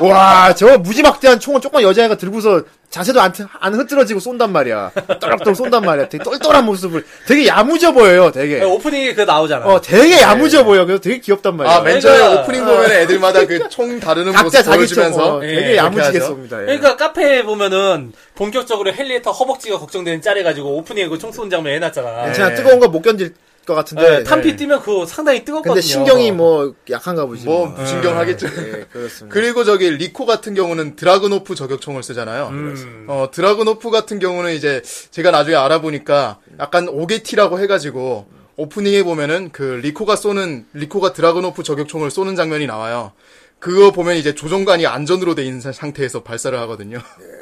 S2: 아, 와, 저 무지막대한 총을 조그만 여자애가 들고서 자세도 안, 트- 안 흐트러지고 쏜단 말이야. 떠락떠락 쏜단 말이야. 되게 똘똘한 모습을. 되게 야무져 보여요, 되게.
S4: 오프닝이 그 나오잖아.
S2: 어, 되게 야무져 보여. 그래서 되게 귀엽단 말이야.
S5: 네. 아, 맨 처음에
S4: 그러니까-
S5: 오프닝 보면 애들마다 그 총 다루는
S2: 각자
S5: 모습
S2: 자기 총
S5: 보여주면서
S2: 어, 되게
S4: 예,
S5: 그렇게
S2: 야무지게
S5: 하죠.
S2: 쏩니다. 예.
S4: 그러니까 카페에 보면은 본격적으로 헨리에타 허벅지가 걱정되는 짤 해가지고 오프닝에 그 총쏜 장면 해놨잖아.
S5: 예.
S2: 괜찮아. 뜨거운 거 못 견딜 것 같은데.
S4: 예, 탄피 뛰면 그거 상당히 뜨겁거든요.
S2: 네. 근데 신경이 뭐 약한가 보지.
S5: 뭐 무신경하겠죠.
S2: 예, 그렇습니다.
S5: 그리고 저기 리코 같은 경우는 드라그노프 저격총을 쓰잖아요.
S2: 음.
S5: 어, 드라그노프 같은 경우는 이제 제가 나중에 알아보니까 약간 오게티라고 해가지고 오프닝에 보면은 그 리코가 쏘는 리코가 드라그노프 저격총을 쏘는 장면이 나와요. 그거 보면 이제 조종관이 안전으로 돼 있는 사- 상태에서 발사를 하거든요.
S2: 아.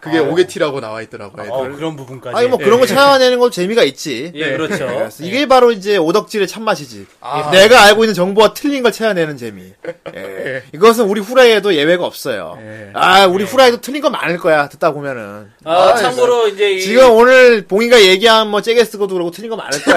S5: 그게 오게티라고 나와 있더라고요.
S4: 어,
S5: 애들.
S4: 그런 부분까지.
S2: 아니, 뭐 그런 네, 거 찾아내는 것도 재미가 있지.
S4: 예, 그렇죠.
S2: 알았어. 이게 바로 이제 오덕질의 참맛이지.
S4: 아.
S2: 내가 알고 있는 정보와 틀린 걸 찾아내는 재미. 예. 이것은 우리 후라이에도 예외가 없어요. 아, 우리 후라이도 틀린 거 많을 거야. 듣다 보면은.
S4: 예. 아, 참고로 이제 이-
S2: 지금 오늘 봉이가 얘기한 뭐 잭에 쓰고도 그러고 틀린 거 많을 거야.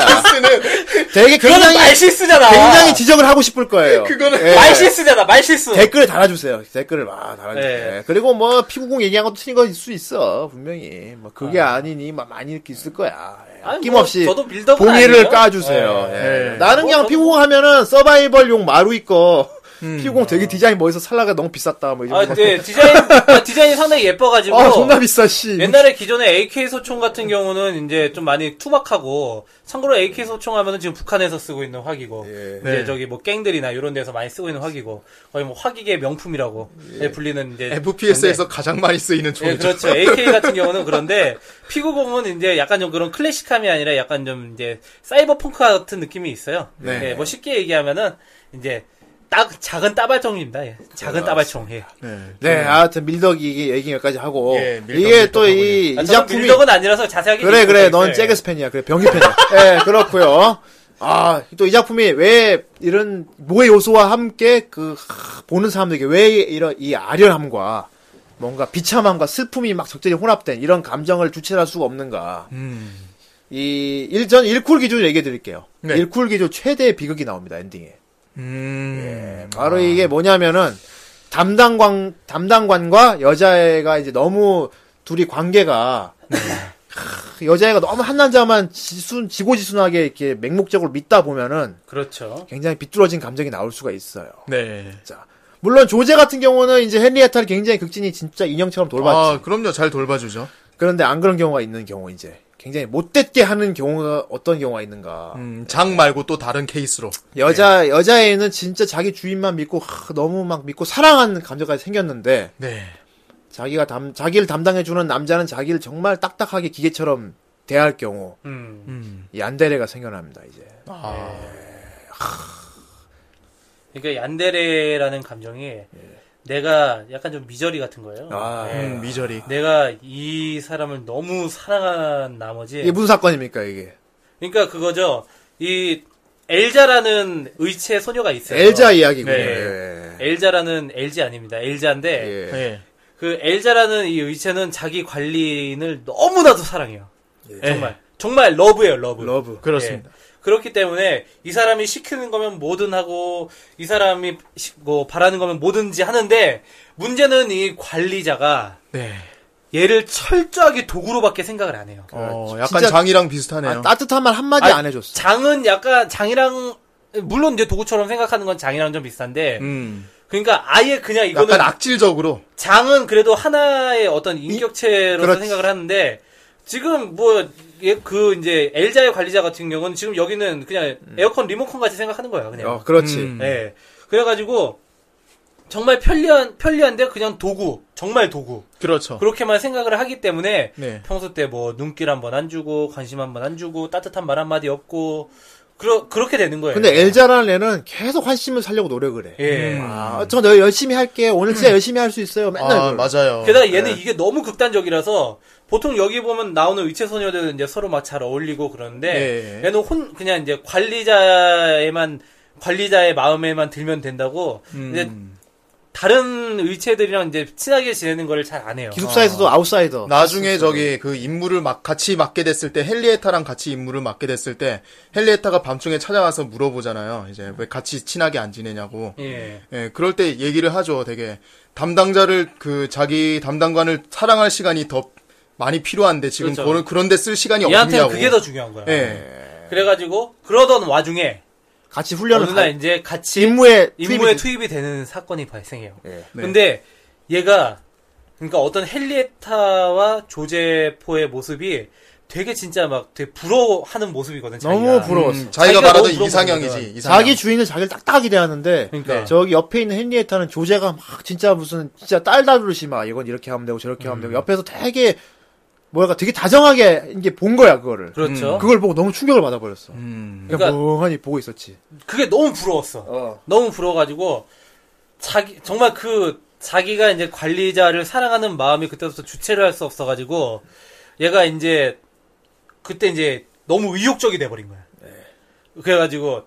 S2: 되게
S4: 그거는
S2: 굉장히
S4: 말실수잖아.
S2: 굉장히 지적을 하고 싶을 거예요.
S5: 그거는
S2: 예.
S4: 말실수잖아. 말실수.
S2: 댓글을 달아주세요. 댓글을 막 달아주세요.
S4: 네.
S2: 예. 그리고 뭐 피구공 얘기한 것도 틀린 걸 수 있어 분명히. 뭐 그게 아. 니니막 많이 이렇게 있을 거야. 예.
S4: 아니,
S2: 아낌없이
S4: 뭐 저도 빌드업은
S2: 동의를
S4: 아니에요.
S2: 까주세요. 예. 나는 그냥
S4: 뭐 저도-
S2: 피구공 하면은 서바이벌용 마루 있고 피구공 되게 디자인 멋있어 살라가 너무 비쌌다 뭐 이런
S4: 아,
S2: 거.
S4: 이제 디자인 아, 디자인이 상당히 예뻐가지고
S2: 아 존나 비싸 씨.
S4: 옛날에 기존에 AK 소총 같은 경우는 이제 좀 많이 투박하고 참고로 AK 소총 하면은 지금 북한에서 쓰고 있는 화기고
S2: 예.
S4: 이제
S2: 네.
S4: 저기 뭐 갱들이나 이런 데서 많이 쓰고 있는 화기고 거의 뭐 화기계 명품이라고
S2: 예.
S4: 불리는 이제
S5: FPS에서 가장 많이 쓰이는
S4: 예,
S5: 총이죠.
S4: 그렇죠. AK 같은 경우는 그런데 피구공은 이제 약간 좀 그런 클래식함이 아니라 약간 좀 이제 사이버펑크 같은 느낌이 있어요.
S5: 네.
S4: 예, 뭐 쉽게 얘기하면은 이제 딱 작은 따발총입니다. 예.
S2: 아,
S4: 작은 따발총. 예.
S2: 네, 하여튼 밀덕 얘기 얘기 여기까지 하고
S5: 예, 밀덕,
S2: 이게 또 이 이
S4: 아, 저는
S2: 작품이
S4: 밀덕은 아니라서 자세하게
S2: 그래
S4: 얘기할
S2: 그래
S4: 수
S2: 넌
S4: 있어요. 예.
S2: 잭스 팬이야 그래 병이 팬이야 예 그렇고요 아 또 이 작품이 왜 이런 모의 요소와 함께 그 하, 보는 사람들에게 왜 이런 이 아련함과 뭔가 비참함과 슬픔이 막 적절히 혼합된 이런 감정을 주체할 수가 없는가 음. 이 일전 일쿨 기준을 얘기해 드릴게요
S5: 네.
S2: 일쿨 기준 최대의 비극이 나옵니다 엔딩에
S4: 네, 뭐.
S5: 음.
S2: 바로 이게 뭐냐면은 담당관 담당관과 여자애가 이제 너무 둘이 관계가
S4: 네.
S2: 하, 여자애가 너무 한 남자만 지순 지고지순하게 이렇게 맹목적으로 믿다 보면은
S4: 그렇죠.
S2: 굉장히 비뚤어진 감정이 나올 수가 있어요.
S5: 네.
S2: 자, 물론 조제 같은 경우는 이제 헨리에타를 굉장히 극진히 진짜 인형처럼 돌봤지.
S5: 아, 그럼요. 잘 돌봐주죠.
S2: 그런데 안 그런 경우가 있는 경우 이제 굉장히 못됐게 하는 경우가 어떤 경우가 있는가.
S5: 음, 장 말고 또 다른 케이스로.
S2: 여자 여자애는 진짜 자기 주인만 믿고 하, 너무 막 믿고 사랑하는 감정까지 생겼는데
S5: 네.
S2: 자기가 담 자기를 담당해 주는 남자는 자기를 정말 딱딱하게 기계처럼 대할 경우
S4: 음.
S2: 이 안데레가 생겨납니다 이제.
S4: 그러니까 얀데레라는 감정이 내가 약간 좀 미저리 같은 거예요.
S2: 예. 아,
S4: 예.
S5: 음, 미저리.
S4: 내가 이 사람을 너무 사랑한 나머지
S2: 이게 무슨 사건입니까 이게?
S4: 그러니까 그거죠. 이 엘자라는 의체 소녀가 있어요.
S2: 엘자 이야기군요.
S4: 네.
S2: 예.
S4: 엘자라는 LG 아닙니다. 엘자인데
S2: 예.
S4: 그 엘자라는 이 의체는 자기 관리인을 너무나도 사랑해요. 정말 정말 러브예요, 러브.
S2: 예. 러브.
S5: 그렇습니다.
S4: 예. 그렇기 때문에 이 사람이 시키는 거면 뭐든 하고 이 사람이 시- 뭐 바라는 거면 뭐든지 하는데 문제는 이 관리자가
S5: 네.
S4: 얘를 철저하게 도구로밖에 생각을 안 해요.
S5: 어,
S2: 진짜-
S5: 약간 장이랑 비슷하네요.
S2: 아, 따뜻한 말 한마디
S4: 아니,
S2: 안 해줬어.
S4: 장은 약간 장이랑 물론 이제 도구처럼 생각하는 건 장이랑 좀 비슷한데
S5: 음.
S4: 그러니까 아예 그냥 이거는
S5: 약간 악질적으로.
S4: 장은 그래도 하나의 어떤 인격체로서
S2: 그렇지.
S4: 생각을 하는데 지금 뭐 그 이제 엘자의 관리자 같은 경우는 지금 여기는 그냥 에어컨 리모컨 같이 생각하는 거야 그냥.
S2: 어, 그렇지.
S5: 음.
S4: 예. 그래가지고 정말 편리한 편리한데 그냥 도구 정말 도구
S5: 그렇죠.
S4: 그렇게만 생각을 하기 때문에
S5: 네.
S4: 평소 때 뭐 눈길 한 번 안 주고 관심 한 번 안 주고 따뜻한 말 한마디 없고 그러, 그렇게 되는 거예요.
S2: 근데 엘자라는 애는 계속 환심을 살려고 노력을 해.
S4: 예. 음.
S2: 아, 저 너 열심히 할게. 오늘 진짜 열심히 할 수 있어요. 맨날.
S5: 음. 아,
S2: 그걸.
S5: 맞아요.
S4: 게다가 얘는 이게 너무 극단적이라서 보통 여기 보면 나오는 의체 소녀들은 이제 서로 막 잘 어울리고 그러는데
S5: 예.
S4: 얘는 혼 그냥 이제 관리자에만 관리자의 마음에만 들면 된다고 이제 다른 의체들이랑 이제 친하게 지내는 거를 잘 안 해요.
S2: 기숙사에서도 아웃사이더.
S5: 나중에 저기 그 임무를 막 같이 맡게 됐을 때 헨리에타랑 같이 임무를 맡게 됐을 때 헨리에타가 밤중에 찾아와서 물어보잖아요. 이제 왜 같이 친하게 안 지내냐고.
S4: 예.
S5: 예, 그럴 때 얘기를 하죠. 되게 담당자를 그 자기 담당관을 사랑할 시간이 더 많이 필요한데 지금
S4: 그렇죠.
S5: 그런 그런데 쓸 시간이
S4: 얘한테는
S5: 없냐고.
S4: 그게 더 중요한 거야.
S5: 예.
S4: 그래가지고 그러던 와중에
S2: 같이
S4: 어느
S2: 훈련을 가-
S4: 날 이제 같이
S2: 임무에
S4: 임무에
S2: 투입이 돼.
S4: 투입이 되는 사건이 발생해요.
S5: 네.
S4: 근데 얘가 그러니까 어떤 헨리에타와 조제포의 모습이 되게 진짜 막 되게 부러워하는 모습이거든. 자기가.
S2: 너무 부러웠어.
S5: 음, 자기가
S4: 자기가
S5: 말하던
S4: 너무
S5: 이상형이지.
S4: 부러운
S5: 이상형.
S2: 그러니까. 자기 주인을 자기를 딱딱하게 대하는데
S4: 그러니까.
S2: 저기 옆에 있는 헨리에타는 조제가 막 진짜 무슨 진짜 딸 다루듯이 막 이건 이렇게 하면 되고 저렇게 하면
S4: 음.
S2: 되고 옆에서 되게 뭐랄까 되게 다정하게 이게 본 거야 그거를 음.
S4: 그렇죠.
S2: 그걸 보고 너무 충격을 받아버렸어
S5: 음.
S2: 그냥
S4: 그러니까-
S2: 멍하니 보고 있었지
S4: 그게 너무 부러웠어. 너무 부러워가지고 자기 정말 그 자기가 이제 관리자를 사랑하는 마음이 그때부터 주체를 할 수 없어가지고 얘가 이제 그때 이제 너무 의욕적이 돼버린 거야. 그래가지고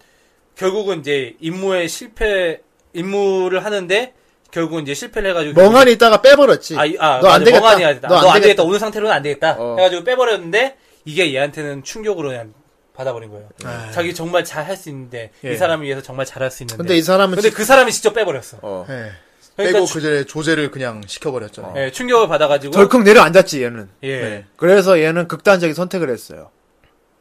S4: 결국은 이제 임무에 실패 임무를 하는데 결국은 이제 실패를 해가지고
S2: 멍하니 있다가 빼버렸지
S4: 아, 이- 아,
S2: 너
S4: 맞아.
S2: 안 되겠다
S4: 멍하니 하지. 아,
S2: 너
S4: 너안
S2: 안 되겠다
S4: 오늘 상태로는 안 되겠다.
S2: 어.
S4: 해가지고 빼버렸는데 이게 얘한테는 충격으로 그냥 받아버린 거예요. 자기 정말 잘 할 수 있는데 이 사람을 위해서 정말 잘할 수 있는데.
S2: 근데 이 사람은
S4: 근데 그 사람이 직접 빼버렸어.
S2: 어.
S5: 예.
S4: 그러니까
S5: 빼고
S4: 주-
S5: 그제 조제를 그냥 어. 네. 시켜버렸잖아요.
S4: 예, 충격을 받아가지고
S2: 덜컥 내려앉았지 얘는
S4: 예.
S2: 그래서 얘는 극단적인 선택을 했어요.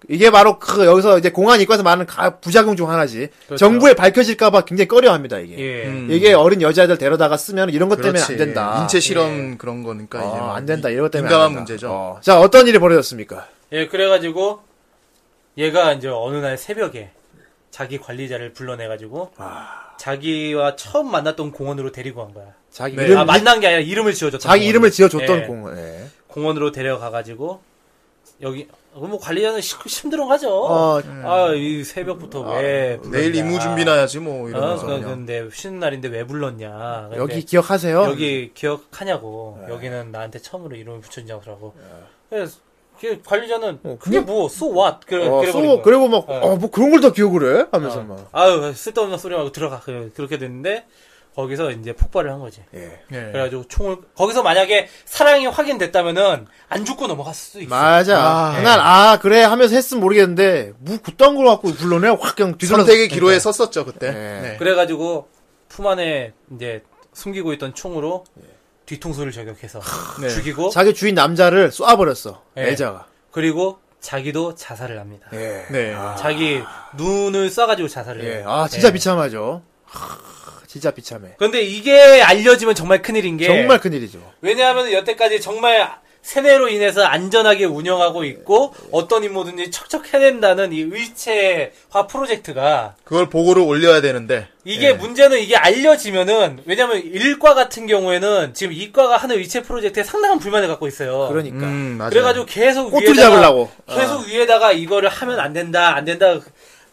S2: 이게 바로 그 여기서 이제 공안 이과에서 말하는 가- 부작용 중 하나지.
S4: 그렇죠.
S2: 정부에 밝혀질까봐 굉장히 꺼려합니다 이게.
S4: 예.
S5: 음.
S2: 이게 어린 여자애들 데려다가 쓰면 이런 것 때문에 안
S5: 그렇지.
S2: 된다.
S5: 인체 실험 그런 거니까
S2: 어,
S5: 이제 막
S2: 안 된다. 이런 것 때문에
S5: 민감한
S2: 안 된다.
S5: 문제죠.
S2: 어. 자 어떤 일이 벌어졌습니까?
S4: 예, 그래가지고 얘가 이제 어느 날 새벽에 자기 관리자를 불러내가지고
S5: 아.
S4: 자기와 처음 만났던 공원으로 데리고 간 거야.
S2: 자기
S5: 네.
S2: 이름
S4: 아, 만난 게 아니라 이름을 지어줬던
S2: 자기
S4: 공원으로.
S2: 이름을 지어줬던
S4: 예.
S2: 공원. 예.
S4: 공원으로 데려가가지고 여기 어, 뭐 관리자는 시- 힘들어하죠.
S2: 어,
S4: 아 이 새벽부터 왜 불렀냐.
S5: 내일
S2: 아.
S5: 임무 준비나 해야지 뭐
S4: 어,
S5: 이러면서
S4: 그-
S5: 그냥.
S4: 근데 쉬는 날인데 왜 불렀냐. 근데
S2: 여기 기억하세요?
S4: 네. 여기 기억하냐고.
S2: 네.
S4: 여기는 나한테 처음으로 이름을 붙였냐고. 그래서 그 관리자는 그게 뭐 so what 그래
S2: 네, 어,
S4: 그래
S2: 쏘- 그리고 막,
S4: 예.
S2: 어, 뭐 그런 걸 다 기억을 해? 하면서
S4: 어.
S2: 막.
S4: 아유 쓸데없는 소리 말고 들어가 그- 그렇게 됐는데 거기서 이제 폭발을 한 거지.
S2: 예.
S5: 예.
S4: 그래가지고 총을 거기서 만약에 사랑이 확인됐다면은 안 죽고 넘어갔을 수도 있어.
S2: 맞아. 난, 아, 그래 하면서 했으면 모르겠는데, 뭐, 그딴 걸 갖고 불러내? 확 그냥 뒤돌아서.
S5: 선택의 기로에 섰었죠 그때.
S2: 네.
S5: 네.
S4: 그래가지고 품 안에 이제 숨기고 있던 총으로 뒤통수를 저격해서 죽이고
S2: 예. 자기 주인 남자를 쏴버렸어.
S4: 예.
S2: 애자가.
S4: 그리고 자기도 자살을 합니다.
S2: 예. 아.
S5: 네.
S4: 자기 눈을 쏴가지고 자살을
S2: 예.
S4: 해요.
S2: 아, 진짜
S4: 예.
S2: 비참하죠. 하, 진짜 비참해.
S4: 근데 이게 알려지면 정말 큰일인 게
S2: 정말 큰일이죠.
S4: 왜냐하면 여태까지 정말 세뇌로 인해서 안전하게 운영하고 있고 어떤 임무든지 척척 해낸다는 이 의체화 프로젝트가
S5: 그걸 보고를 올려야 되는데
S4: 이게
S2: 네.
S4: 문제는 이게 알려지면은 왜냐면 일과 같은 경우에는 지금 이과가 하는 의체 프로젝트에 상당한 불만을 갖고 있어요.
S2: 그러니까.
S5: 음, 맞아요.
S4: 그래가지고 계속
S2: 꼬투리
S4: 위에다가-
S2: 잡으려고. 어.
S4: 계속 위에다가 이거를 하면 안 된다 안 된다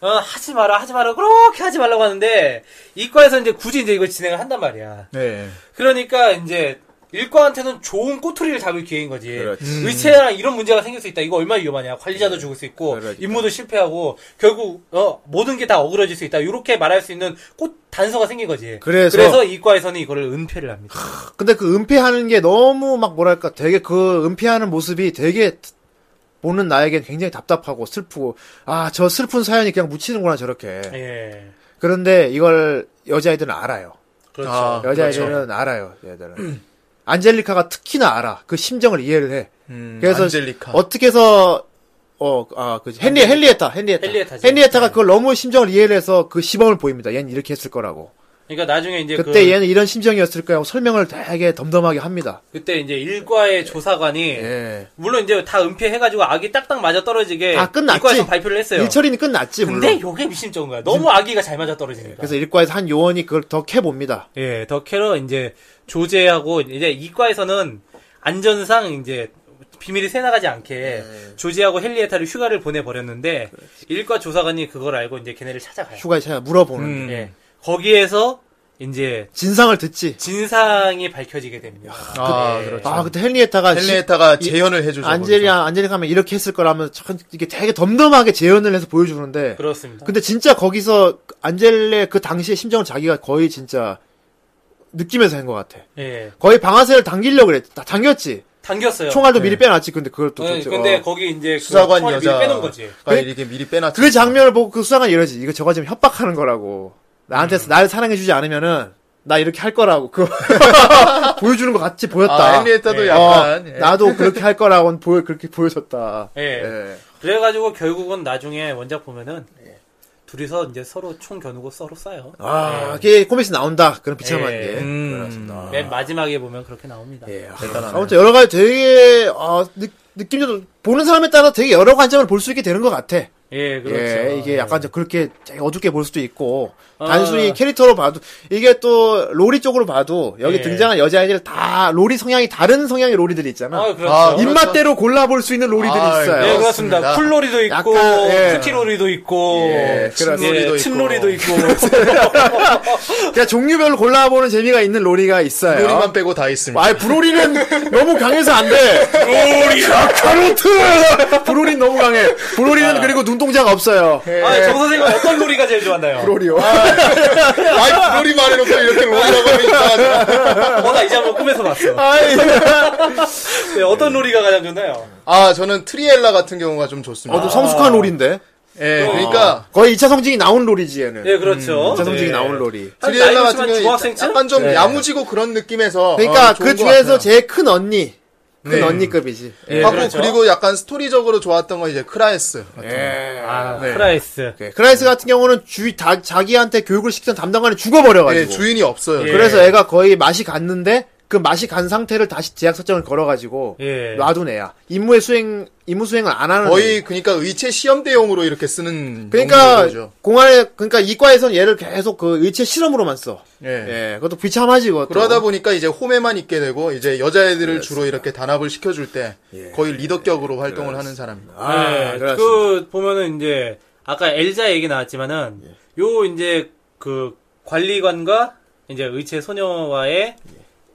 S4: 어, 하지 마라 하지 마라 그렇게 하지 말라고 하는데 이과에서 이제 굳이 이제 이걸 진행을 한단 말이야.
S5: 네.
S4: 그러니까 이제 일과한테는 좋은 꼬투리를 잡을 기회인 거지.
S2: 그렇지.
S4: 의체랑 이런 문제가 생길 수 있다. 이거 얼마나 위험하냐. 관리자도 죽을 수 있고
S2: 그러니까.
S4: 임무도 실패하고 결국 어, 모든 게 다 어그러질 수 있다. 이렇게 말할 수 있는 꽃 단서가 생긴 거지.
S2: 그래서-
S4: 이과에서는 이거를 은폐를 합니다.
S2: 근데 그 은폐하는 게 너무 막 뭐랄까 되게 그 은폐하는 모습이 되게 보는 나에겐 굉장히 답답하고 슬프고 아 저 슬픈 사연이 그냥 묻히는구나 저렇게
S4: 예.
S2: 그런데 이걸 여자애들은 알아요
S4: 그렇죠.
S5: 아,
S2: 여자애들은 알아요 얘들은 안젤리카가 특히나 알아 그 심정을 이해를 해
S5: 음,
S2: 그래서
S5: 안젤리카.
S2: 어떻게 해서 어아그 헨리 헨리에타 헨리에타
S4: 헨리에타죠.
S2: 가 그걸 너무 심정을 이해를 해서 그 시범을 보입니다 얘는 이렇게 했을 거라고
S4: 그러니까 나중에 이제 그
S2: 그때 얘는 이런 심정이었을 거야 하고 설명을 되게 덤덤하게 합니다
S4: 그때 이제 일과의 조사관이
S2: 예.
S4: 물론 이제 다 은폐해가지고 악이 딱딱 맞아 떨어지게
S2: 다 끝났지.
S4: 일과에서 발표를 했어요.
S2: 일처리는 끝났지 물론.
S4: 근데 요게 미심쩍은 거야. 너무 악의가 잘 맞아 떨어지니까.
S2: 음. 그래서 일과에서 한 요원이 그걸 더 캐봅니다.
S4: 예, 더 캐러 이제 조제하고 이제 이과에서는 안전상 이제 비밀이 새나가지 않게
S2: 네.
S4: 조제하고 헨리에타를 휴가를 보내 버렸는데 일과 조사관이 그걸 알고 이제 걔네를 찾아가요.
S2: 휴가에 음. 찾아 물어보는 데
S4: 예. 거기에서 이제
S2: 진상을 듣지.
S4: 진상이 밝혀지게 됩니다.
S5: 아,
S4: 예.
S5: 그렇죠.
S2: 아 그때 헨리에타가
S5: 헨리에타가
S2: 시-
S5: 재현을 해주죠. 거기서.
S2: 안젤리아 안젤리카 하면 이렇게 했을 거라면 참 이게 되게 덤덤하게 재현을 해서 보여주는데.
S4: 그렇습니다.
S2: 근데 진짜 거기서 그 안젤레 그 당시의 심정을 자기가 거의 진짜 느끼면서 한 것 같아.
S4: 예.
S2: 거의 방아쇠를 당기려고 그랬, 다 당겼지.
S4: 당겼어요.
S2: 총알도 미리 빼놨지. 근데 그걸 또.
S4: 예,
S2: 줬죠.
S4: 근데
S2: 어.
S4: 거기 이제
S5: 수사관
S4: 그 총알을 미리
S5: 여자.
S4: 빼놓은 거지.
S5: 아, 이렇게 미리 빼놨죠.
S2: 그 장면을 보고 그 수상한 이러지. 이거 저가 지금 협박하는 거라고.
S5: 음.
S2: 나한테 나를 사랑해주지 않으면은 나 이렇게 할 거라고. 그 보여주는 것 같이 보였다.
S5: 아, 헨리에타도
S2: 어,
S5: 약간. 예.
S2: 나도 그렇게 할 거라고는 보여 그렇게 보여줬다.
S4: 예.
S2: 예.
S4: 그래가지고 결국은 나중에 원작 보면은 둘이서 이제 서로 총 겨누고 서로 싸요.
S2: 네. 아, 이게 코믹스 나온다. 그런 비참한
S4: 예.
S2: 게.
S5: 예. 음.
S2: 그렇습니다.
S4: 맨 마지막에 보면 그렇게 나옵니다.
S2: 예. 아,
S5: 대단하네요.
S2: 아무튼 여러 가지 되게 아, 느, 느낌적으로 보는 사람에 따라 되게 여러 관점을 볼 수 있게 되는 것 같아.
S4: 예, 그렇죠.
S2: 예, 이게 약간 좀 그렇게 되게 어둡게 볼 수도 있고
S4: 아.
S2: 단순히 캐릭터로 봐도 이게 또 로리 쪽으로 봐도 여기
S4: 예.
S2: 등장한 여자애들 다 로리 성향이 다른 성향의 로리들이 있잖아. 어,
S4: 아, 그렇죠.
S5: 아, 입-
S2: 입맛대로 골라볼 수 있는 로리들이
S5: 아,
S2: 있어요.
S4: 예,
S5: 그렇습니다.
S4: 그렇습니다. 쿨로리도 있고,
S2: 약간, 예.
S4: 쿠키로리도 있고,
S5: 예, 침로리도 있고.
S4: 침로리도 있고.
S2: 그러니까 종류별로 골라보는 재미가 있는 로리가 있어요.
S5: 요리만 빼고 다 있습니다.
S2: 아, 브로리는 너무 강해서 안 돼. 브로리 카로트. 브로리 너무 강해. 브로리는 그리고 눈동자가 없어요.
S4: 아, 정 선생님 은 어떤 놀이가 제일 좋았나요?
S2: 브로리요.
S4: 아,
S5: 아이, 요리 말해놓고 이렇게 로리라고 하면 이상하잖아.
S4: 어, 나이 장면 꿈에서 봤어.
S2: 아이.
S4: 네, 어떤 놀이가 가장 좋나요?
S5: 아, 저는 트리엘라 같은 경우가 좀 좋습니다.
S2: 어, 좀
S4: 아.
S2: 성숙한 로리인데.
S5: 예,
S4: 어.
S5: 그러니까
S2: 거의 2차 성징이 나온 로리지 얘는.
S4: 예, 그렇죠.
S2: 2차 성징이
S4: 네.
S2: 음, 나온 로리.
S4: 한
S5: 트리엘라
S4: 나이
S5: 같은
S4: 많지만
S5: 경우는
S4: 중학생쯤?
S5: 약간 좀
S2: 네.
S5: 야무지고 그런 느낌에서
S2: 그러니까
S5: 어, 좋은
S2: 그
S5: 것
S2: 중에서
S5: 같아요. 네.
S2: 제일 큰 언니. 큰 언니급이지.
S4: 예,
S5: 하고
S4: 그렇죠.
S5: 그리고 약간 스토리적으로 좋았던 건 이제 크라에스.
S4: 아,
S5: 네.
S4: 프라이스.
S2: 예, 크라이스 같은 경우는 주, 다, 자기한테 교육을 시키던 담당관이 죽어버려가지고.
S5: 예, 주인이 없어요.
S4: 예.
S2: 그래서 애가 거의 맛이 갔는데 그 맛이 간 상태를 다시 제약 설정을 걸어가지고
S4: 예.
S2: 놔둔 애야. 임무의 수행 임무 수행을 안 하는 애.
S5: 거의 그러니까 의체 시험 대용으로 이렇게 쓰는
S2: 그러니까
S5: 용도죠.
S2: 공안에 그러니까 이과에선 얘를 계속 그 의체 실험으로만 써.
S5: 예.
S2: 예, 그것도 비참하지 그것도.
S5: 그러다
S4: 어.
S5: 보니까 이제 홈에만 있게 되고 이제 여자애들을 주로 이렇게 단합을 시켜줄 때
S4: 예.
S5: 거의 리더격으로 활동을 하는 사람입니다.
S2: 아,
S5: 예,
S4: 네,
S2: 그렇습니다.
S4: 그 보면은 이제 아까 엘자 얘기 나왔지만은 요 이제 그 관리관과 이제 의체 소녀와의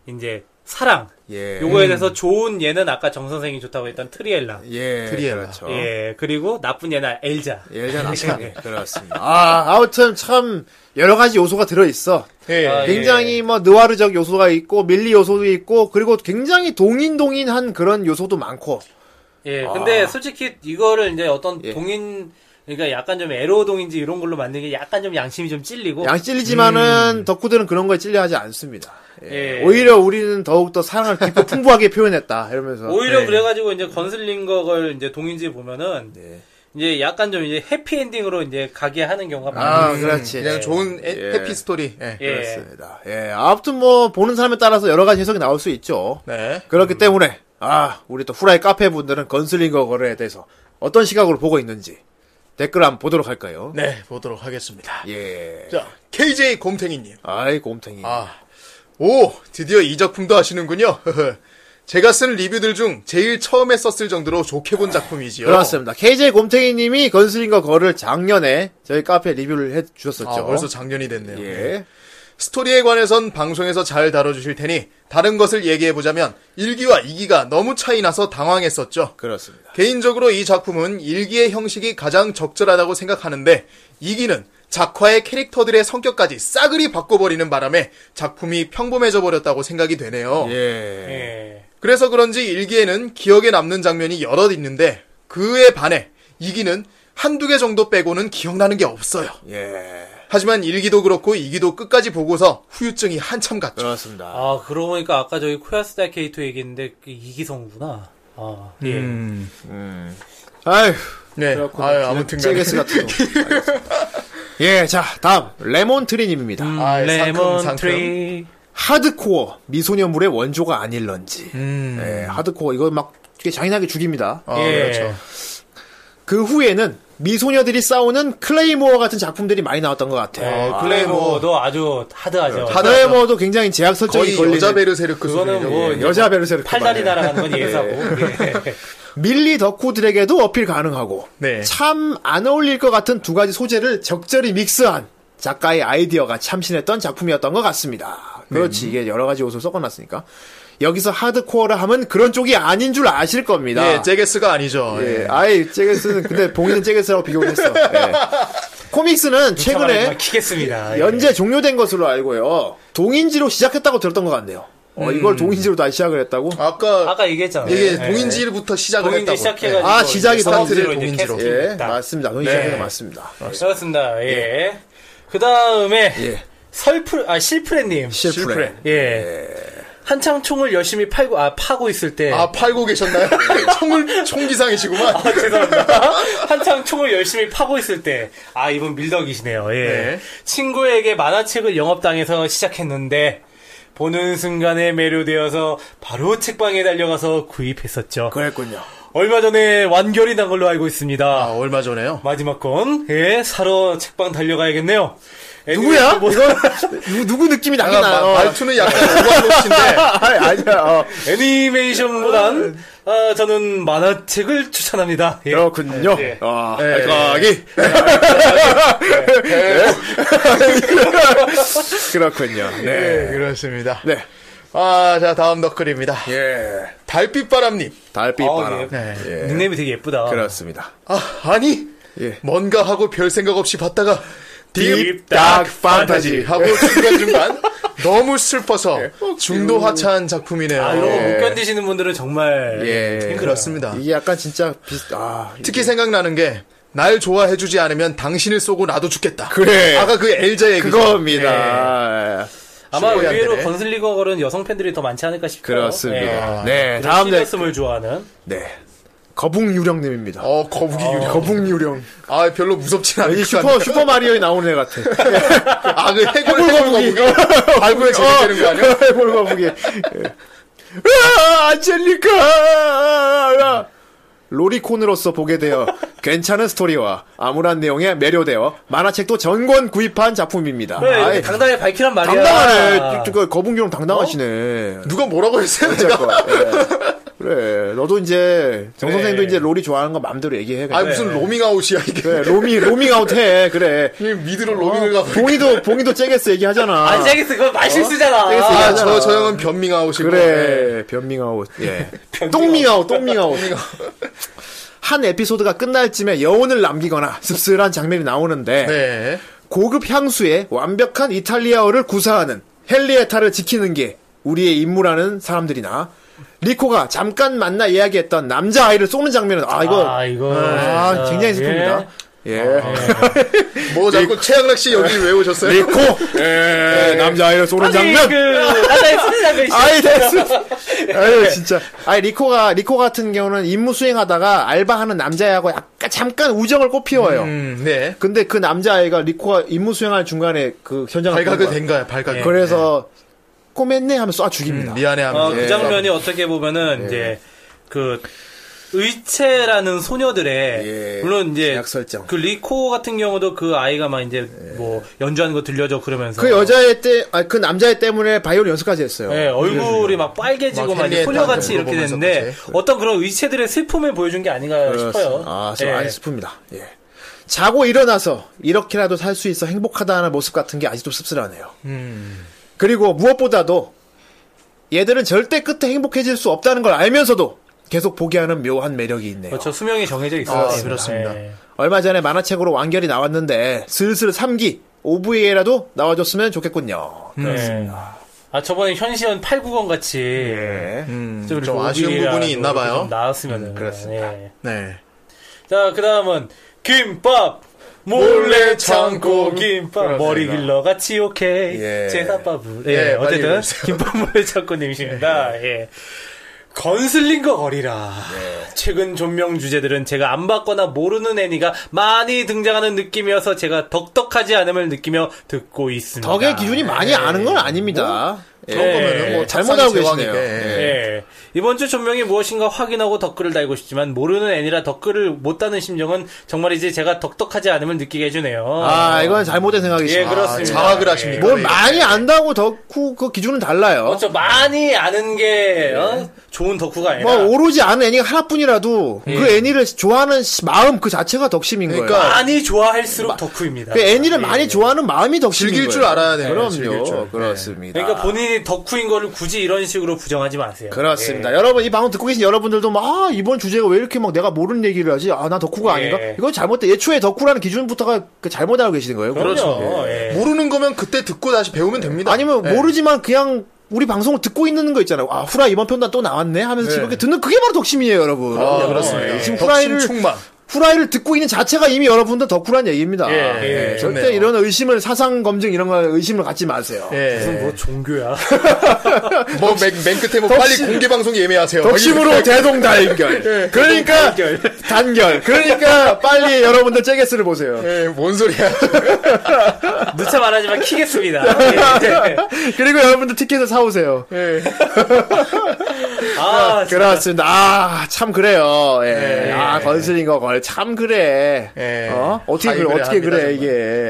S4: 이제 사랑
S2: 예.
S4: 요거에 대해서 좋은 예는 아까 정 선생이 좋다고 했던 트리엘라
S2: 예,
S5: 트리엘라.
S2: 그렇죠.
S4: 예 그리고 나쁜 예는 엘자
S2: 예전
S4: 네.
S2: 아참 그렇습니다. 아, 아무튼 참 여러 가지 요소가 들어 있어.
S5: 예.
S4: 아, 예.
S2: 굉장히 뭐 느와르적 요소가 있고 밀리 요소도 있고 그리고 굉장히 동인 동인한 그런 요소도 많고.
S4: 예 근데 솔직히 이거를 이제 어떤
S2: 예.
S4: 동인 그러니까 약간 좀 에로동인지 이런 걸로 만든 게 약간 좀 양심이 좀 찔리고
S2: 양 찔리지만은 덕후들은 그런 거에 찔려하지 않습니다. 예.
S4: 음. 예.
S2: 오히려 우리는 더욱더 사랑을 깊고 풍부하게 표현했다 이러면서
S4: 오히려
S2: 예.
S4: 그래가지고 이제 건슬링거걸 이제 동인지 보면은 이제 약간 좀 이제 해피 엔딩으로 이제 가게 하는 경우가 많아요.
S2: 아 그렇지
S4: 음.
S5: 그냥 좋은 애-
S2: 예.
S5: 해피 스토리. 예.
S4: 예.
S2: 그렇습니다. 예 아무튼 뭐 보는 사람에 따라서 여러 가지 해석이 나올 수 있죠.
S5: 네.
S2: 그렇기 때문에 아, 우리 또 후라이 카페 분들은 건슬링거 거래에 대해서 어떤 시각으로 보고 있는지 댓글 한번 보도록 할까요?
S5: 네, 보도록 하겠습니다.
S2: 예.
S5: 자, KJ 곰탱이님.
S2: 아이, 곰탱이.
S5: 아, 오, 드디어 이 작품도 하시는군요. 제가 쓴 리뷰들 중 제일 처음에 썼을 정도로 좋게 본 작품이지요.
S2: 그렇습니다. KJ 곰탱이 님이 건슬링거 거를 작년에 저희 카페 리뷰를 해 주셨었죠.
S5: 아, 벌써 작년이 됐네요.
S2: 어? 예.
S5: 스토리에 관해선 방송에서 잘 다뤄주실 테니 다른 것을 얘기해보자면 1기와 2기가 너무 차이나서 당황했었죠.
S2: 그렇습니다.
S5: 개인적으로 이 작품은 일기의 형식이 가장 적절하다고 생각하는데 이기는 작화의 캐릭터들의 성격까지 싸그리 바꿔버리는 바람에 작품이 평범해져 버렸다고 생각이 되네요.
S2: 예.
S4: 예.
S5: 그래서 그런지 일기에는 기억에 남는 장면이 여럿 있는데 그에 반해 이기는 한두 개 정도 빼고는 기억나는 게 없어요.
S2: 예.
S5: 하지만 일기도 그렇고 이기도 끝까지 보고서 후유증이 한참 갔죠.
S2: 그렇습니다.
S4: 아, 그러고 보니까 아까 저기 코야스다 케이토 얘기했는데 그 이기성구나. 아, 예.
S2: 음. 아휴.
S5: 네. 아유, 아무튼 간에.
S2: 스 같은 거. 예, 자, 다음. 레몬트리 님입니다.
S5: 아, 상큼,
S4: 예. 레몬
S5: 상큼.
S4: 트리.
S2: 하드코어 미소녀물의 원조가 아닐런지.
S5: 음.
S2: 예, 하드코어 이거 막 되게 잔인하게 죽입니다.
S5: 아,
S4: 예.
S5: 그렇죠.
S2: 그 후에는 미소녀들이 싸우는 클레이모어 같은 작품들이 많이 나왔던 것 같아요.
S5: 어, 클레이모
S4: 클레이모어도 아주 하드하죠.
S2: 그렇죠. 클레이모어도 굉장히 제약 설정이
S5: 거의
S2: 걸리는
S5: 여자 베르세르크
S4: 그거는
S5: 수준이죠.
S4: 뭐
S2: 예, 여자 베르세르
S4: 팔다리 날아가는 건 예사고. 예.
S2: 밀리 덕후들에게도 어필 가능하고
S5: 네.
S2: 참 안 어울릴 것 같은 두 가지 소재를 적절히 믹스한 작가의 아이디어가 참신했던 작품이었던 것 같습니다. 그렇지
S5: 네.
S2: 이게 여러 가지 요소를 섞어놨으니까 여기서 하드코어를 하면 그런 쪽이 아닌 줄뭐 아실 겁니다.
S5: 예, 제게스가 아니죠. 예.
S2: 예, 아이 잭스는 근데 봉이는 잭스라고 비교했어. 예. 코믹스는 최근에
S4: 정말 키겠습니다. 예.
S2: 연재 종료된 것으로 알고요. 동인지로 시작했다고 들었던 것 같네요. 어, 이걸 동인지로 다시 시작을 했다고?
S5: 음. 아까
S4: 아까 얘기했잖아요.
S5: 이게
S4: 예.
S5: 동인지부터 시작을 예.
S4: 동인지
S5: 했다고.
S4: 시작해가지고
S2: 아, 시작이
S4: 이제
S2: 스타트를
S4: 서브지로 이제
S5: 동인지로.
S4: 캐스팅
S2: 예,
S4: 딱.
S2: 맞습니다. 동인지
S5: 네.
S2: 시작이 맞습니다.
S4: 그렇습니다. 예. 그 다음에
S2: 예.
S4: 설프 아 실프레님.
S2: 실프레.
S4: 예. 한창 총을 열심히 팔고 아 파고 있을 때.
S5: 아, 팔고 계셨나요? 총을, 총기상이시구만.
S4: 네. 아, 죄송합니다. 한창 총을 열심히 파고 있을 때, 아, 이분 밀덕이시네요. 예.
S5: 네.
S4: 친구에게 만화책을 영업당해서 시작했는데, 보는 순간에 매료되어서 바로 책방에 달려가서 구입했었죠.
S2: 그랬군요.
S4: 얼마 전에 완결이 난 걸로 알고 있습니다.
S5: 아, 얼마 전에요?
S4: 마지막 건, 예, 사러 책방 달려가야겠네요.
S2: 누구야?
S4: 애니메이션 보-
S2: 이거 누, 누구 느낌이 나긴 어.
S5: 아,
S2: 나요.
S5: 마- 뭐 말투는 약간 오버로치인데
S2: 아니, 아니야. 어,
S4: 애니메이션보단, 아, 저는 만화책을 추천합니다. 예.
S2: 그렇군요.
S5: 네.
S4: 예.
S2: 아,
S5: 대각이.
S2: 그렇군요. 네.
S5: 네, 그렇습니다.
S2: 네.
S5: 아, 자, 다음 너클입니다.
S2: 예.
S5: 달빛바람님.
S2: 달빛바람.
S4: 아, 예. 닉네임이 되게 예쁘다.
S2: 그렇습니다.
S5: 아, 아니.
S2: 예.
S5: 뭔가 하고 별 생각 없이 봤다가,
S2: Deep Dark Fantasy.
S5: 하고 중간중간 너무 슬퍼서 중도 하차한 작품이네요. 예. 네.
S4: 아, 이런 거못 견디시는 분들은 정말
S2: 예.
S4: 힘들어요.
S5: 그렇습니다.
S2: 이게 약간 진짜 비슷, 아.
S5: 특히 생각나는 게 날 좋아해주지 않으면 당신을 쏘고 나도 죽겠다.
S2: 그래.
S5: 아까 그 엘자 얘기. 네.
S2: 그겁니다. 예,
S4: 아마
S5: 실력이 안
S4: 의외로
S5: 되네.
S4: 건슬리거 걸은 여성 팬들이 더 많지 않을까 싶어요. 예.
S2: 그렇습니다.
S5: 아,
S2: 네. 다음
S4: 다음
S2: 네.
S4: 시리얼스물 좋아하는
S2: 네. 거북유령님입니다.
S5: 어 거북이 유령.
S2: 거북유령.
S5: 아 별로 무섭진 않아.
S2: 이 슈퍼, 슈퍼마리오에 나오는 애 같아.
S5: 아그 해골
S2: 해골 거북이.
S5: 해골 거북이. 발굴에 제대되는 거 아니야?
S2: 어, 해골 거북이. 예. 으아, 안젤리카! 로리콘으로서 보게 되어 괜찮은 스토리와 암울한 내용에 매료되어 만화책도 전권 구입한 작품입니다.
S5: 네,
S4: 그래,
S5: 예,
S2: 아이,
S4: 네, 당당히 밝히란 말이야.
S5: 아.
S2: 당당하네. 저- 저 거북이랑 당당하시네.
S5: 누가 뭐라고 했어요?
S2: 진짜 그거. 예. 그래, 너도 이제 정 선생도 이제 로리 좋아하는 거 마음대로 얘기해.
S5: 네. 아
S2: 그냥.
S5: 무슨 로밍아웃이야 이게.
S2: 그래, 로미 로밍 아웃해. 그래.
S5: 이 미드로
S2: 어.
S5: 로밍을 가고.
S2: 아, 봉이도 봉이도 잭에스 얘기하잖아.
S4: 아, 잭스 그거
S5: 어?
S4: 말실수잖아.
S2: 잭스 얘기하잖아.
S5: 아저 저 형은 변밍아웃이고.
S2: 그래 변밍 아웃. 예. 똥밍 아웃 똥밍 아웃. 한 에피소드가 끝날 쯤에 여운을 남기거나 씁쓸한 장면이 나오는데
S5: 네.
S2: 고급 향수에 완벽한 이탈리아어를 구사하는 헨리에타를 지키는 게 우리의 임무라는 사람들이나 리코가 잠깐 만나 이야기했던 남자 아이를 쏘는 장면은 아 이거
S4: 아,
S2: 아,
S4: 이거. 진짜,
S2: 굉장히
S4: 예. 아,
S2: 슬픕니다. 예.
S5: 뭐 자꾸 최양락 씨 여기 왜 오셨어요?
S2: 리코 예, 남자 아이를 쏘는
S4: 아니,
S2: 장면.
S4: 그,
S5: 네.
S4: 나의 쓰는 장면.
S2: 아이 됐어. 아유 진짜. 아이 리코가 리코 같은 경우는 임무 수행하다가 알바하는 남자애하고 약간 잠깐 우정을 꽃피워요.
S5: 음, 네.
S2: 근데 그 남자아이가 리코가 임무 수행하는 중간에 그 현장을
S5: 발각이
S2: 본 거야.
S5: 된 거야 발각.
S2: 그래서 꼬맸네 하면서 아 죽입니다.
S5: 미안해 하면서.
S4: 어, 그
S5: 예.
S4: 장면이 어떻게 보면은
S2: 예.
S4: 이제 그 의체라는 소녀들의
S2: 예,
S4: 물론 이제
S2: 진학 설정.
S4: 그 리코 같은 경우도 그 아이가 막 이제 뭐 연주하는 거 들려줘 그러면서
S2: 그 여자애 때, 아, 그 남자애 때문에 바이올 연습까지 했어요.
S4: 예, 얼굴이 막 빨개지고
S5: 막
S4: 막 이제
S5: 헨리에타
S4: 소녀같이
S5: 그런 거
S4: 이렇게
S5: 보면서
S4: 됐는데
S5: 그치?
S4: 어떤 그런 의체들의 슬픔을 보여준 게 아닌가 싶어요.
S2: 아,
S4: 예.
S2: 안 슬픕니다. 예. 자고 일어나서 이렇게라도 살 수 있어 행복하다는 모습 같은 게 아직도 씁쓸하네요.
S4: 음.
S2: 그리고 무엇보다도 얘들은 절대 끝에 행복해질 수 없다는 걸 알면서도 계속 보게 하는 묘한 매력이 있네요.
S4: 그렇죠. 수명이 정해져 있어요.
S5: 아, 그렇습니다.
S4: 예.
S2: 얼마 전에 만화책으로 완결이 나왔는데 슬슬 3기 OVA라도 나와줬으면 좋겠군요.
S4: 예. 아 저번에 현시연 8구건 같이 좀, 이렇게
S5: 예. 음, 좀 아쉬운
S4: 오비라도
S5: 부분이 있나 봐요. 음,
S4: 이렇게 좀 나왔으면은
S5: 그렇습니다.
S4: 예.
S5: 네.
S4: 자, 그 다음은, 김밥! 몰래 참고 김밥
S5: 그렇습니다.
S4: 머리 길러가 지 오케이
S5: 예.
S4: 제사밥을
S5: 예,
S4: 예,
S5: 빨리
S4: 어쨌든
S5: 읽어주세요.
S4: 김밥 몰래 참고 님이십니다 예. 건슬링거 거리라
S5: 예.
S4: 최근 존명 주제들은 제가 안 봤거나 모르는 애니가 많이 등장하는 느낌이어서 제가 덕덕하지 않음을 느끼며 듣고 있습니다
S2: 덕의 기준이 많이 아는 건 아닙니다.
S5: 그런
S4: 예.
S5: 거면은 뭐
S2: 잘못 알고 계시네요.
S5: 예.
S4: 예. 이번 주 전명이 무엇인가 확인하고 덧글을 달고 싶지만 모르는 애니라 덧글을 못 다는 심정은 정말이지 제가 덕덕하지 않음을 느끼게 해주네요.
S2: 아, 이건 잘못된 생각이시죠.
S4: 예, 그렇습니다.
S5: 아, 자학을
S4: 예.
S5: 하십니까?
S2: 뭘
S5: 예.
S2: 많이 안다고 덕후 그 기준은 달라요.
S4: 그렇죠. 많이 아는 게 어? 좋은 덕후가 아니라
S2: 예. 뭐 오로지 아는 애니가 하나뿐이라도
S5: 예.
S2: 그 애니를 좋아하는 시- 마음 그 자체가 덕심인
S5: 그러니까.
S2: 거예요.
S4: 많이 좋아할수록 덕후입니다.
S2: 그 애니를 많이 좋아하는 마음이 덕심인
S5: 예. 즐길
S2: 거예요.
S5: 줄 알아야 돼요. 뭐
S2: 그럼요.
S5: 즐길 줄.
S2: 그렇습니다.
S4: 그러니까 본인이 덕후인 거를 굳이 이런 식으로 부정하지 마세요.
S2: 아.
S5: 예.
S2: 그렇습니다. 여러분 이 방송 듣고 계신 여러분들도 막 아, 이번 주제가 왜 이렇게 막 내가 모르는 얘기를 하지? 아, 나 덕후가
S4: 예.
S2: 아닌가? 이건 잘못돼. 예초에 덕후라는 기준부터가 그 잘못 알고 계시는 거예요.
S4: 그렇죠. 예.
S5: 모르는 거면 그때 듣고 다시 배우면 됩니다.
S2: 아니면
S5: 예.
S2: 모르지만 그냥 우리 방송을 듣고 있는 거 있잖아요. 아, 후라 이번 편단 또 나왔네 하면서 지금 이렇게 듣는 그게 바로 덕심이에요, 여러분.
S5: 예. 아, 그렇습니다.
S2: 예.
S5: 덕심
S2: 지금 후라이를
S5: 충만.
S2: 후라이를 듣고 있는 자체가 이미 여러분들 덕후란 얘기입니다.
S4: 예,
S2: 예, 절대
S5: 좋네요.
S2: 이런 의심을 사상 검증 이런 걸 의심을 갖지 마세요.
S5: 예.
S4: 무슨 뭐 종교야.
S5: 뭐맨 맨 끝에 뭐 빨리 공개 방송 예매하세요. 예.
S2: 덕심으로 대동 단결. 그러니까 단결. 그러니까 빨리 여러분들 잭게스를 보세요.
S5: 예, 뭔 소리야.
S4: 누차 말하지만 키겠습니다. 예.
S2: 그리고 여러분들 티켓을 사오세요.
S4: 아,
S2: 그렇습니다. 아, 참 그래요. 예. 아, 건슬링거 걸. 참 그래.
S5: 예.
S2: 어? 어떻게
S5: 아이,
S2: 그래,
S5: 그래,
S2: 어떻게
S5: 합니다,
S2: 그래,
S5: 정말. 예,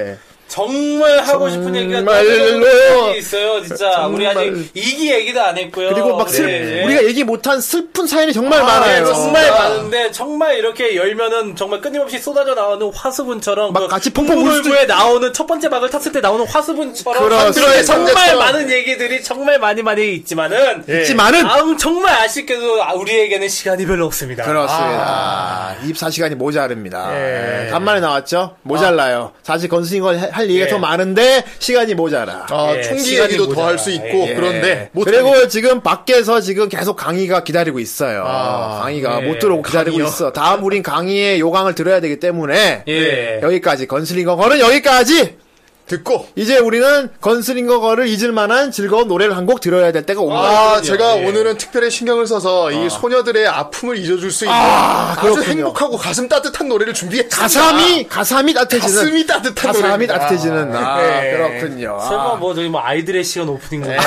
S2: 이게.
S4: 정말 하고 싶은 얘기가
S2: 정말로.
S4: 너무 있어요, 진짜. 우리
S2: 정말.
S4: 아직 이기 얘기도 안 했고요.
S2: 그리고 막 슬,
S4: 네, 네.
S2: 우리가 얘기 못한 슬픈 사연이 정말
S4: 아,
S2: 많아요.
S4: 이거 정말 많은데 정말 이렇게 열면은 정말 끊임없이 쏟아져 나오는 화수분처럼
S2: 막
S4: 그
S2: 같이 펑펑 울
S4: 울
S2: 수도
S4: 부에 나오는 첫 번째 박을 탔을 때 나오는 화수분처럼
S2: 그렇습니다. 예.
S4: 한들어의 정말
S5: 그렇죠.
S4: 많은 얘기들이 정말 많이 많이 있지만은 예.
S2: 있지만은.
S4: 다음 정말 아쉽게도 아, 우리에게는 시간이 별로 없습니다.
S2: 그렇습니다.
S5: 아.
S2: 24시간이 모자릅니다. 예, 간만에 나왔죠? 모자라요.
S5: 아.
S2: 사실 건승이가 할 얘기가
S4: 예.
S2: 더 많은데 시간이 모자라.
S5: 아,
S4: 예,
S5: 총기
S4: 시간이
S5: 얘기도 더
S4: 모자라.
S5: 할 수 있고
S4: 예.
S5: 그런데 못
S2: 그리고 지금 밖에서 지금 계속 강의가 기다리고 있어요.
S5: 아.
S2: 강의가
S4: 예.
S2: 못 들어오고 기다리고 있어. 다음 우린 강의의 요강을 들어야 되기 때문에
S4: 예.
S2: 여기까지 건슬링거 걸은 여기까지.
S5: 듣고
S2: 이제 우리는 건슬링거 걸을 잊을 만한 즐거운 노래를 한 곡 들어야 될 때가 온 거예요.
S5: 아, 제가 오늘은 특별히 신경을 써서
S4: 아.
S5: 이 소녀들의 아픔을 잊어줄 수 있는
S2: 아,
S5: 아, 주
S2: 그렇군요.
S5: 행복하고 가슴 따뜻한 노래를 준비했습니다.
S2: 가삼이 가삼이 따뜻해지는
S5: 가슴이 따뜻한
S2: 가삼이
S5: 노래입니다.
S2: 따뜻해지는 아,
S5: 예.
S2: 그렇군요.
S4: 설마
S2: 아,
S4: 뭐 저기 뭐 아이들의 시간 오프닝 예.
S5: 예.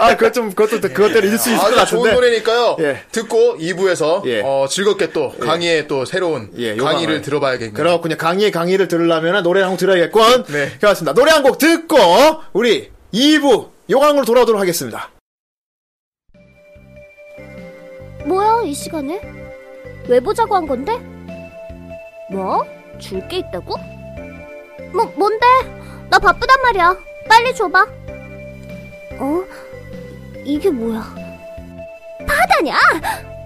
S2: 아 그것 좀 그것도 그것대로 잊을 수 있을 것
S5: 아주 좋은
S2: 같은데.
S5: 노래니까요.
S2: 예.
S5: 듣고 2부에서 어,
S2: 예.
S5: 즐겁게 또 강의의 또 새로운
S2: 예, 요강을.
S5: 강의를 들어봐야겠네요.
S2: 그렇군요. 강의의 강의를 들으려면 노래 한 곡 들어야겠군.
S5: 네.
S2: 그렇습니다. 노래 한 곡 듣고 우리 2부 요강으로 돌아오도록 하겠습니다.
S3: 뭐야 이 시간에? 왜 보자고 한 건데? 뭐? 줄 게 있다고? 뭐 뭔데? 나 바쁘단 말이야. 빨리 줘봐. 어? 이게 뭐야? 파다냐?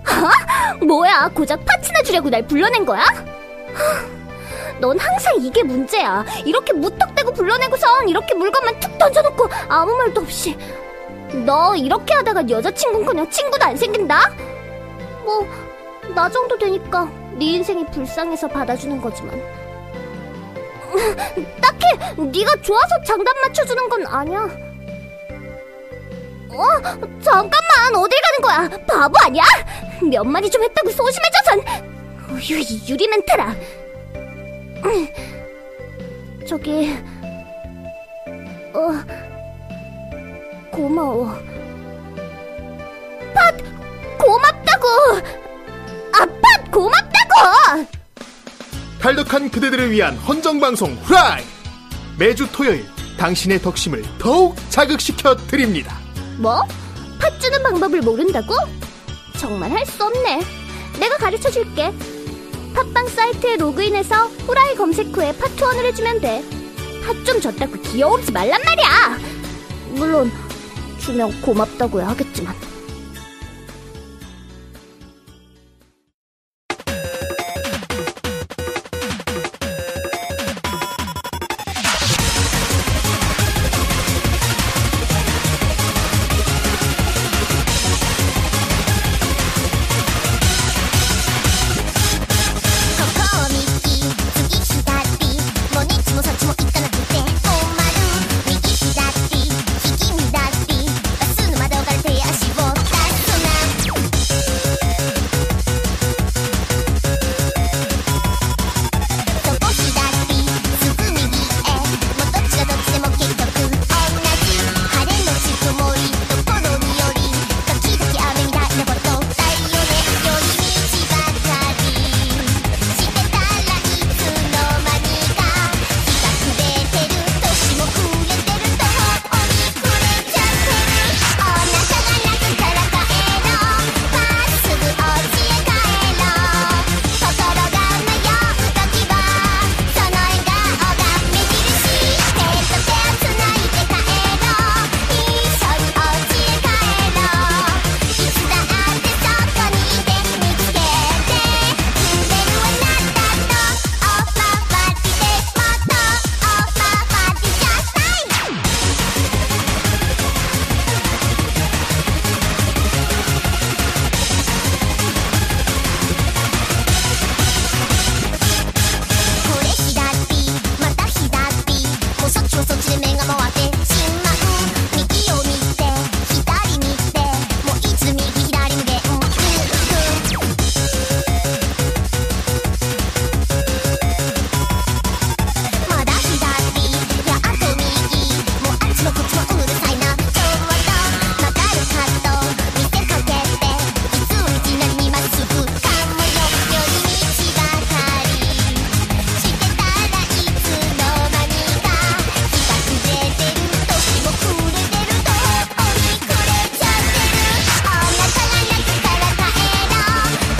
S3: 아? 뭐야? 고작 파츠나 주려고 날 불러낸 거야? 하, 넌 항상 이게 문제야. 이렇게 무턱대고 불러내고선 이렇게 물건만 툭 던져놓고 아무 말도 없이. 너 이렇게 하다가 여자친구는커녕 친구도 안 생긴다? 뭐, 나 정도 되니까 네 인생이 불쌍해서 받아주는 거지만. 딱히 네가 좋아서 장단 맞춰주는 건 아니야. 어? 잠깐만 어딜 가는 거야? 바보 아니야? 몇 마디 좀 했다고 소심해져선 어휴 이 유리 멘트라 저기 어 고마워. 팟! 고맙다고! 아, 팟! 고맙다고!
S11: 탈덕한 그대들을 위한 헌정방송 후라이! 매주 토요일 당신의 덕심을 더욱 자극시켜 드립니다.
S3: 뭐? 팥 주는 방법을 모른다고? 정말 할 수 없네. 내가 가르쳐 줄게. 팟빵 사이트에 로그인해서 후라이 검색 후에 팟 투원을 해주면 돼. 팥 좀 줬다고 귀여우지 말란 말이야. 물론 주면 고맙다고야 하겠지만.
S9: ここを見つき次左もねちもそっちも行かなくて困る右左引き左バスの窓から手足を出すなそこ左すぐ右へもうどっちがどっちでも結局同じ晴れのち曇りところにより時々雨みたいなことだよね寄り道ばかりしてたらいつの間にか日が暮れてる年も暮れてると頬に暮れちゃってるお腹が楽から帰ろうまっすぐお家へ帰ろう心が迷うときはその笑顔が目印手と手をつないで帰ろう一緒にお家へ帰ろういつだってそこにいて見つけて夢は何だろうオーバーパーティーでもっとオーバーパーティーじゃないこれ左また左もうそっちもそっちで目が回ってしまう右を見て左見てもういつ右左無限ループまだ左やあと右もうあっちもこっちもうるさいなちょっと曲がるカット見せかけていつも道なりにまっすぐかもよ寄り道ばかりしてたらいつの間にか日が暮れてる年も暮れてると頬に暮れちゃってるお腹が泣くから帰ろう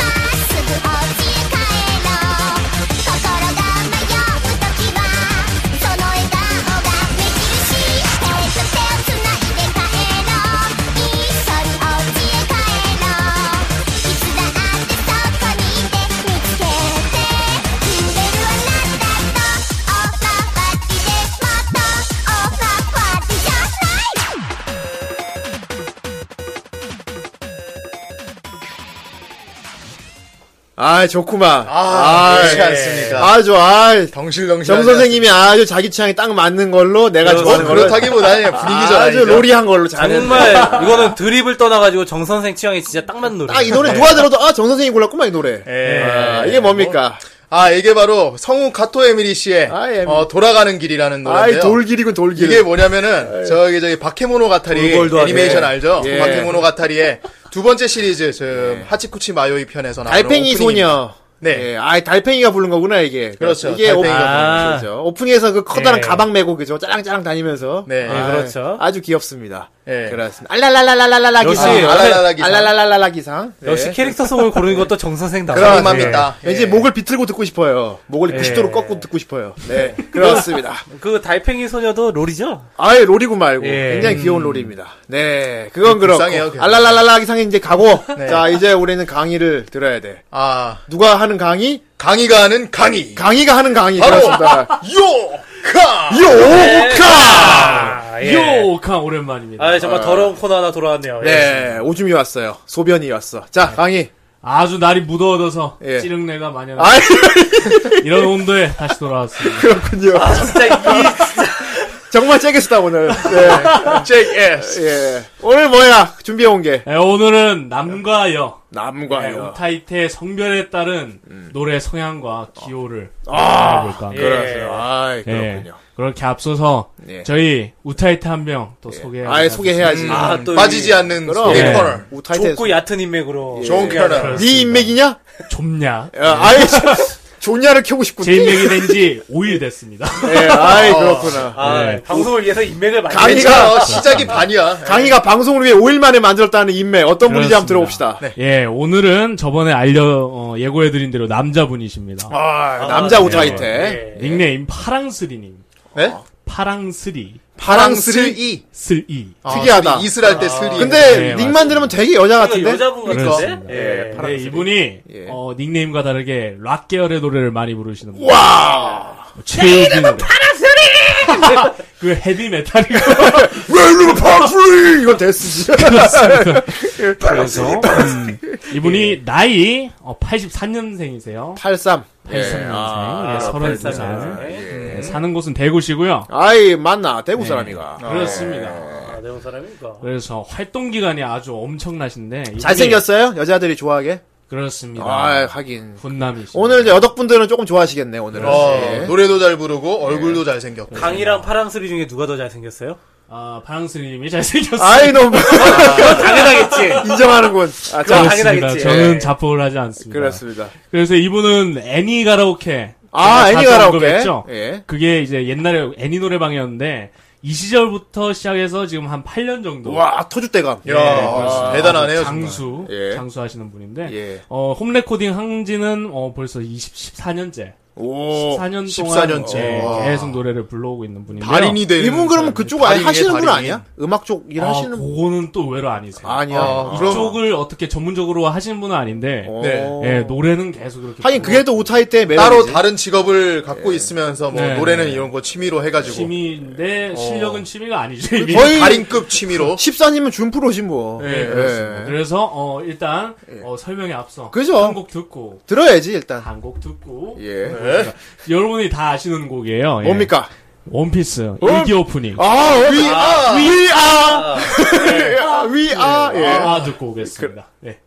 S9: まっすぐお家へ帰ろう心が迷うときはその笑顔が目印手と手をつないで帰ろう一緒にお家へ帰ろういつだってそこにいて見つけて夢は何だろうオーバーパーティーでもっとオーバーパーティーじゃない
S2: 아 좋구만.
S5: 아,
S2: 아이, 예.
S5: 그렇지 않습니다.
S2: 아주 아
S5: 덩실덩실.
S2: 정 선생님이 아주 자기 취향에 딱 맞는 걸로 내가
S4: 그렇죠.
S2: 좋아하는 걸로
S5: 어, 그렇다기보다는 예, 분위기잖아요.
S2: 아주 로리한 걸로 잘했네.
S4: 정말 이거는 드립을 떠나가지고 정 선생 취향에 진짜 딱 맞는 노래.
S2: 예. 딱이 노래 누가 들어도 아 정 선생이 골랐구만 이 노래.
S5: 예.
S2: 아, 이게 뭡니까?
S5: 아, 이게 바로 성우 카토 에미리 씨의
S2: 아, 에미리.
S5: 어, 돌아가는 길이라는
S2: 아이
S5: 노래인데요.
S2: 돌길이군 돌길.
S5: 이게 뭐냐면은 저기 저기 바케모노 가타리
S4: 돌골도 하네.
S5: 애니메이션 알죠?
S2: 예.
S5: 바케모노 가타리의 두 번째 시리즈 지금 하치쿠치 마요이 편에서 나오는
S2: 달팽이
S5: 오프닝입니다.
S2: 소녀.
S5: 네.
S2: 예, 아 달팽이가 부른 거구나 이게.
S5: 그렇죠.
S2: 이게
S5: 달팽이가 아.
S4: 부른
S2: 오프닝,
S4: 거죠.
S2: 그렇죠. 오프닝에서 그 커다란
S4: 예.
S2: 가방 메고 그죠 짜랑짜랑 다니면서.
S5: 네.
S2: 아,
S4: 예, 그렇죠.
S2: 아주 귀엽습니다.
S5: 예.
S2: 그렇습니다. 알랄랄랄랄랄라
S4: 역시
S2: 기상.
S4: 아,
S5: 알랄랄라 기상.
S2: 알랄랄랄랄라 기상. 예.
S4: 역시 캐릭터송을 고르는 것도 정 선생다.
S5: 그랑맘이다. 예.
S2: 왠지 목을 비틀고 듣고 싶어요. 목을
S4: 예.
S2: 90도로 꺾고 듣고 싶어요. 네, 그렇습니다.
S4: 그 달팽이 소녀도 롤이죠?
S2: 아예 롤이고 말고
S4: 예.
S2: 굉장히 귀여운
S10: 음.
S2: 롤입니다. 네, 그건 그렇고
S5: 불쌍해요, 걔는.
S2: 알랄랄랄라 기상이 이제 가고 자 이제 우리는 강의를 들어야 돼.
S5: 아,
S2: 누가 하는 강의?
S5: 강의가 하는 강의.
S2: 강의가 하는 강의
S5: 바로
S2: 그렇습니다.
S5: 요카.
S2: 요카.
S4: 아, 예.
S10: 요강 오랜만입니다.
S4: 아, 정말 더러운 코너 하나 돌아왔네요. 예.
S2: 네, 오줌이 왔어요. 소변이 왔어. 자 강의.
S10: 네. 아주 날이 무더워져서
S2: 예.
S10: 찌릉내가 많이 나.
S2: 아
S10: 이런 온도에 다시 돌아왔습니다.
S2: 그렇군요.
S4: 진짜 이
S2: 정말 잭게 쓰다 오늘. 예.
S5: 잭 S.
S2: 예. 오늘 뭐야? 준비해 온 게.
S10: 네, 오늘은 남과 여, 네,
S2: 남과요. 음.
S10: 옥타이트의 성별에 따른 노래 성향과 기호를 알아볼까 합니다.
S2: 예. 그래서 아이
S10: 예,
S2: 그렇군요.
S10: 그렇게 앞서서
S2: 예.
S10: 저희 우타이트 한 명 또 소개.
S2: 아예 소개해야지.
S4: 아, 또
S5: 빠지지 않는
S2: 그럼.
S5: 소개
S10: 예.
S5: 코너.
S2: 우타이트.
S4: 좁고 얕은 인맥으로
S5: 좋은 코너.
S2: 네 인맥이냐?
S10: 좁냐? 네.
S2: 야, 아예 존야를 켜고 싶군.
S10: 제 인맥이 된 지 5일 됐습니다.
S2: 예, 아이 그렇구나.
S4: 아, 방송을 위해서 인맥을 많이
S2: 강의가-
S5: 괜찮아. 시작이 반이야.
S2: 강희가 방송을 위해 5일 만에 만들었다는 인맥 어떤 분인지 한번 들어봅시다.
S10: 예, 오늘은 저번에 알려 어, 예고해드린 대로 남자분이십니다.
S2: 아, 남자 우타이트.
S10: 닉네임 파랑스리님.
S5: 네?
S10: 파랑스리
S2: 파랑스를
S5: 이.
S10: 슬이.
S2: 특이하다.
S5: 이슬 할때 슬이.
S2: 아, 근데
S10: 네,
S2: 닉만 들으면 되게 여자 같은데?
S4: 여자분 같은데?
S10: 그렇습니다.
S4: 예.
S10: 네, 이분이
S2: 예.
S10: 어, 닉네임과 다르게 락 계열의 노래를 많이 부르시는 분.
S2: 와.
S10: 최이름 파랑스리. 그 헤비 메탈이고
S2: 웰루 파프리 이건 데스지.
S10: 그렇습니다. 그래서 음, 이분이 나이 어, 83년생이세요.
S2: 83.
S10: 83년생,
S2: 아,
S10: 예, 32살. 예, 사는 곳은 대구시고요.
S2: 아이 맞나 대구
S10: 네.
S2: 사람이가.
S10: 아, 그렇습니다.
S4: 아, 내용 사람입니까?
S10: 그래서 활동 기간이 아주 엄청나신데 이분이-
S2: 잘생겼어요? 여자들이 좋아하게?
S10: 그렇습니다.
S2: 아 하긴.
S10: 훈남이시.
S2: 오늘 이제 여덕분들은 조금 좋아하시겠네 오늘은.
S5: 어,
S2: 예.
S5: 노래도 잘 부르고 얼굴도 잘 생겼고.
S4: 강이랑 파랑스리 중에 누가 더 잘생겼어요?
S10: 아 파랑스님이 잘생겼어요.
S2: 아이 너무
S4: 당연하겠지.
S2: 인정하는군. 아, 자,
S4: 그건
S10: 그렇습니다.
S4: 당연하겠지.
S10: 저는 자폭을 하지 않습니다.
S2: 그렇습니다.
S10: 래서 이분은 애니 가라오케.
S2: 아
S10: 제가
S2: 애니
S10: 자주
S2: 가라오케.
S10: 언급했죠?
S2: 예.
S10: 그게 이제 옛날에 애니 노래방이었는데 이 시절부터 시작해서 지금 한 8년 정도. 네,
S2: 와 아, 터줏대감.
S10: 예,
S5: 야, 대단하네요. 정말.
S10: 장수
S2: 예.
S10: 장수 하시는 분인데
S2: 예.
S10: 어, 홈 레코딩 한지는 어, 벌써 20, 14년째
S2: 오.
S10: 14년
S5: 14
S10: 동안
S5: 년째.
S10: 예,
S5: 와.
S10: 계속 노래를 불러오고 있는 분인데요.
S5: 달인이 되는.
S2: 이분 그러면
S5: 사람들.
S2: 그쪽 아예
S5: 달인이네,
S2: 하시는 분
S5: 달인.
S2: 아니야? 음악 쪽 일
S10: 아,
S2: 하시는 분
S10: 그거는 또 의외로 아니세요.
S2: 아니야.
S5: 아, 그럼-
S10: 쪽을 어떻게 전문적으로 하시는 분은 아닌데
S2: 어.
S5: 네.
S10: 예, 노래는 계속 그렇게
S2: 하긴 그게 또 우타이 때 매력이지.
S5: 따로 다른 직업을 갖고 있으면서 뭐
S10: 네.
S5: 노래는 이런 거 취미로 해가지고
S10: 취미인데 실력은 취미가 아니죠. 이미.
S2: 어. 거의
S5: 달인급 취미로
S2: 14님은 준프로지 뭐.
S10: 예, 그렇습니다.
S2: 예.
S10: 그래서 어, 일단 어, 설명에 앞서
S2: 그죠.
S10: 한 곡 듣고
S2: 들어야지 일단.
S10: 한 곡 듣고
S2: 예.
S10: 여러분이 다 아시는 곡이에요. 예.
S2: 뭡니까?
S10: 원피스 일기 오프닝.
S2: 아, 위아 위아 위아 위아 예. 그,
S10: 아 듣고 오겠습니다. 네.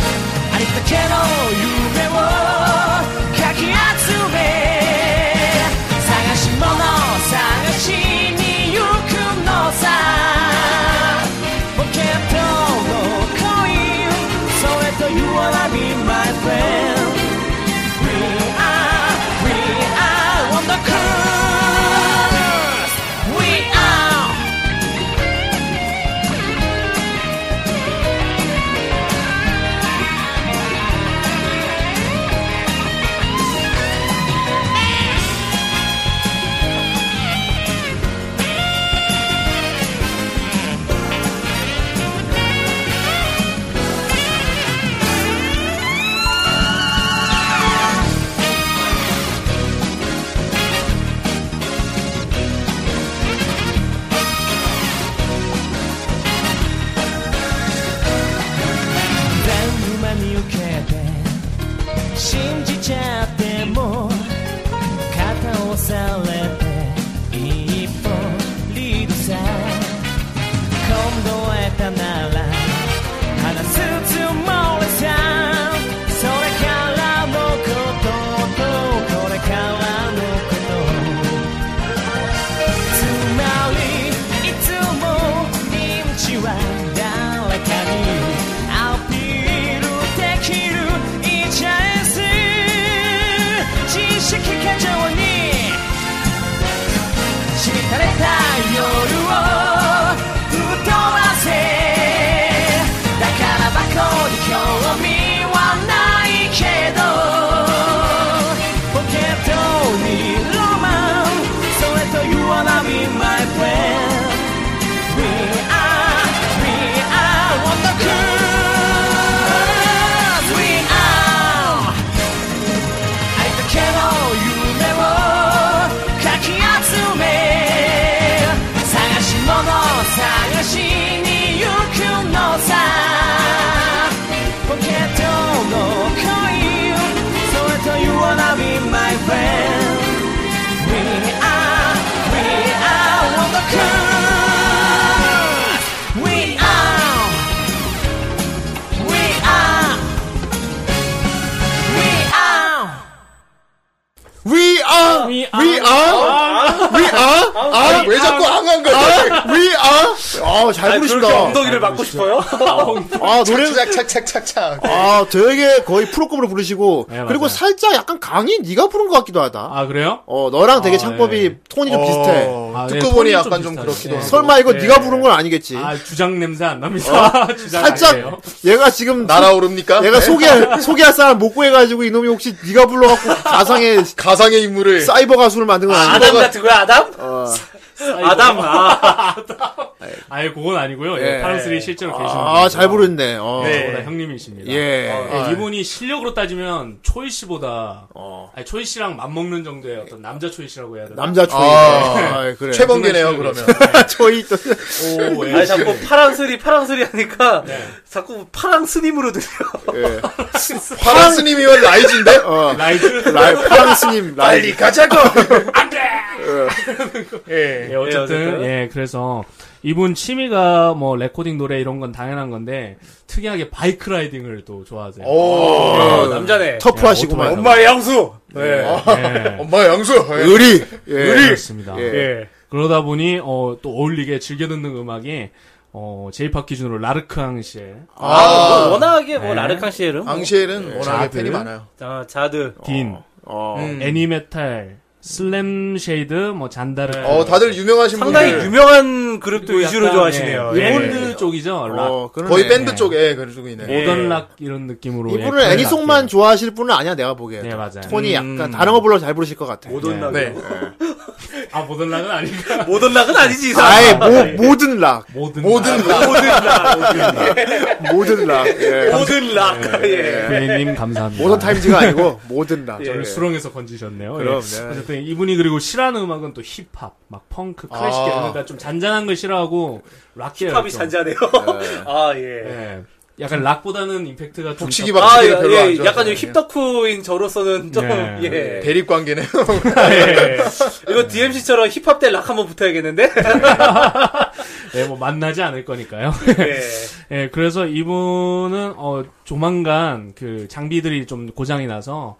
S9: 「探し物探し夜を吹っ飛ばせだからバカに興味はないけどポケットにロマンそれと You wanna be my friend We are, we are Wonderful We are ありだけの夢をかき集め探し物を探しに行くのさポケットの恋それと You wanna be my friend We are, we are wonderful We are, we are, we are
S5: We are,
S10: We are.
S5: we are, we are,
S12: 아, 왜 자꾸 앙한 거야?
S5: 아, we are. 아, 잘 부르신다.
S2: 그러니까.
S4: 그렇게 엉덩이를 맞고 싶어요?
S2: 아, 노래
S12: 착착착착착.
S2: 아, 되게 거의 프로급으로 부르시고
S10: 네,
S2: 그리고
S10: 맞아요.
S2: 살짝 약간 강이 네가 부른 것 같기도 하다.
S10: 아 그래요?
S2: 어, 너랑 되게
S10: 아,
S2: 창법이
S10: 예.
S2: 톤이
S5: 어.
S2: 좀 비슷해.
S10: 아,
S12: 듣고
S10: 예,
S12: 보니
S10: 톤이
S12: 약간 좀
S10: 비슷하죠.
S12: 그렇긴
S10: 예.
S12: 해요.
S2: 설마 이거
S10: 예.
S2: 네가 부른 건 아니겠지? 어?
S10: 아 주장 냄새 안 납니다. 주장
S2: 살짝
S10: 아니에요.
S2: 얘가 지금
S12: 날아오릅니까?
S2: 얘가
S12: 네.
S2: 소개할 소개할 사람 못 구해가지고 이놈이 혹시 네가 불러갖고 가상의
S12: 가상의 인물을
S2: 사이버 가수를 만든 건 어. 아니야?
S4: 아담 같은 거야, 아담? 아담, 아.
S10: 아예 그건 아니고요. 예,
S2: 예.
S10: 파랑스리 실제로 계신
S2: 아, 잘 부르네. 어.
S10: 네. 저보다 형님이십니다.
S2: 예.
S10: 어, 예, 이분이 실력으로 따지면 초이 씨보다 아니, 초이 씨랑 맞먹는 정도의 어떤 남자 초이 씨라고 해야 되나?
S2: 남자 초이.
S12: 아.
S2: 아, 그래.
S12: 최범계네요 그러면.
S2: 초이 또.
S10: 오, 예.
S4: 아니, 자꾸 파랑스리, 파랑스리 하니까 자꾸 파랑스님으로 들려.
S12: 파란 스님이면 라이즈인데?
S2: 어.
S10: 라이즈
S2: 라이, 프랑스님, 라이.
S12: 빨리 가자고.
S10: 예, 어쨌든
S4: 어쨌든.
S10: 예 그래서 이분 취미가 뭐 레코딩 노래 이런 건 당연한 건데 특이하게 바이크 라이딩을 또 좋아하세요.
S4: 어, 남자네.
S2: 터프하시구만.
S10: 엄마의
S4: 양수. 네.
S10: 예,
S12: 엄마 양수. 예.
S2: 의리. 예.
S10: 그렇습니다.
S4: 예.
S10: 그러다 보니 어, 또 어울리게 즐겨 듣는 음악이 어, 제이팝 기준으로 라르크항 씨의
S4: 아, 뭐 워낙에 뭐 라르캉 씨에름,
S5: 아.
S12: 앙시엘은 워낙에
S10: 자들.
S12: 팬이 많아요.
S4: 아, 자드,
S10: 딘,
S2: 어.
S4: 음.
S10: 애니메탈, 슬램 쉐이드, 뭐 잔다르.
S12: 어, 다들 유명하신
S4: 상당히
S12: 분들.
S4: 유명한 그룹도 위주로 좋아하시네요. 예.
S10: 일본드 쪽이죠. 락.
S2: 어, 그러네.
S12: 거의 밴드
S10: 예.
S12: 쪽에 그러고 있네.
S10: 모던 락 이런 느낌으로.
S2: 이분은
S10: 예,
S2: 애니송만
S10: 락.
S2: 좋아하실 분은 아니야, 내가 보기에.
S10: 네, 맞아요.
S2: 톤이
S4: 음.
S2: 약간, 다른 거 불러 잘 부르실 것 같아. 예.
S4: 모던 락.
S12: 네.
S10: 아 모던 락은 아닌가?
S4: 모던 락은 아니지, 이 사람.
S2: 아예, 모, 모든 락.
S10: 모든.
S12: 모든 락.
S4: 모든 락.
S2: 모든 락. 예.
S4: 모든 락. 예.
S10: 배님 감사합니다.
S2: 모던 타임즈가 아니고, 모든 락.
S10: 저를 수렁에서 건지셨네요.
S2: 그럼,
S10: 예.
S2: 네.
S10: 어쨌든 이분이 그리고 싫어하는 음악은 또 힙합, 막 펑크,
S2: 아.
S10: 클래식 이런 그러니까 좀 잔잔한 걸 싫어하고 락 계열
S4: 힙합이
S10: 좀.
S4: 잔잔해요. 아, 예.
S10: 예. 약간 락보다는 임팩트가 좀
S12: 북치기
S10: 더-
S4: 아,
S12: 박치기를 별로 안
S4: 예,
S12: 좋아.
S4: 약간 좀 힙덕후인 저로서는 좀,
S10: 네.
S4: 예.
S12: 대립 관계네요.
S10: 예.
S4: 이거 DMC처럼 힙합 때 락 한번 붙어야겠는데?
S10: 예, 뭐 만나지 않을 거니까요.
S4: 예.
S10: 예, 그래서 이분은 어 조만간 그 장비들이 좀 고장이 나서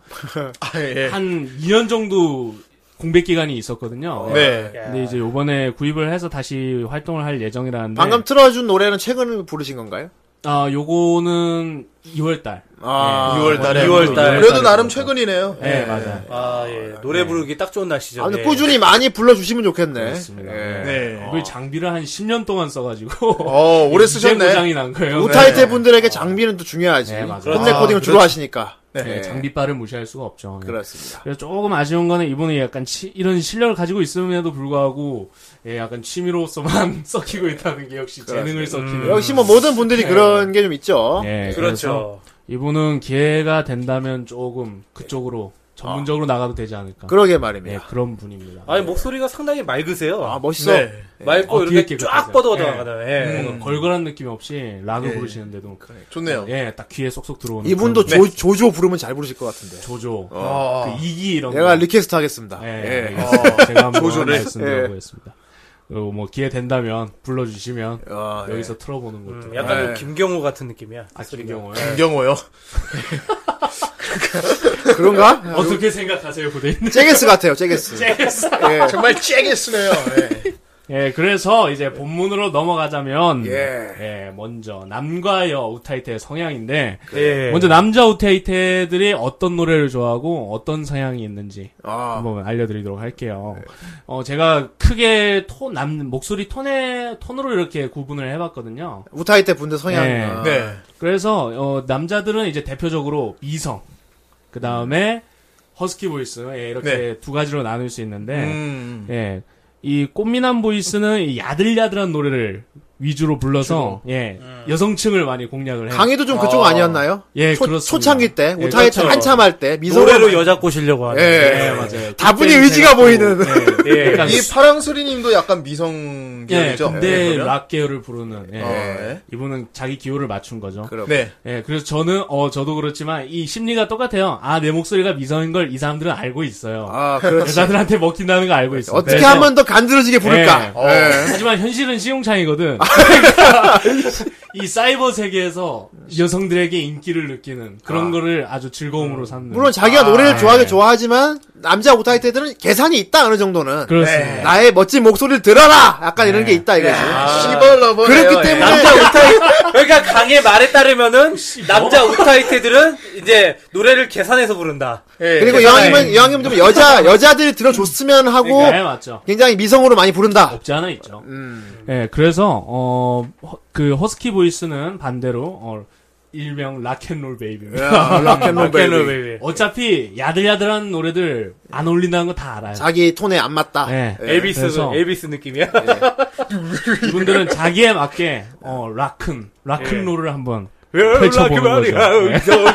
S10: 네. 한 2년 정도 공백 기간이 있었거든요.
S2: 어.
S12: 네.
S10: 근데 이제 요번에 구입을 해서 다시 활동을 할 예정이라는데
S2: 방금 틀어준 노래는 최근 부르신 건가요?
S10: 아 요거는 2월 달.
S2: 아,
S12: 6월 달에.
S10: 6월 예, 달.
S12: 그래도 나름 최근이네요.
S10: 예, 맞아요.
S4: 아, 예. 노래 부르기 딱 좋은 날씨죠.
S2: 아무튼
S4: 예.
S2: 꾸준히 많이 불러주시면 좋겠네.
S10: 그렇습니다.
S2: 예.
S12: 네.
S10: 그 장비를 한 10년 동안 써 가지고
S12: 어, 오래 쓰셨네.
S10: 고장이 난 거예요.
S2: 우타이테 분들레에게 장비는 또 중요하지.
S10: 네, 맞아요.
S2: 홈 레코딩을
S12: 아,
S2: 주로 하시니까. 네.
S10: 예, 장비빨을 무시할 수가 없죠. 예.
S2: 그렇습니다.
S10: 그래서 조금 아쉬운 거는 이분이 약간 치- 이런 실력을 가지고 있음에도 불구하고 예, 약간 취미로서만 썩히고 있다는 게 역시 재능을 썩히는
S2: 역시 뭐 모든 분들이 음.
S10: 네.
S2: 그런 게 좀 있죠.
S10: 예, 그렇죠.
S4: 그렇죠.
S10: 이분은 기회가 된다면 조금 그쪽으로 전문적으로 나가도 되지 않을까.
S2: 네. 그러게
S10: 예,
S2: 말입니다.
S10: 그런 분입니다.
S4: 아니, 목소리가 상당히 맑으세요.
S2: 아, 멋있어.
S4: 맑고
S10: 어, 뒤에
S4: 이렇게
S10: 이렇게
S4: 쫙
S10: 긁으세요.
S4: 뻗어가다가, 예.
S10: 뭔가 걸걸한 느낌 없이 락을 부르시는데도
S12: 좋네요.
S10: 예, 딱 귀에 쏙쏙 들어오는
S2: 예, 그렇죠. 이분도
S10: 그런 네,
S2: 조, 조조 부르면 잘 부르실 것 같은데.
S10: 조조,
S12: 아.
S10: 그 이기 이런
S2: 내가
S10: 거.
S2: 리퀘스트 하겠습니다.
S10: 예,
S2: 예.
S10: 예. 제가 한번
S2: 조조를? 예.
S10: 말씀드려보겠습니다. 그리고 뭐 기회 된다면 불러주시면
S2: 아, 예.
S10: 여기서 틀어보는 것도
S4: 음, 약간 좀
S2: 예.
S4: 김경호 같은 느낌이야.
S10: 아, 김경호요?
S12: 김경호요.
S2: 그런가?
S10: 어떻게 생각하세요, 고대인?
S2: 잭게스 같아요, 잭게스. 잭스. 예.
S12: 정말 쨍했으네요.
S10: 예, 그래서 이제 본문으로 넘어가자면
S2: 예.
S10: 예, 먼저 남과 여 우타이테의 성향인데
S4: 예.
S10: 먼저 남자 우타이테들이 어떤 노래를 좋아하고 어떤 성향이 있는지
S2: 아,
S10: 한번 알려드리도록 할게요. 어, 제가 크게 톤, 남, 목소리 톤에, 톤으로 이렇게 구분을 해봤거든요.
S2: 우타이 때 분들 성향.
S10: 네.
S2: 아,
S5: 네.
S10: 그래서, 어, 남자들은 이제 대표적으로 미성. 그 다음에 허스키 보이스. 예, 이렇게 두 가지로 나눌 수 있는데,
S5: 음.
S10: 예. 이 꽃미남 보이스는 이 야들야들한 노래를 위주로 불러서, 예, 여성층을 많이 공략을 해요.
S2: 음. 네. 강의도 좀 그쪽 아니었나요?
S10: 예,
S2: 초,
S10: 그렇습니다.
S2: 초창기 때
S10: 예,
S2: 우타이 때
S10: 그렇죠.
S2: 한참 할 때 미소로
S4: 노래로 여자 꼬시려고 하는.
S2: 예.
S10: 예, 맞아요.
S2: 다분히
S10: 그때
S2: 의지가
S10: 제가 또,
S2: 보이는.
S10: 예,
S4: 예.
S10: 약간
S5: 이 파랑소리님도 약간 미성
S10: 예,
S5: 계열이죠.
S10: 근데
S5: 네, 그러면?
S10: 락 계열을 부르는 예.
S5: 어, 예.
S10: 이분은 자기 기호를 맞춘 거죠.
S2: 네. 그럼.
S5: 네.
S10: 예, 그래서 저는 어 저도 그렇지만 이 심리가 똑같아요. 아 내 목소리가 미성인 걸 이 사람들은 알고 있어요.
S2: 아, 그렇지.
S10: 여자들한테 먹힌다는 거 알고 있어요. 네,
S2: 어떻게
S10: 그래서-
S2: 하면 더 간드러지게 부를까?
S10: 예.
S2: 어.
S10: 하지만 현실은 시용창이거든. 그러니까 이 사이버 세계에서 여성들에게 인기를 느끼는 그런 거를 아주 즐거움으로 삼는.
S2: 물론 자기가 노래를
S10: 네.
S2: 좋아하긴 좋아하지만 남자 우타이 때들은 계산이 있다 어느 정도는. 네.
S10: 그렇습니다. 네.
S2: 나의 멋진 목소리를 들어라. 약간 이런 게 있다 이거지.
S10: 아,
S5: 시벌러버.
S2: 아. 그렇기 때문에
S4: 그러니까 강의 말에 따르면은 남자 우타이테들은 이제 노래를 계산해서 부른다.
S2: 그리고 여왕님은 여왕님은 좀 여자 여자들 들어줬으면 하고
S10: 네. 그러니까, 네. 예, 맞죠.
S2: 굉장히 미성으로 많이 부른다.
S10: 없지 않아 있죠.
S2: 음.
S10: 예, 그래서 어 그 허스키 보이스는 반대로 어, 일명 락앤롤
S2: 네.
S10: 베이비입니다.
S2: 락앤롤
S4: 락앤롤
S2: 베이비.
S4: 베이비.
S10: 어차피 야들야들한 노래들 안 어울린다는 거 다 알아요.
S2: 자기 톤에 안 맞다.
S10: 예.
S4: 엘비스,
S10: 그래서-
S4: 엘비스 느낌이야.
S10: 이분들은 자기에 맞게 어 락큰
S2: 예.
S10: 락큰롤을 한번 펼쳐보는 거죠.
S4: 펼쳐보는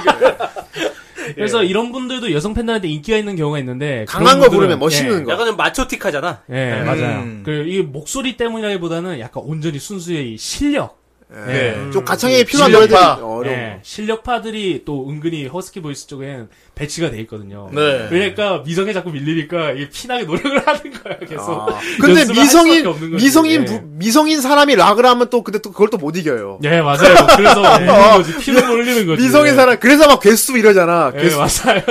S10: 그래서 이런 분들도 여성 팬들한테 인기가 있는 경우가 있는데
S2: 예. 강한
S10: 그런
S2: 거
S10: 분들은-
S2: 부르면
S10: 예,
S2: 멋있는 거. 음.
S4: 약간 좀 마초틱하잖아.
S10: 예,
S4: 음.
S10: 맞아요. 그리고 이 목소리 때문이라기보다는 약간 온전히 순수의 이 실력. 예.
S2: 좀 가창력이 필요한
S5: 실력파.
S2: 노래들이 어려운.
S10: 예, 실력파들이 또 은근히 허스키 보이스 쪽엔 배치가 돼 있거든요.
S5: 네.
S10: 그러니까 미성에 자꾸 밀리니까 이게 피나게 노력을 하는 거야 계속.
S2: 아, 근데
S10: 연습을 할 수밖에
S2: 미성인
S10: 없는 거지.
S2: 미성인
S10: 예.
S2: 부- 미성인 사람이 락을 하면 또 근데 또 그걸 또 못 이겨요.
S10: 예 맞아요. 그래서 밀리는 거지 피로 올리는 거지.
S2: 미성인 사람 그래서 막 괴수 이러잖아.
S10: 예
S2: 괴수,
S10: 맞아요.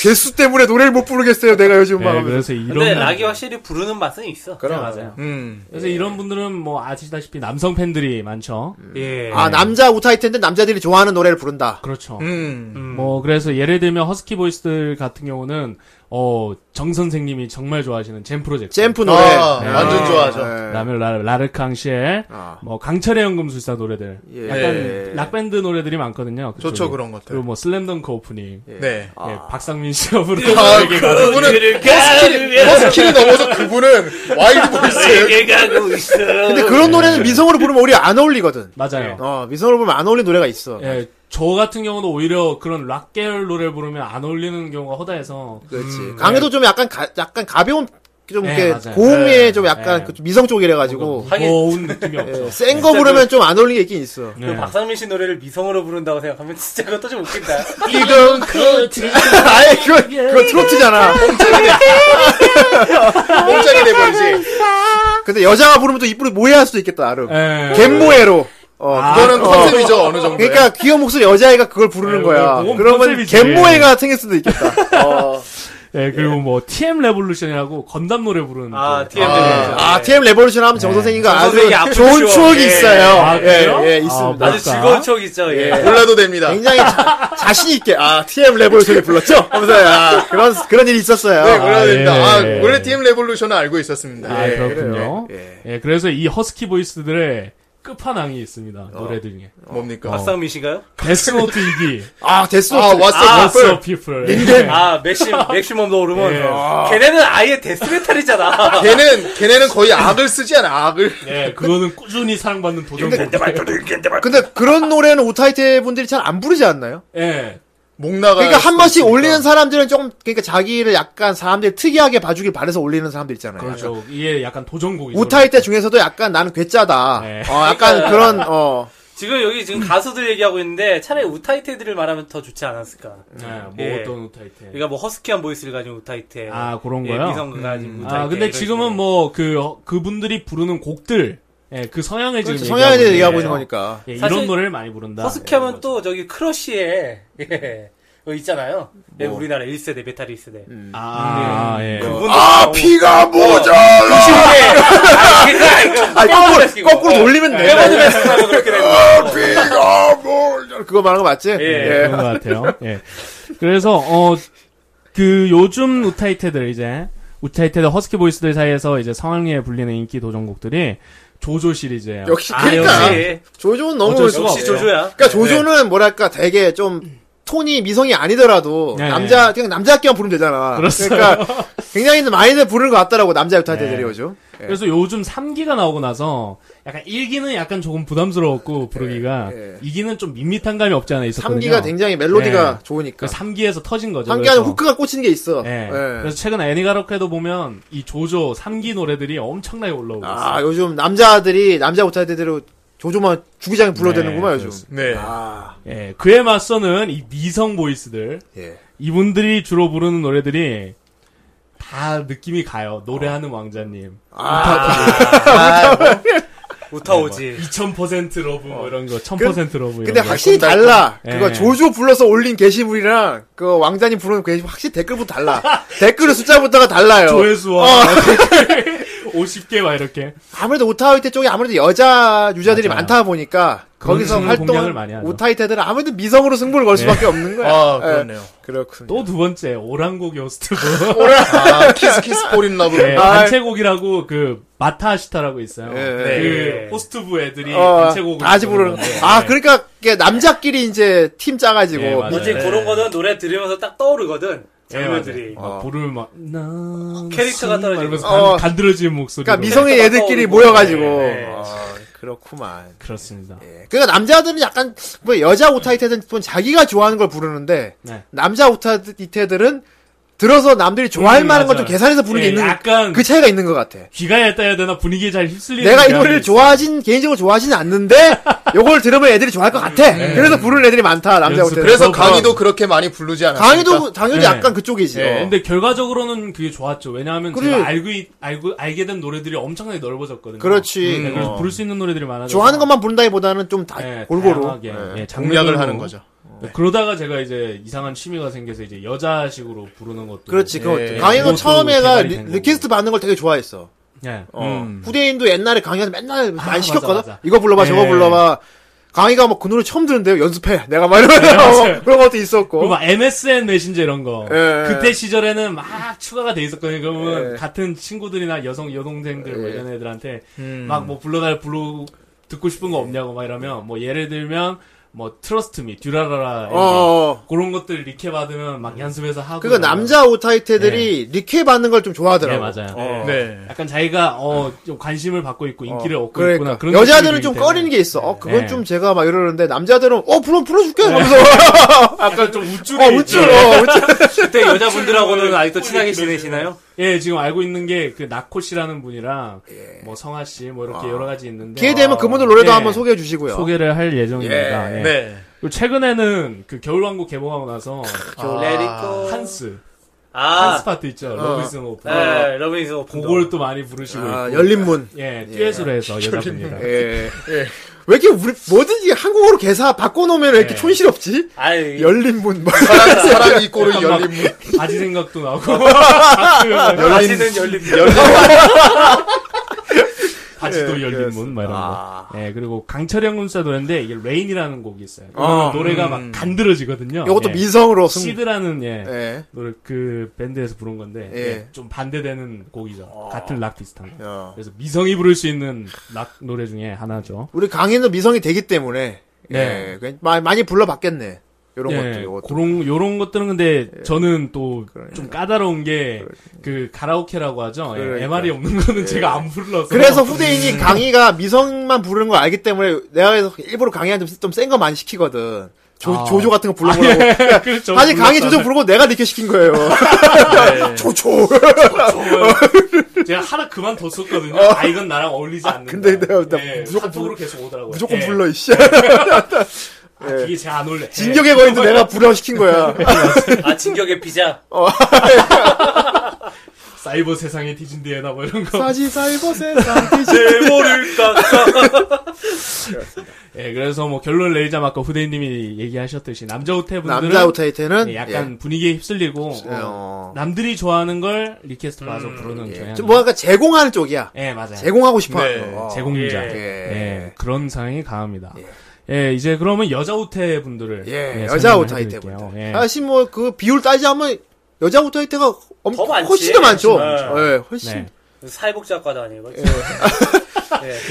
S2: 괴수 때문에 노래를 못 부르겠어요. 내가 요즘 막.
S10: 예,
S2: 하면서.
S10: 그래서 이런
S4: 근데
S10: 분-
S4: 락이 확실히 부르는 맛은 있어.
S10: 예, 맞아요.
S5: 음.
S10: 그래서 이런 분들은 뭐 아시다시피 남성 팬들이 많죠.
S4: 예.
S2: 아 남자 우타이텐데 남자들이 좋아하는 노래를 부른다.
S10: 그렇죠.
S5: 음.
S10: 뭐 그래서 예를 들면 허스키 보이스들 같은 경우는 어정 선생님이 정말 좋아하시는 잼 프로젝트.
S2: 잼프 노래.
S5: 아,
S10: 네.
S5: 완전 좋아하죠.
S2: 네.
S10: 라멜 라- 라르캉 시엘,
S2: 아.
S10: 뭐 강철의 연금술사 노래들,
S2: 예.
S10: 약간 락밴드 노래들이 많거든요. 그쪽에.
S5: 좋죠, 그런 것들.
S10: 그리고 뭐 슬램덩크 오프닝, 예.
S5: 네.
S10: 박상민 씨가 부르는
S5: 아,
S10: 노래
S5: 그분은 버스키를, 버스키를 넘어서 그분은 와일드 보이스.
S2: 근데 그런
S10: 예.
S2: 노래는 미성으로 부르면 우리 안 어울리거든.
S10: 맞아요.
S2: 어 미성으로 부르면 안 어울리는 노래가 있어.
S10: 예, 저 같은 경우도 오히려 그런 락 계열 노래 부르면 안 어울리는 경우가 허다해서
S2: 그렇지. 강해도 좀 약간 가, 약간 가벼운 좀
S10: 네,
S2: 이렇게
S10: 맞아요.
S2: 고음에
S10: 네.
S2: 좀 약간
S10: 네. 뭐
S2: 그
S10: 그렇죠.
S2: 미성 쪽이라 가지고 예,
S10: 무거운 느낌이 없죠.
S2: 센 거 부르면 좀 안 어울리는 게 있긴 있어.
S4: 그 박상민 씨 노래를 미성으로 부른다고 생각하면 진짜 그것도 좀 웃긴다.
S2: 이건 트로트. 아예 그거 그거 트로트잖아.
S5: 뽕짝이 돼버리지.
S2: 근데 여자가 부르면 또 입으로 모해할 수도 있겠다 나름.
S10: 예.
S2: 갯모해로. 어
S10: 아,
S5: 그거는
S2: 어.
S5: 컨셉이죠, 어느 정도.
S2: 그러니까 귀여운 목소리 여자애가 그걸 부르는
S10: 네,
S2: 거야.
S10: 그건
S2: 그러면
S10: 컨셉이지.
S2: 갯모해가 생길 수도 있겠다. 어.
S10: 예, 그리고 뭐 TM 레볼루션이라고 건담 노래 부르는 그-
S4: 아,
S10: 또-
S4: TM 레볼루션.
S2: 아,
S10: 네.
S2: 아, TM 레볼루션 하면 정 선생님과
S4: 선생님이
S2: 아주
S4: 앞으로
S2: 좋은
S4: 추억.
S2: 추억이
S4: 예.
S2: 있어요.
S10: 아, 그래요?
S2: 예, 예,
S10: 아,
S2: 있습니다.
S10: 뭐-
S4: 아주 즐거운 추억이 있죠. 예.
S5: 몰라도 됩니다.
S2: 굉장히 자, 신 있게 아 TM 레볼루션을 불렀죠. 하면서 아, 그런 그런 일이 있었어요.
S5: 네, 몰라도
S10: 아,
S5: 됩니다.
S10: 예.
S5: 아, 원래 TM 레볼루션은 알고 있었습니다.
S10: 아,
S5: 예.
S10: 그렇군요.
S2: 예.
S10: 예. 그래서 이 허스키 보이스들의 끝판왕이 있습니다. 노래 중에. 어.
S5: 뭡니까?
S4: 박상민 씨가요?
S10: 데스노트 2기,
S2: 아 데스.
S5: 아, 왔어,
S10: 데스
S5: 버플.
S10: 오브 피플.
S4: 아, 맥심, 맥시멈 더 오르면.
S10: 예.
S4: 걔네는 아예 데스메탈이잖아.
S5: 걔는, 걔네는 거의 악을 쓰지 않아, 악을.
S10: 예, 그거는 꾸준히 사랑받는 도전 곡.
S2: 아, 근데 그런 노래는 우타이테 분들이 잘 안 부르지 않나요?
S10: 예.
S5: 목 나가.
S2: 그러니까 한 번씩 올리는 사람들은 조금 그러니까 자기를 약간 사람들이 특이하게 봐주길 바래서 올리는 사람들 있잖아요.
S10: 그렇죠. 이게 약간 도전곡이죠.
S2: 우타이테 중에서도 약간 나는 괴짜다.
S10: 네.
S2: 어, 약간 그런 어
S4: 지금 여기 지금 가수들 얘기하고 있는데 차라리 우타이테들을 말하면 더 좋지 않았을까.
S10: 예, 뭐
S4: 예.
S10: 어떤 우타이테.
S4: 그러니까 뭐 허스키한 보이스를 가진 우타이테.
S10: 아, 그런
S4: 예,
S10: 거요?
S4: 미성을 가진 우타이테.
S10: 아, 근데
S4: 이런 식으로.
S10: 지금은 뭐, 그, 어, 그분들이 부르는 곡들, 예, 그 성향을 지금.
S2: 그렇죠. 성향에 대해 얘기하고
S10: 있는데,
S2: 있는 거니까.
S10: 예,
S4: 사실
S10: 이런 노래를 많이 부른다.
S4: 허스키 하면 또 저기 크러쉬에, 예. 그거 있잖아요. 예, 우리나라 1세대, 메탈 1세대.
S10: 아, 예.
S4: 아,
S5: 어. 피가 모자라!
S4: 그 시골에 끼고.
S2: 아,
S4: 뭐
S2: 거꾸로 돌리면 돼.
S4: 백워드 베스트라고 그렇게 되는 거.
S2: 비가 뭘 그거 말하는 거 맞지?
S10: 예, 그런 것 같아요. 예. 그래서 어 그 요즘 우타이테들 이제 우타이테들 허스키 보이스들 사이에서 이제 성황리에 불리는 인기 도전곡들이 조조 시리즈예요.
S2: 역시
S4: 아,
S2: 그러니까
S4: 역시.
S2: 조조는 너무
S10: 어쩔 수가
S4: 역시 조조야.
S2: 그러니까 조조는 뭐랄까 되게 좀 톤이 미성이 아니더라도
S10: 네,
S2: 남자 그냥 남자끼만 부르면 되잖아.
S10: 그렇어요.
S2: 러니까 굉장히 많이들 부르는 것 같더라고 남자 유타이들이
S10: 네.
S2: 요즘.
S10: 그래서 요즘 3기가 나오고 나서 약간 1기는 약간 조금 부담스러웠고 부르기가
S2: 예, 예.
S10: 2기는 좀 밋밋한 감이 없지 않아 있었거든요.
S2: 3기가 굉장히 멜로디가
S10: 네.
S2: 좋으니까.
S10: 3기에서 터진 거죠.
S2: 3기는
S10: 그래서.
S2: 후크가 꽂히는 게 있어.
S10: 예.
S2: 예.
S10: 그래서 최근 애니가로케도 보면 이 조조 3기 노래들이 엄청나게 올라오고 있어요.
S2: 아 요즘 남자들이 남자 유타이들대로 조조만 주기장에 불러대는구만
S10: 네,
S2: 요즘.
S10: 그렇습니다.
S5: 네.
S2: 아
S10: 예, 그에 맞서는 이 미성 보이스들
S2: 예.
S10: 이분들이 주로 부르는 노래들이 다 느낌이 가요.
S2: 어.
S10: 노래하는 왕자님,
S4: 아, 뭐.
S10: 네,
S4: 우타오지.
S10: 2000% 러브 뭐 이런 거, 1000% 러브 이런
S2: 어. 근데
S10: 거.
S2: 확실히 달라.
S10: 예.
S2: 그거 조조 불러서 올린 게시물이랑 그 왕자님 부르는 게시물 확실히 댓글부터 달라. 댓글의 숫자부터가 달라요.
S10: 조회수와
S2: 어.
S10: 50개 막 이렇게.
S2: 아무래도 오타이테 쪽이 아무래도 여자 유저들이
S10: 맞아요.
S2: 많다 보니까
S10: 그런
S2: 거기서
S10: 식으로 공략을 많이
S2: 활동한
S10: 하죠. 네.
S2: 오타이테들은 아무래도 미성으로 승부를 걸 수밖에 없는 거야.
S5: 아,
S2: 예,
S5: 그렇네요.
S2: 그렇군요.
S10: 또 두 번째 오랑곡 요스트고
S5: 아, 키스 키스 포린 러브.
S10: 네,
S2: 아.
S10: 단체곡이라고 그 마타시타라고 있어요.
S2: 예, 예.
S10: 그 호스트부 애들이
S2: 어,
S10: 단체곡을
S2: 다시 부르는.
S10: 건데. 네.
S2: 아, 그러니까 이게 남자끼리 이제 팀 짜가지고
S10: 예, 맞아요.
S4: 이제
S10: 네.
S4: 그런 거는 노래 들으면서 딱 떠오르거든.
S10: 예,
S4: 장면들이.
S10: 맞아요. 막 부르면 막 나-
S4: 캐릭터가 떨어지고.
S10: 이러면서
S2: 어.
S10: 간- 네, 간드러지는 목소리.
S2: 그러니까 미성의 애들끼리
S4: 떠오르고.
S2: 모여가지고.
S4: 네, 네.
S2: 아, 그렇구만.
S10: 그렇습니다.
S2: 예. 그러니까 남자들은 약간 뭐 여자 오타이테들은 보통 자기가 좋아하는 걸 부르는데
S10: 네.
S2: 남자 오타이테들은 들어서 남들이 좋아할
S10: 음,
S2: 만한 걸 좀
S10: 맞아요.
S2: 계산해서 부르는
S10: 예,
S2: 게 있는
S10: 약간
S2: 그 차이가 있는 것 같아.
S10: 귀가 얇다야 되나 분위기에 잘 휩쓸리는.
S2: 내가 이
S10: 경향이
S2: 노래를
S10: 있어요.
S2: 좋아하진 개인적으로 좋아하진 않는데 요걸 들으면 애들이 좋아할 것 같아. 그래서 부르는 애들이 많다 남자
S10: 네. 연습.
S2: 호텔.
S5: 그래서
S10: 그래서
S5: 강의도 그렇게 많이 부르지 않았어요.
S2: 강의도 당연히
S10: 네.
S2: 약간 그쪽이지.
S5: 예.
S2: 어.
S10: 근데 결과적으로는 그게 좋았죠. 왜냐하면
S2: 그래.
S10: 제가 알고 있- 알고 알게 된 노래들이 엄청나게 넓어졌거든요.
S2: 그렇지.
S10: 네, 그래서 부를 수 있는 노래들이 많아져.
S2: 좋아하는 것만 부른다기보다는 좀 다
S10: 예,
S2: 골고루. 네.
S10: 다양하게, 예, 장르별로.
S5: 공략을 하는 거죠.
S10: 네. 그러다가 제가 이제 이상한 취미가 생겨서 이제 여자식으로 부르는 것도.
S2: 그렇지.
S10: 예,
S2: 그거
S10: 예,
S2: 강의가
S10: 그것도
S2: 처음에가
S10: 개발이
S2: 리-
S10: 된 거고.
S2: 리퀘스트 받는 걸 되게 좋아했어.
S10: 예.
S2: 어.
S4: 음.
S2: 후대인도 옛날에 강의가 맨날 많이
S10: 맞아,
S2: 시켰거든.
S10: 맞아.
S2: 이거 불러봐, 저거
S10: 예.
S2: 불러봐. 강의가 막 그 노래 처음 듣는데요. 연습해. 내가 말이면
S10: 네, 맞아요.
S2: 그런 것도 있었고.
S10: 그리고 막 MSN 메신저 이런 거.
S2: 예.
S10: 그때 시절에는 막 추가가 돼 있었거든요. 그러면 같은 친구들이나 여성, 여동생들
S2: 예.
S10: 뭐 이런 애들한테 막 뭐 불러달, 부르, 듣고 싶은 거 없냐고 막 이러면 뭐 예를 들면 뭐 트러스트 미, 듀라라라.
S2: 어, 어. 어.
S10: 그런 것들 리케 받으면 막 연습해서 하고.
S2: 그거 그러니까 남자 오타이테들이 리퀘 받는 걸 좀
S10: 네,
S2: 좋아하더라고.
S10: 음. 예.
S2: 어.
S10: 맞아요.
S5: 네.
S10: 약간 자기가 어, 좀 관심을 받고 있고 인기를 얻고 있구나. 뭐 그런
S2: 그러니까. 여자들은
S10: 느낌이
S2: 좀
S10: 때문에.
S2: 꺼리는 게 있어. 어, 그건
S10: 네.
S2: 좀 제가 막 이러는데 남자들은 어, 불러 불러줄게. 하면서
S10: 약간 좀 예. 우쭐이
S2: 어, 우쭐.
S10: 있죠.
S2: 어, 우쭐.
S10: 아.
S4: 그때 여자분들하고는 아직도 친하게 지내시나요?
S10: 예, 지금 알고 있는 게 그 나코 씨라는 분이랑 뭐 성아 씨 뭐 이렇게 여러 가지
S2: 예.
S10: 있는데
S2: 기회 되면 그분들 노래도
S10: 예.
S2: 한번 소개해 주시고요.
S10: 소개를 할 예정입니다. 예.
S5: 네.
S10: 그리고 최근에는 그 겨울왕국 개봉하고 나서
S4: 레디코.
S10: 한스
S4: 아,
S10: 한스 파트
S2: 어.
S10: 있죠. 러브 이즈 오프.
S4: 네, 러브이즈 오픈.
S10: 그걸 또 많이 부르시고
S2: 아,
S10: 있고.
S2: 열린 문.
S10: 예, 듀엣으로 해서 여자분이랑.
S2: 예. 예. 왜 이렇게 우리 뭐든지 한국어로 개사 바꿔놓으면 왜 이렇게
S10: 예.
S2: 촌스럽지?
S4: 아이,
S2: 열린 문. 뭐 막.
S5: 사람, 사람 입고를
S10: 예.
S5: 열린 문.
S10: 바지 생각도 나고
S4: 다시는 열린
S10: 바지도
S2: 예,
S10: 열린 문막 이런
S2: 아.
S10: 거. 예, 그리고 강철영 군사 노래인데 이게 레인이라는 곡이 있어요.
S2: 아,
S10: 노래가 막 간드러지거든요.
S2: 이것도
S10: 예.
S2: 미성으로 승.
S10: 시드라는 예.
S2: 예.
S10: 노래 그 밴드에서 부른 건데
S2: 예. 아.
S10: 예, 좀 반대되는 곡이죠. 같은 락 비슷한. 거.
S2: 어.
S10: 그래서 미성이 부를 수 있는 락 노래 중에 하나죠.
S2: 우리 강의는 미성이 되기 때문에 예.
S10: 네.
S2: 그냥 마- 많이 불러봤겠네. 이런 것들. 요것도.
S10: 예,
S2: 예. 그러니까.
S10: 그런 요런 것들은 근데 저는 또 좀 까다로운 게 그 가라오케라고 하죠. 예, MR이 없는 거는 제가 안 불러서
S2: 그러니까. 그래서 후대인이 강의가 미성만 부르는 걸 알기 때문에 내가 그래서 일부러 강의한 좀센 거 많이 시키거든. 조,
S10: 아.
S2: 조조 같은 거 불러보라고.
S10: 그렇죠.
S2: 사실 그러니까 강의
S10: 불렀다는- 예.
S2: 조조 부르고 내가 리퀘 시킨 거예요. 조조.
S10: 제가 하나 그만 뒀었거든요. 아 이건 나랑 어울리지 않는다.
S2: 어. 근데 내가 나
S10: 예,
S2: 무조건
S10: 카톡으로 계속 오더라고요.
S2: 무조건
S10: 예.
S2: 불러 이씨.
S10: 아, 이게 제안 올래.
S2: 진격의 거인도 내가 불러 시킨 거야.
S4: 아, 진격의 피자.
S10: 예. 사이버 세상에 디진디에나 뭐 이런 거.
S2: 사지 사이버 세상
S4: 제모를 깎아.
S10: 예, 그래서 뭐 결론을 내리자 아까 후대인님이 얘기하셨듯이 남자 호태분들은 예,
S2: 남자 예. 오타이테는
S10: 약간 분위기에 휩쓸리고 어, 남들이 좋아하는 걸 리퀘스트 받아서 부르는 경향.
S2: 좀 예. 뭐랄까 제공하는 쪽이야.
S10: 예, 맞아요.
S2: 제공하고 싶어하는
S6: 네,
S2: 거.
S10: 제공자.
S2: 예.
S10: 예. 그런 상황이 강합니다. 예. 이제 그러면 여자 호태 분들을
S2: 예, 여자 오타이테
S10: 분
S2: 분들.
S10: 예.
S2: 사실 뭐 그 비율 따지자면 여자 오타이테가 엄,
S4: 더 많지.
S2: 훨씬 더 많죠.
S4: 많죠.
S2: 예, 훨씬
S10: 네.
S4: 사회복지학과도 아니고.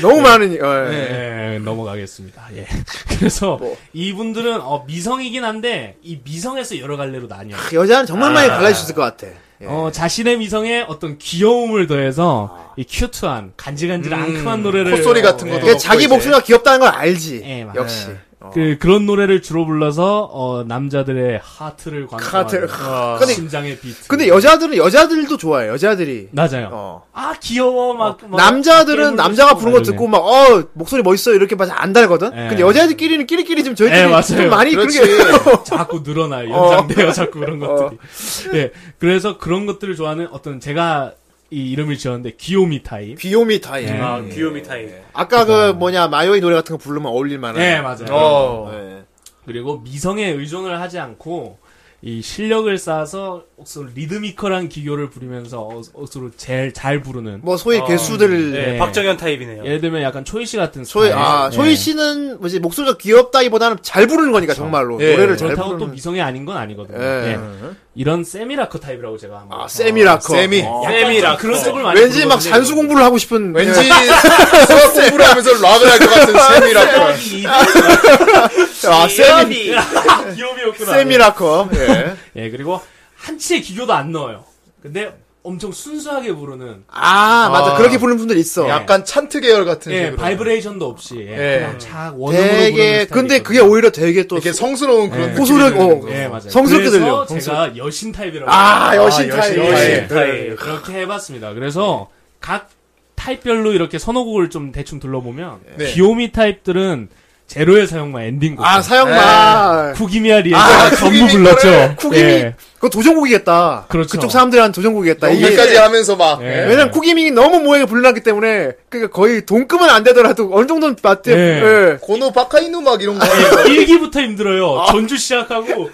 S2: 너무 많으니. 예.
S10: 예, 예, 넘어가겠습니다. 예. 그래서
S2: 뭐.
S10: 이분들은 어, 미성이긴 한데 이 미성에서 여러 갈래로 나뉘어. 요
S2: 크, 여자는 정말 많이 갈라질 수 있을 것 같아. 예.
S10: 어, 자신의 미성에 어떤 귀여움을 더해서 이 큐트한 간질간질한 앙큼한 노래를
S5: 콧소리 같은
S10: 어,
S5: 것도
S10: 예.
S2: 그러니까 자기
S5: 이제.
S2: 목소리가 귀엽다는 걸 알지.
S10: 예, 맞아요.
S2: 역시.
S10: 그 그런 노래를 주로 불러서 어, 남자들의 하트를 관통하는
S2: 하트를-
S5: 아,
S10: 어,
S5: 그
S2: 근데-
S10: 심장의 비트.
S2: 근데 여자들은 여자들도 좋아해. 여자들이.
S10: 맞아요.
S2: 어.
S10: 아 귀여워 막, 막
S2: 남자들은
S10: 뭐 게임을
S2: 남자가
S10: 치고
S2: 부른 거
S10: 막
S2: 듣고 막 어 목소리 멋있어 이렇게 봐서 안 달거든.
S10: 예.
S2: 근데 여자들끼리는 끼리끼리 좀 저희들이
S10: 예, 맞아요.
S2: 좀 많이 그런 게
S10: 이러네. 자꾸 늘어나요 연장돼요 자꾸 그런
S2: 어.
S10: 것들이 예 그래서 그런 것들을 좋아하는 어떤 제가 이 이름을 지었는데 귀요미 타입
S2: 귀요미 타입.
S10: 예.
S4: 아, 귀요미 타입.
S2: 아까 그 뭐냐 마요이 노래 같은 거 부르면 어울릴 만한.
S10: 예 맞아요
S2: 어. 예.
S10: 그리고 미성에 의존을 하지 않고 이 실력을 쌓아서 억수로 리드미컬한 기교를 부리면서 어- 억수로 제일 잘 부르는
S2: 뭐 소위 괴수들
S4: 네,
S10: 어. 예.
S4: 박정현 타입이네요.
S10: 예를 들면 약간 초이 씨 같은
S2: 소희
S10: 스타일.
S2: 아
S10: 예.
S2: 소희 씨는 뭐지 목소리가 귀엽다기보다는 잘 부르는 거니까 정말로
S10: 예.
S2: 노래를 잘
S10: 그렇다고
S2: 부르는.
S10: 또 미성이 아닌 건 아니거든요.
S2: 예.
S10: 예. 이런 세미라커 타입이라고 제가 한번
S2: 아 세미라커.
S5: 세미.
S2: 어.
S10: 약간 좀 그런 쪽을 많이
S2: 왠지 막
S10: 부르거든요.
S2: 산수 공부를 하고 싶은 네.
S5: 왠지 수학 공부를 하면서 락을 할 것 같은 셈이라고.
S2: 아 세미
S10: 귀요미였구나.
S2: 세미라커. 예.
S10: 예, 그리고 한치의 기교도 안 넣어요. 근데 엄청 순수하게 부르는
S2: 아, 맞아. 그렇게 부르는 분들 있어.
S5: 약간 찬트 계열 같은
S10: 예,
S5: 식으로.
S10: 바이브레이션도 없이 예, 그냥 착 원음으로
S2: 되게
S10: 부르는 스타일이
S2: 근데 그게
S10: 있거든요.
S2: 오히려 되게 또
S5: 이게 성스러운 그런 느낌이
S2: 고소력,
S5: 드는
S2: 어.
S5: 거.
S10: 예, 맞아요.
S2: 성스럽게
S10: 그래서
S2: 들려.
S10: 제가 여신 타입이라고
S2: 아, 여신
S5: 아,
S2: 타입.
S5: 여신
S2: 예.
S5: 타입.
S10: 타입 그렇게 해봤습니다. 그래서 각 타입별로 이렇게 선호곡을 좀 대충 둘러보면
S5: 네.
S10: 귀요미 타입들은 제로의 사용만 엔딩곡,
S2: 예. 아, 사형마.
S10: 쿠기미와 리에서
S2: 아,
S10: 전부
S2: 쿠기미
S10: 불렀죠.
S2: 쿠기미.
S10: 예.
S2: 그거 도전곡이겠다.
S10: 그렇죠. 어,
S2: 그쪽 사람들한 도전곡이겠다. 이게 네.
S5: 여기까지 하면서 막.
S10: 예.
S2: 왜냐면 쿠기밍이 너무 모양이 불났기 때문에 그러니까 거의 돈급은 안 되더라도 어느 정도는 맞대.
S10: 예.
S2: 예.
S5: 고노 바카이누 막 이런 거.
S10: 아, 일기부터 힘들어요.
S2: 아.
S10: 전주 시작하고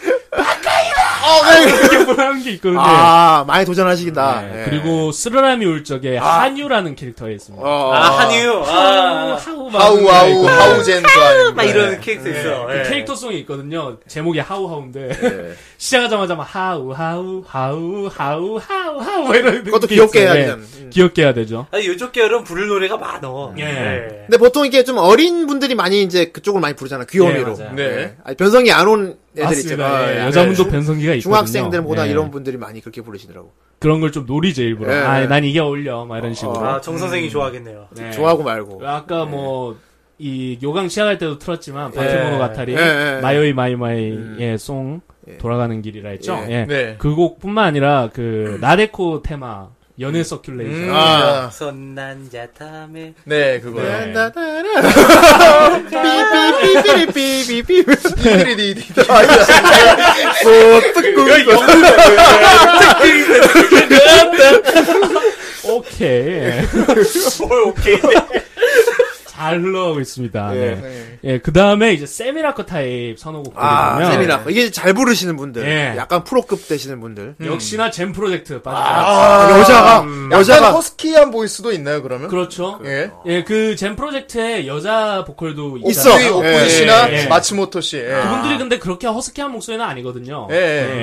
S10: 아, 이렇게 보라는 게 있거든요.
S2: 네. 아, 많이 도전하시긴다.
S10: 네,
S2: 예.
S10: 그리고 쓰르람이 울 적에 한유라는 캐릭터가 있습니다.
S2: 아. 어,
S4: 아, 한유. 아,
S10: 하우
S5: 하우,
S10: 네,
S5: 하우, 하우젠 거 아니고.
S4: 막 이런 캐릭터 있어.
S10: 그
S2: 네.
S4: 예.
S10: 캐릭터송이 있거든요. 제목이 하우하우인데 시작하자마자 막 하우 하우 하우 하우 하우 하우 막 이런
S2: 그것도
S10: 게
S2: 귀엽게 음.
S10: 있어요.
S2: 해야
S10: 예.
S2: 되는.
S10: 귀엽게 해야 되죠.
S4: 아니, 요쪽 계열은 부를 노래가 많어.
S10: 예.
S4: 예.
S2: 근데 보통 이게 좀 어린 분들이 많이 이제 그쪽을 많이 부르잖아. 귀요미로.
S10: 예, 맞아요.
S2: 네. 아니, 변성이 안 온 애들 있잖아.
S10: 맞습니다. 예,
S2: 예.
S10: 여자분도
S2: 중-
S10: 변성기가 있거든요.
S2: 중학생들보다
S10: 예.
S2: 이런 분들이 많이 그렇게 부르시더라고.
S10: 그런 걸 좀 노리죠 일부러.
S2: 예.
S10: 아, 난 이게 어울려. 막 이런 식으로.
S4: 아, 정선생이 좋아하겠네요.
S10: 네.
S2: 좋아하고 네. 말고.
S10: 아까 뭐 이 요강 시작할 때도 틀었지만 바티모노 가타리
S2: 예, 예.
S10: 마요이 마이 마이의 송 돌아가는 길이라 했죠.
S2: 음. 예.
S10: 예.
S5: 네.
S10: 그 곡뿐만 아니라 그 나레코 테마 연애
S2: 음.
S10: 서큘레이션
S5: 아,
S4: 선난자 탐에.
S5: 네, 그거. 요
S2: 삐삐삐삐삐삐삐.
S5: 이디리디디.
S2: 소 뜨끔.
S10: 오케이
S4: 뭘 오케이.
S10: 잘 흘러가고 있습니다. 네. 예, 그 다음에 이제 세미라커 타입 선호곡
S2: 아,
S10: 보면
S2: 세미나. 이게 잘 부르시는 분들.
S10: 예.
S2: 약간 프로급 되시는 분들.
S10: 음. 역시나 젠 프로젝트 빠지
S2: 아. 여자가,
S10: 음.
S5: 약간
S2: 여자가.
S5: 허스키한 보이스도 있나요, 그러면?
S10: 그렇죠.
S5: 예.
S10: 예, 그 젠 프로젝트에 여자 보컬도
S5: 있어.
S10: 있잖아요.
S5: 뭐그 오쿠지
S10: 예, 예,
S5: 씨나
S10: 예.
S5: 마츠모토 씨. 예.
S10: 그분들이 근데 그렇게 허스키한 목소리는 아니거든요.
S5: 예,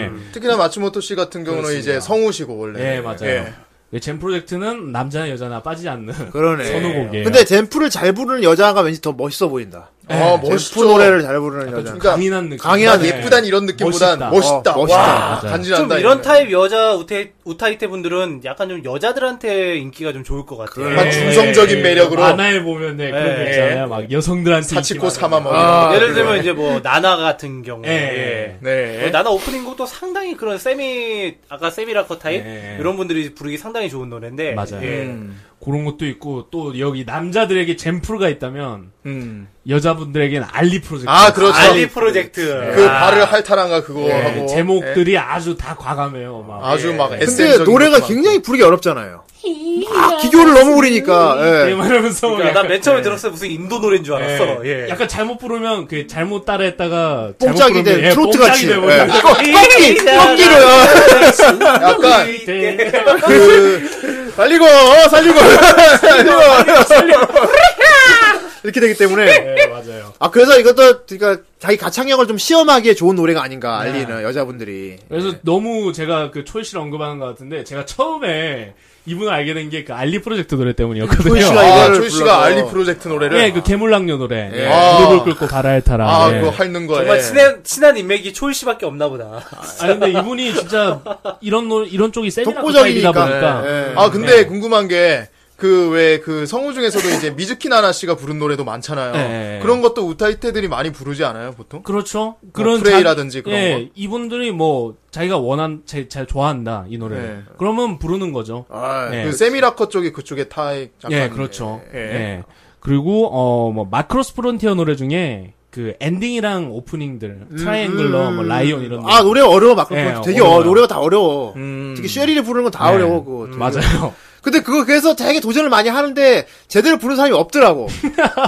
S5: 예. 특히나 마츠모토 씨 같은 경우는
S10: 그렇습니다.
S5: 이제 성우시고 원래.
S10: 예, 맞아요. 예, 젠 프로젝트는 남자나 여자나 빠지지 않는
S2: 그러네.
S10: 선호곡이에요.
S2: 근데 젠프를 잘 부르는 여자가 왠지 더 멋있어 보인다.
S10: 네.
S5: 어,
S2: 젠프
S5: 멋있죠.
S2: 노래를 잘 부르는
S10: 약간
S2: 여자.
S10: 좀
S5: 그러니까
S10: 강인한 느낌.
S2: 강인한
S5: 난
S2: 네.
S5: 예쁘단 이런 느낌보단
S10: 멋있다.
S5: 멋있다.
S2: 어, 멋있다.
S5: 와,
S10: 맞아요.
S5: 간지난다.
S4: 좀 이런 타입 여자 우태, 우타이테 분들은 약간 좀 여자들한테 인기가 좀 좋을 것 같아요.
S5: 약간
S10: 예,
S5: 중성적인
S10: 예,
S5: 매력으로.
S10: 만화에 보면 네, 그런 거
S4: 예,
S10: 있잖아요. 막 여성들한테
S5: 사치코
S10: 인기
S5: 사마 먹
S2: 아,
S4: 예를 들면 이제 뭐 나나 같은 경우. 그
S10: 많은. 예, 예.
S5: 네.
S4: 나나 오프닝곡도 상당히 그런 세미 아까 세미라커 타입
S10: 예.
S4: 이런 분들이 부르기 상당히 좋은 노래인데
S10: 맞아요.
S4: 예.
S10: 그런 것도 있고 또 여기 남자들에게 젠프가 있다면
S13: 음.
S10: 여자분들에게는 알리 프로젝트.
S5: 아, 그렇죠.
S4: 알리 프로젝트. 아.
S5: 그 발을 할타랑가 그거
S10: 예,
S5: 하고
S10: 제목들이 아주 다 과감해요. 막.
S5: 아주 막
S2: 근데
S5: SM적인
S2: 노래가
S5: 것도 많고.
S2: 굉장히 부르기 어렵잖아요.
S3: 네,
S2: 아, 기교를 너무 부리니까.
S10: 예,
S2: 예.
S10: 말하면서
S4: 그러니까 난맨 처음에 들었을 때 무슨 인도 노래인 줄 알았어. 예.
S10: 약간 잘못 부르면 그 잘못 따라했다가 잘못
S2: 뽕짝이
S10: 부르면,
S2: 돼, 트로트
S10: 뽕짝이
S2: 같이.
S10: 돼, 뭐.
S2: 예.
S4: 이
S2: 뽕기로요.
S5: 약간
S10: 네.
S5: 그
S2: 살리고, 어, 살리고, 살리고, 살리고. 이렇게 되기 때문에.
S10: 네, 맞아요.
S2: 아, 그래서 이것도, 그러니까, 자기 가창력을 좀 시험하기에 좋은 노래가 아닌가,
S10: 네.
S2: 알리는 여자분들이.
S10: 그래서 너무 제가 그 초이 씨를 언급하는 것 같은데 제가 처음에 이분을 알게 된 게 그 알리 프로젝트 노래 때문이었거든요.
S2: 초이 씨가
S5: 아,
S2: 이거를
S5: 조이
S2: 불러서.
S5: 씨가 알리 프로젝트 노래를
S10: 네, 그 개물랑녀 노래.
S2: 예.
S10: 무릎을 꿇고 바라에 타라.
S5: 아,
S10: 예.
S5: 그거 하는 거예요.
S4: 정말 친한, 친한 인맥이 초이 씨밖에 없나 보다.
S10: 아 근데 이분이 진짜 이런 노 이런 쪽이 세미나크
S2: 독보적이니까.
S10: 사이다 보니까
S2: 예.
S5: 아 근데 궁금한 게 그 왜 그 성우 중에서도 이제 미즈키 나나 씨가 부른 노래도 많잖아요.
S10: 네.
S5: 그런 것도 우타이테들이 많이 부르지 않아요, 보통?
S10: 그렇죠. 그런
S5: 프레이라든지 그런
S10: 예, 이분들이 뭐 자기가 원한 제, 잘 좋아한다 이 노래를.
S5: 네.
S10: 그러면 부르는 거죠.
S5: 아,
S10: 네.
S5: 그 세미라커 쪽이 그쪽에 타이 잠깐.
S10: 예, 그렇죠. 예. 그리고 어뭐 마크로스 프론티어 노래 중에 그 엔딩이랑 오프닝들 트라이앵글러 뭐 라이온 이런
S2: 아, 노래 어려워, 막.
S10: 예,
S2: 되게 어,
S10: 어려워요.
S2: 노래가 다 어려워.
S13: 음.
S2: 특히 쉐리를 부르는 건 다
S10: 예.
S2: 어려워, 그거. 되게.
S10: 맞아요.
S2: 근데 그거 그래서 되게 도전을 많이 하는데 제대로 부르는 사람이 없더라고.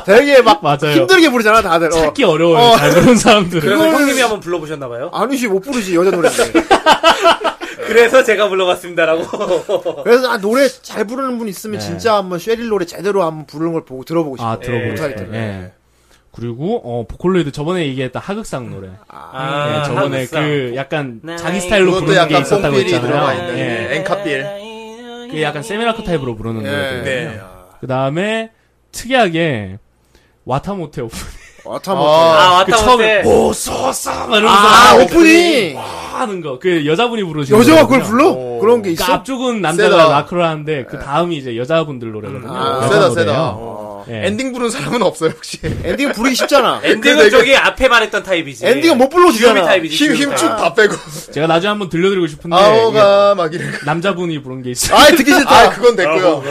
S2: 되게 막
S10: 맞아요.
S2: 힘들게 부르잖아 다들. 어.
S10: 찾기 어려워요.
S2: 어.
S10: 잘 부르는 사람들은.
S4: 그래서
S2: 그거는-
S4: 형님이 한번 불러보셨나봐요.
S2: 아니지 못 부르지 여자 노래인데.
S4: 그래서 제가 불러봤습니다라고.
S2: 그래서 아, 노래 잘 부르는 분 있으면 진짜 한번 쉐릴 노래 제대로 한번 부르는 걸 보고 들어보고 싶어.
S10: 아, 들어보고
S2: 못하기
S10: 싶어요.
S2: 때문에.
S10: 예. 그리고 어 보컬로이드 저번에 얘기했던 하극상 노래.
S4: 아,
S10: 예, 저번에
S4: 하극상.
S10: 그 약간
S9: 네.
S10: 자기 스타일로
S5: 그것도
S10: 부르는 게
S5: 약간
S10: 있었다고
S5: 뽕필이 들어가
S10: 했잖아요.
S5: 있는
S10: 예.
S5: 엔카필.
S10: 그게 약간 세미나크 타입으로
S2: 예.
S10: 부르는 노래들.
S2: 네.
S10: 그 다음에 특이하게 와타모테 오프닝.
S2: 어떤
S5: 아,
S4: 아,
S2: 아,
S4: 왔다
S10: 그 처음에
S4: 갔대.
S10: 오소사 막 이러면서
S2: 아,
S10: 하는
S2: 오프닝!
S10: 그 하는 거. 그 여자분이 부르시는
S2: 여자가 그걸
S10: 거거든요.
S2: 불러? 그런 게 있어?
S10: 그러니까 앞쪽은 남자가
S5: 세다.
S10: 라크를 하는데 그 다음이 이제 여자분들 노래거든요.
S2: 아,
S10: 여자
S5: 세다
S10: 노래예요.
S5: 세다.
S10: 예.
S5: 엔딩 부른 사람은 없어요 혹시?
S2: 어. 엔딩 부르기 쉽잖아.
S4: 엔딩은 그 저기 앞에 말했던 타입이지.
S2: 엔딩은 뭐
S4: 예.
S2: 못
S4: 귀요미
S2: 불러주잖아.
S4: 타입이지.
S5: 힘 힘
S4: 귀요미
S5: 쭉
S4: 타입.
S5: 다 빼고
S10: 제가 나중에 한번 들려드리고 싶은데
S5: 아오가 막 이래.
S10: 네, 이게 남자분이 부른 게 있어요.
S2: 아 듣기 싫다.
S5: 아 그건 됐고요.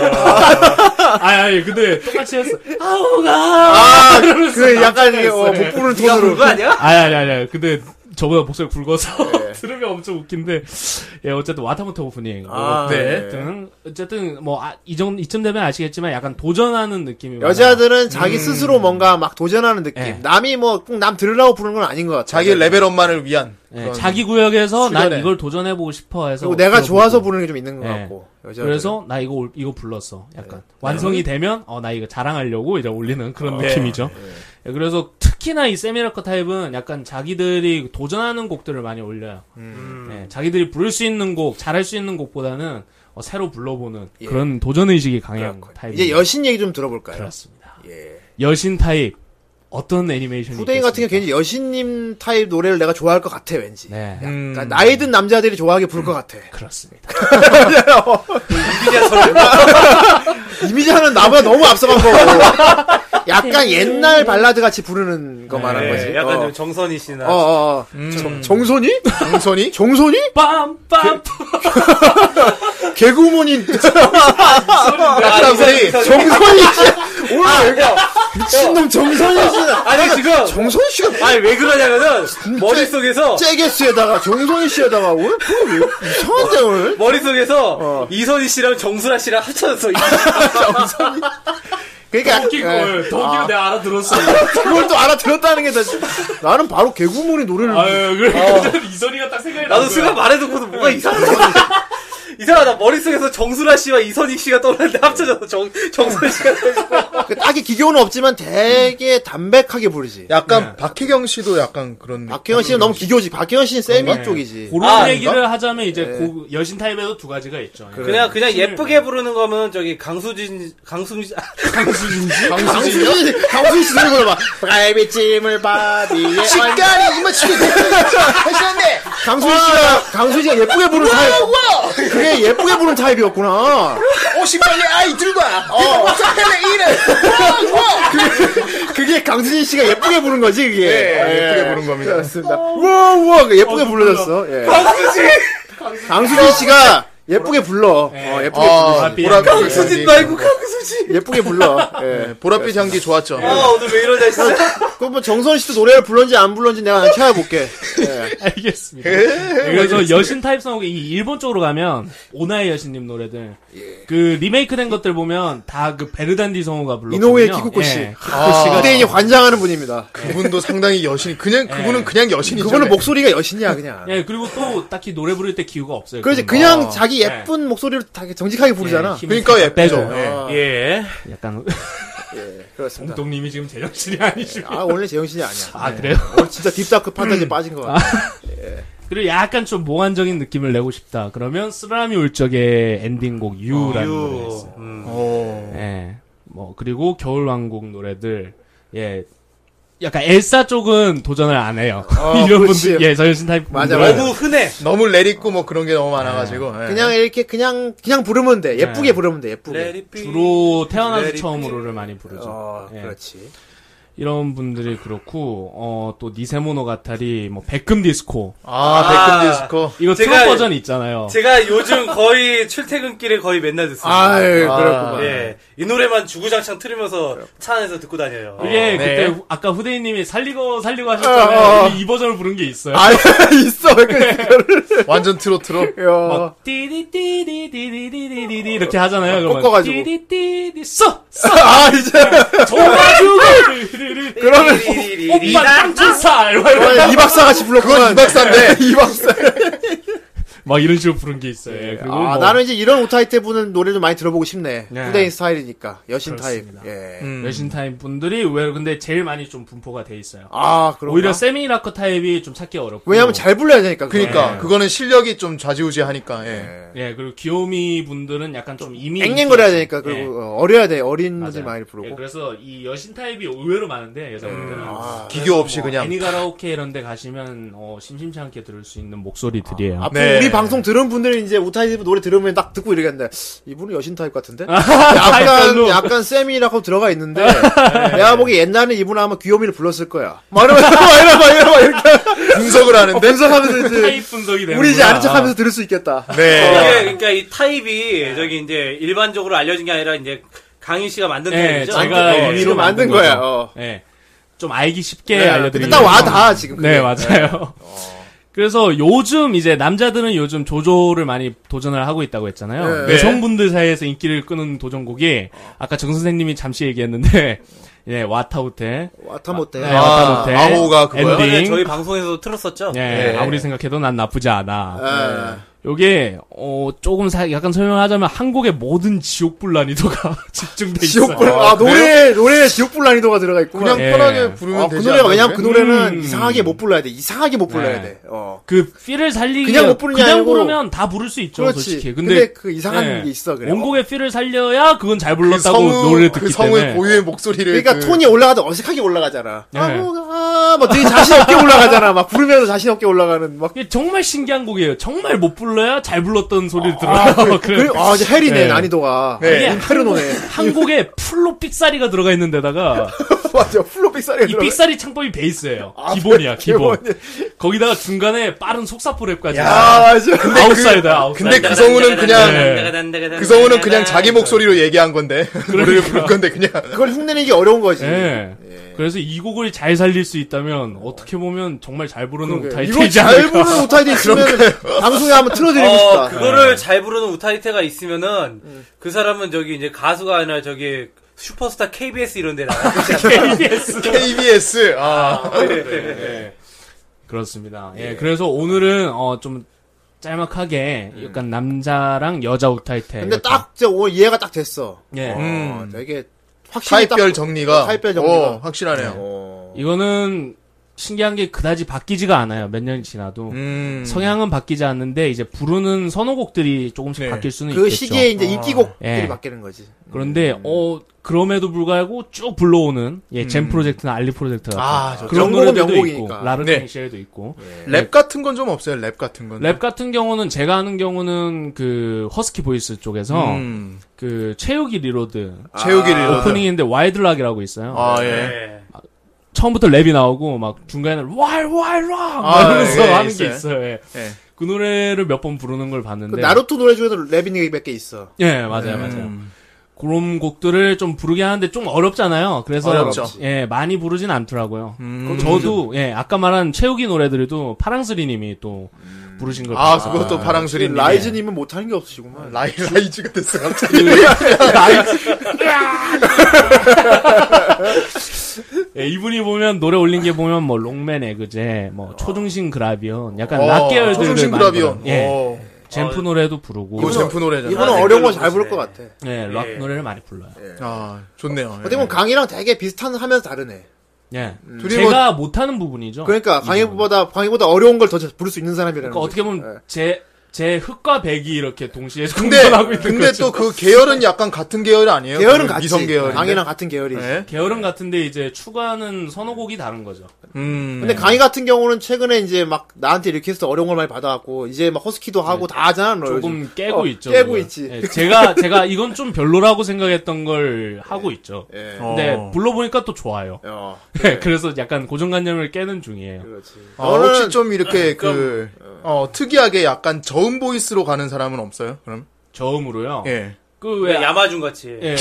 S10: 아니 아니 근데 똑같이 했어.
S2: 아, 그 약간 이게, 어, 못 부르는
S4: 네가 부른 거
S2: 톤으로.
S4: 아니야?
S10: 아니 아니 아니, 아니. 근데 저보다 목소리 굵어서
S2: 네.
S10: 들으면 엄청 웃긴데 예 어쨌든 와타모토 오프닝
S2: 아,
S10: 네.
S2: 네.
S10: 등 어쨌든 뭐이정 이쯤 되면 아시겠지만 약간 도전하는 느낌이
S2: 여자들은 자기 스스로 뭔가 막 도전하는 느낌.
S10: 음. 예.
S2: 남이 뭐 꼭 남 들으려고 부르는 건 아닌 것 같아.
S5: 자기 레벨업만을 위한.
S10: 많아요. 예, 자기 구역에서 난
S5: 수련해.
S10: 이걸 도전해 보고 싶어 해서
S2: 그리고 내가
S10: 들어보고.
S2: 좋아서 부르는 게 좀 있는 것
S10: 예.
S2: 같고. 여자들은.
S10: 그래서 나 이거 올- 이거 불렀어. 약간
S2: 네.
S10: 완성이 되면 어 나 이거 자랑하려고 이제 올리는
S2: 어,
S10: 그런 느낌이죠.
S2: 네,
S10: 예, 그래서 특히나 이 세미라커 타입은 약간 자기들이 도전하는 곡들을 많이 올려요.
S2: 음.
S10: 예, 자기들이 부를 수 있는 곡, 잘할 수 있는 곡보다는 어, 새로 불러보는 그런 도전 의식이 강한 타입.
S2: 예. 이제 여신 얘기 좀 들어볼까요?
S10: 그렇습니다. 여신 타입 어떤 애니메이션이
S2: 후대인 같은 경우
S10: 있겠습니까?
S2: 괜히 여신님 타입 노래를 내가 좋아할 것 같아 왠지.
S10: 네.
S2: 그러니까 나이 든 남자들이 좋아하게 부를 것 같아.
S10: 그렇습니다.
S4: 그냥 저런
S2: 이미지는 나보다 너무 앞서간 거고. 약간 옛날 발라드 같이 부르는 거 말한 거지.
S4: 네, 약간
S2: 어.
S4: 좀 정선희 씨나.
S2: 어, 어, 어.
S10: 음.
S2: 정- 정선이? 정선이? 정선이?
S10: 빰빰
S2: 개구먼인
S4: 아, 이상해, 이상해.
S2: 정선이 씨. 오늘 얘가 미친놈 정선이 씨.
S4: 아니, 지금.
S2: 정선이 씨가
S4: 아니, 어. 왜 그러냐면은, 머릿속에서,
S2: 째게스에다가 정선이 씨에다가 오늘 그거 왜 이상한데 오늘?
S4: 머릿속에서, 이선희 씨랑 정수라 씨랑 합쳐졌어.
S2: 그러니까 약-
S10: 웃긴
S2: 예.
S10: 걸 덕이로 내가 알아들었어.
S2: 그걸 또 알아들었다는 게 나, 나는 바로 개구몬이 노래를
S10: 아유
S2: 어.
S10: 그러니까 이선이가 딱 생각이
S4: 나도
S10: 난 거야.
S4: 순간 말해놓고서 뭐가 이상한 거 이상하다. 머릿속에서 정수라 씨와 이선희 씨가 떠올랐는데 합쳐져서 정, 정수라 씨가 떠올랐어.
S2: 그 딱히 기교는 없지만 되게 담백하게 부르지.
S5: 약간
S10: 네.
S5: 박혜경 씨도 약간 그런.
S2: 박혜원 씨는 너무 기교지. 박혜원 씨는 세미 쪽이지. 예.
S10: 그런
S4: 아,
S10: 얘기를 하자면 이제 고- 여신 타입에도 두 가지가 있죠.
S4: 그냥, 그냥 예쁘게 부르는 거면 저기 강수진, 아, 강수진,
S2: 강수진, 강수진 씨 노래 불러봐. 갈비찜을 바비에. 식가리 이만 치게 됐네. 강수진 씨가 강수진 씨가 예쁘게 부르는 타입. 그게 예쁘게 부르는 타입이었구나.
S5: 옷이 빨리 어, 아이들과.
S2: 어,
S5: 사태의 일을.
S2: 그게 강수진 씨가 예쁘게 부른 거지 그게.
S5: 네, 예쁘게 부른 어, 겁니다.
S2: 그렇습니다. 우와 우와 그 예쁘게 불러졌어. 예. 강수진. 강수진 씨가 예쁘게 불러.
S10: 예.
S2: 어, 예쁘게
S5: 아,
S10: 보라빛.
S5: 보라빛
S4: 강수진 말고 강수진.
S2: 불러. 예쁘게 불러. 예.
S5: 네, 보랏빛 향기 좋았죠.
S4: 아 오늘 왜 이러냐 진짜.
S2: 그럼 뭐 정선 씨도 노래를 불렀는지 안 불렀는지 내가 한번 찾아볼게. 예.
S10: 알겠습니다. 그래서 여신 타입성하고 이 일본 쪽으로 가면 오나의 여신님 노래들
S2: 예.
S10: 그 리메이크된 것들 보면 다 그 베르단디 성우가 불렀거든요.
S2: 이노우에 키쿠코 씨.
S10: 예.
S2: 그
S5: 아.
S2: 씨가 대인이 관장하는 분입니다.
S5: 그분도 상당히 여신. 그냥
S10: 네.
S5: 그분은 그냥 여신이죠. 네.
S2: 그분은 목소리가 여신이야 그냥.
S10: 예, 그리고 또 딱히 노래 부를 때 기우가 없어요.
S2: 그러지
S10: 그런 거.
S2: 그냥 자기 예쁜 목소리로 다 정직하게 부르잖아. 아,
S10: 예, 힘이
S5: 그러니까
S10: 살짝
S5: 아. 예쁘죠.
S10: 빼고.
S5: 예.
S4: 예.
S10: 약간
S2: 그렇습니다.
S10: 동님이 지금 제정신이
S5: 예.
S10: 아니시고.
S2: 아 오늘 제정신이 아니야.
S10: 아 그래요?
S2: 오늘 진짜 딥다크 판타지에 빠진 것 같아.
S10: 그리고 약간 좀 몽환적인 느낌을 내고 싶다. 그러면 쓰라미 울 적의 엔딩곡 유라는 음. 노래가 있어요. 예. 뭐 그리고 겨울 왕국 노래들 예. 약간 엘사 쪽은 도전을 안 해요.
S2: 어,
S10: 이런
S2: 그렇지.
S10: 분들 예, 저여신 타입
S2: 맞아,
S10: 분들은.
S2: 맞아.
S4: 너무 흔해.
S5: 너무 내리고 뭐 그런 게 너무 많아가지고. 예.
S2: 그냥 이렇게 그냥 그냥 부르면 돼. 예쁘게
S10: 네.
S2: 부르면 돼. 예쁘게.
S10: 주로 태어나서 처음으로를 많이 부르죠.
S2: 어,
S10: 예.
S2: 그렇지.
S10: 이런 분들이 그렇고 어, 또 니세모노 가타리 뭐 백금 디스코
S5: 아, 백금 디스코.
S10: 이거
S4: 제가-
S10: 트롯 버전 있잖아요.
S4: 제가 요즘 거의 출퇴근길에 거의 맨날 듣습니다.
S2: 아유, 그렇구만.
S4: 예. 이 노래만 주구장창 틀으면서 차 안에서 듣고 다녀요. 어.
S10: 이게 그때 후- 아까 후대인님이 살리고 살리고 하셨잖아요.
S2: 네. 어, 어.
S10: 이 버전을 부른 게 있어요.
S2: 아 있어. 그거를.
S5: 완전 트로트로.
S2: 야.
S10: 막 띠디띠디디디디디디디 어. 이렇게 하잖아요. 그러면
S2: 꺾어가지고.
S10: 띠디띠디 써! 써!
S2: 아 이제
S10: 도와주고!
S2: 그러면
S10: 오빠 땅주사!
S2: 이 박사 같이 불렀구만.
S5: 그건 이 박사인데.
S2: 이 박사.
S10: 막 이런 식으로 부른 게 있어요. 예, 그리고
S2: 아,
S10: 뭐
S2: 나는 이제 이런 오타이 때 부는 노래를 많이 들어보고 싶네. 후대인 스타일이니까. 여신 타입. 예.
S10: 음. 외신타임 분들이 의외로 근데 제일 많이 좀 분포가 돼 있어요.
S2: 아, 그런가?
S10: 오히려 세미라커 타입이 좀 찾기 어렵고.
S2: 왜냐면 잘 불러야 되니까. 그거.
S5: 그니까 그거는 실력이 좀 좌지우지하니까. 예.
S10: 예, 그리고 귀요미 분들은 약간 좀 이미.
S2: 앵앵거려야 되니까.
S10: 예.
S2: 그리고 어, 어려야 돼. 어린 분들
S10: 맞아요.
S2: 많이
S10: 예,
S2: 부르고. 음,
S10: 그래서 이 여신 타입이 의외로 많은데 여자분들은
S2: 아.
S5: 기교 없이
S10: 뭐
S5: 그냥.
S10: 애니가라오케 이런 데 가시면 어, 심심치 않게 들을 수 있는 목소리들이에요.
S2: 앞으로
S5: 네.
S2: 우리 방송 들은 분들은 이제 오타이 때 노래 들으면 딱 듣고 이러겠는데 이분은 여신 타입 같은데? 약간
S10: 타입별로.
S2: 약간 세미라고 들어가 있는데 내가 보기 옛날에 이분 아마 귀요미를 불렀을 거야. 막 이러면서 막 이러면서 막 이러면서 막 이렇게
S5: 분석을
S2: 어,
S5: 하는데.
S2: 분석하면서 이제
S10: 타입 분석이 되는
S2: 우리 이제 아는 척하면서 들을 수 있겠다.
S5: 네.
S4: 이게 그러니까 이 타입이 저기 이제 일반적으로 알려진 게 아니라 이제 강희 씨가 만든
S5: 네,
S10: 예,
S4: 타입이죠.
S10: 제가
S4: 예.
S2: 의미로 어, 만든 네, 거야. 어.
S10: 예. 좀 알기 쉽게
S2: 근데
S10: 알려드리는
S2: 딱 와다 지금. 그게.
S10: 네, 맞아요. 그래서 요즘 이제 남자들은 요즘 조조를 많이 도전을 하고 있다고 했잖아요.
S2: 네.
S10: 여성분들 사이에서 인기를 끄는 도전곡이 아까 정 선생님이 잠시 얘기했는데 예, 와타우테.
S2: 와타 못해.
S10: 네, 와타우테.
S5: 아오가 그거요?
S4: 이번에
S2: 네,
S10: 엔딩.
S4: 저희 방송에서 틀었었죠.
S5: 네.
S10: 예, 아무리 생각해도 난 나쁘지 않아.
S2: 네.
S10: 요게 어 조금 사, 약간 설명하자면 한국의 모든 지옥불 난이도가 집중돼 있어요.
S2: 지옥불 아, 노래 노래 지옥불 난이도가 들어가 있고
S5: 그냥
S2: 그냥
S10: 예.
S5: 편하게 부르면
S2: 아, 그
S5: 되지.
S2: 노래가 왜냐면 그
S5: 않나요?
S2: 노래는
S10: 음.
S2: 이상하게 못 불러야 돼. 이상하게 못 불러야
S10: 네.
S2: 돼. 어.
S10: 그 필을 살리기
S2: 그냥 못 부르는 게
S10: 그냥
S2: 아니고-
S10: 부르면 다 부를 수 있죠,
S2: 그렇지.
S10: 솔직히.
S2: 근데,
S10: 근데,
S2: 그 이상한
S10: 예,
S2: 게 있어 그래.
S10: 원곡의 필을 살려야 그건 잘
S5: 그
S10: 불렀다고
S5: 성우,
S10: 노래 듣기
S5: 그 성우의
S10: 때문에.
S5: 고유의 목소리를.
S2: 그러니까
S5: 그-
S2: 톤이 올라가도 어색하게 올라가잖아.
S10: 네.
S2: 아뭐가 막 되게 자신 없게 올라가잖아. 막 부르면서 자신 없게 올라가는 막.
S10: 이게 정말 신기한 곡이에요. 정말 못 불러야 잘 불렀던 소리를
S2: 아, 그,
S10: 들어요. 그래.
S2: 그리고 아 이제 헬이네
S10: 네.
S2: 난이도가.
S10: 이게
S2: 네. 페르노네.
S10: 한국에 풀로 삑사리가 들어가 있는 데다가
S2: 맞아. 플로 빅살이
S10: 이 삑사리 창법이 베이스예요.
S2: 아,
S10: 기본이야, 기본. 거기다가 중간에 빠른 속사포 랩까지.
S2: 아 맞아.
S10: 아웃사이더야, 아웃사이더.
S5: 근데 그 성우는
S4: 네,
S5: 그냥
S10: 네.
S5: 그 성우는 그냥 자기 목소리로 얘기한 건데
S10: 그러니까.
S5: 노래를 부를 건데 그냥
S2: 그걸 흉내내기 어려운 거지.
S10: 예. 그래서 이 곡을 잘 살릴 수 있다면 어떻게 보면 정말 잘 부르는
S2: 그러게.
S10: 우타이
S2: 이거
S10: 되지
S2: 잘
S10: 않을까.
S2: 부르는 오타이드 있으면
S5: 그
S2: 방송에 한번
S5: 아,
S2: 틀어드리고
S4: 어,
S2: 싶다.
S4: 그거를 잘 부르는 우타이테가 있으면은 그 사람은 저기 이제 가수가 아니라 저기 슈퍼스타 KBS 이런 데 나가.
S10: KBS.
S5: KBS 아
S10: 그렇습니다. 예, 그래서 오늘은 어, 좀 짤막하게 약간 남자랑 여자 우타이테.
S2: 음. 근데
S10: 이렇게.
S2: 딱 이제 오늘 이해가 딱 됐어.
S10: 예.
S2: 어, 되게 확실히 딱
S5: 타입별 정리가
S2: 타입별 정리가.
S5: 어, 확실하네요.
S2: 어.
S10: 이거는 신기한 게 그다지 바뀌지가 않아요. 몇 년이 지나도.
S5: 음.
S10: 성향은 바뀌지 않는데 이제 부르는 선호곡들이 조금씩 바뀔 수는
S2: 그
S10: 있겠죠.
S2: 시기에 음. 이제 인기곡들이
S10: 예.
S2: 바뀌는 거지.
S10: 그런데 어 그럼에도 불구하고 쭉 불러오는 예, 젠
S2: 음.
S10: 프로젝트나 알리 프로젝트 같은
S5: 아, 저
S10: 그런
S2: 어. 명곡은
S10: 노래들도
S2: 명곡이니까. 음.
S10: 있고 라르
S5: 네.
S10: 네. 쉘도 있고
S5: 랩 같은 건 좀 없어요. 랩 같은 건.
S10: 랩 같은 경우는 제가 아는 경우는 그 허스키 보이스 쪽에서
S5: 음.
S10: 그 최욱이 리로드
S5: 체육일을
S10: 아, 오프닝인데 와이드락이라고 있어요.
S5: 아 예.
S4: 네.
S10: 처음부터 랩이 나오고 막 중간에 왈왈락
S5: 아,
S10: 이러면서
S5: 예,
S10: 하는
S5: 있어요.
S10: 게 있어요. 예.
S5: 예.
S10: 그 노래를 몇 번 부르는 걸
S2: 그
S10: 봤는데
S2: 나루토 노래 중에도 랩이 200개 있어.
S10: 예,
S5: 음.
S10: 맞아요, 맞아요. 그런 곡들을 좀 부르게 하는데 좀 어렵잖아요. 그래서
S2: 어렵죠.
S10: 예, 많이 부르진 않더라고요.
S5: 음.
S10: 저도 예, 아까 말한 채우기 노래들도 파랑스리님이 또 부르신 걸
S5: 아,
S10: 봤어요.
S5: 그것도 파랑수리.
S2: 라이즈님은 못하는 게 없으시구만.
S5: 라이, 라이즈가 됐어, 갑자기.
S10: 예, 이분이 보면 노래 올린 게 보면 뭐 롱맨 에그제, 뭐 초중심 그라비언, 약간
S5: 어,
S10: 락 계열들을
S5: 초중심
S10: 많이
S5: 그라비언.
S10: 부르는, 예,
S5: 어.
S10: 잼프 노래도 부르고,
S5: 그거 젠프 네. 노래잖아.
S2: 이거는
S6: 아,
S2: 어려운
S6: 댓글로
S2: 거 잘 부를 것 같아.
S10: 예, 락 노래를 많이 불러요.
S5: 아, 좋네요. 예.
S2: 어떻게 보면 강이랑 되게 비슷한 하면서 다르네.
S10: 예,
S5: 둘이
S10: 제가 못하는 어. 부분이죠.
S2: 그러니까 강이보다 강이보다 어려운 걸 더 부를 수 있는 사람이라는 거.
S10: 그러니까 어떻게 보면 제, 제 흑과 백이 이렇게 동시에
S5: 근데,
S10: 공존하고 있는
S5: 근데
S10: 거죠.
S5: 또 그 계열은 약간 같은 계열이 아니에요?
S2: 계열은
S5: 그
S2: 같이.
S5: 이성 계열.
S2: 강이랑 같은 계열이.
S5: 예?
S10: 계열은 같은데 이제 추가하는 선호곡이 다른 거죠.
S5: 음.
S2: 근데 강이 같은 경우는 최근에 이제 막 나한테 이렇게 해서 어려운 걸 많이 받아왔고 이제 막 허스키도 하고 다 하잖아. 너 요즘.
S10: 조금 깨고
S2: 어,
S10: 있죠.
S2: 깨고
S10: 그걸.
S2: 있지.
S10: 예, 제가 제가 이건 좀 별로라고 생각했던 걸 하고 있죠.
S5: 네.
S2: 예.
S5: 어.
S10: 근데 네,
S5: 아,
S10: 불러보니까 또 좋아요. 예,
S2: 어,
S10: 그래서 약간 고정관념을 깨는 중이에요.
S2: 그렇지.
S5: 아, 혹시 좀 이렇게 그, 어, 특이하게 약간 저음 보이스로 가는 사람은 없어요? 그럼?
S10: 저음으로요.
S5: 예.
S10: 그왜
S4: 야마준 같이.
S10: 예.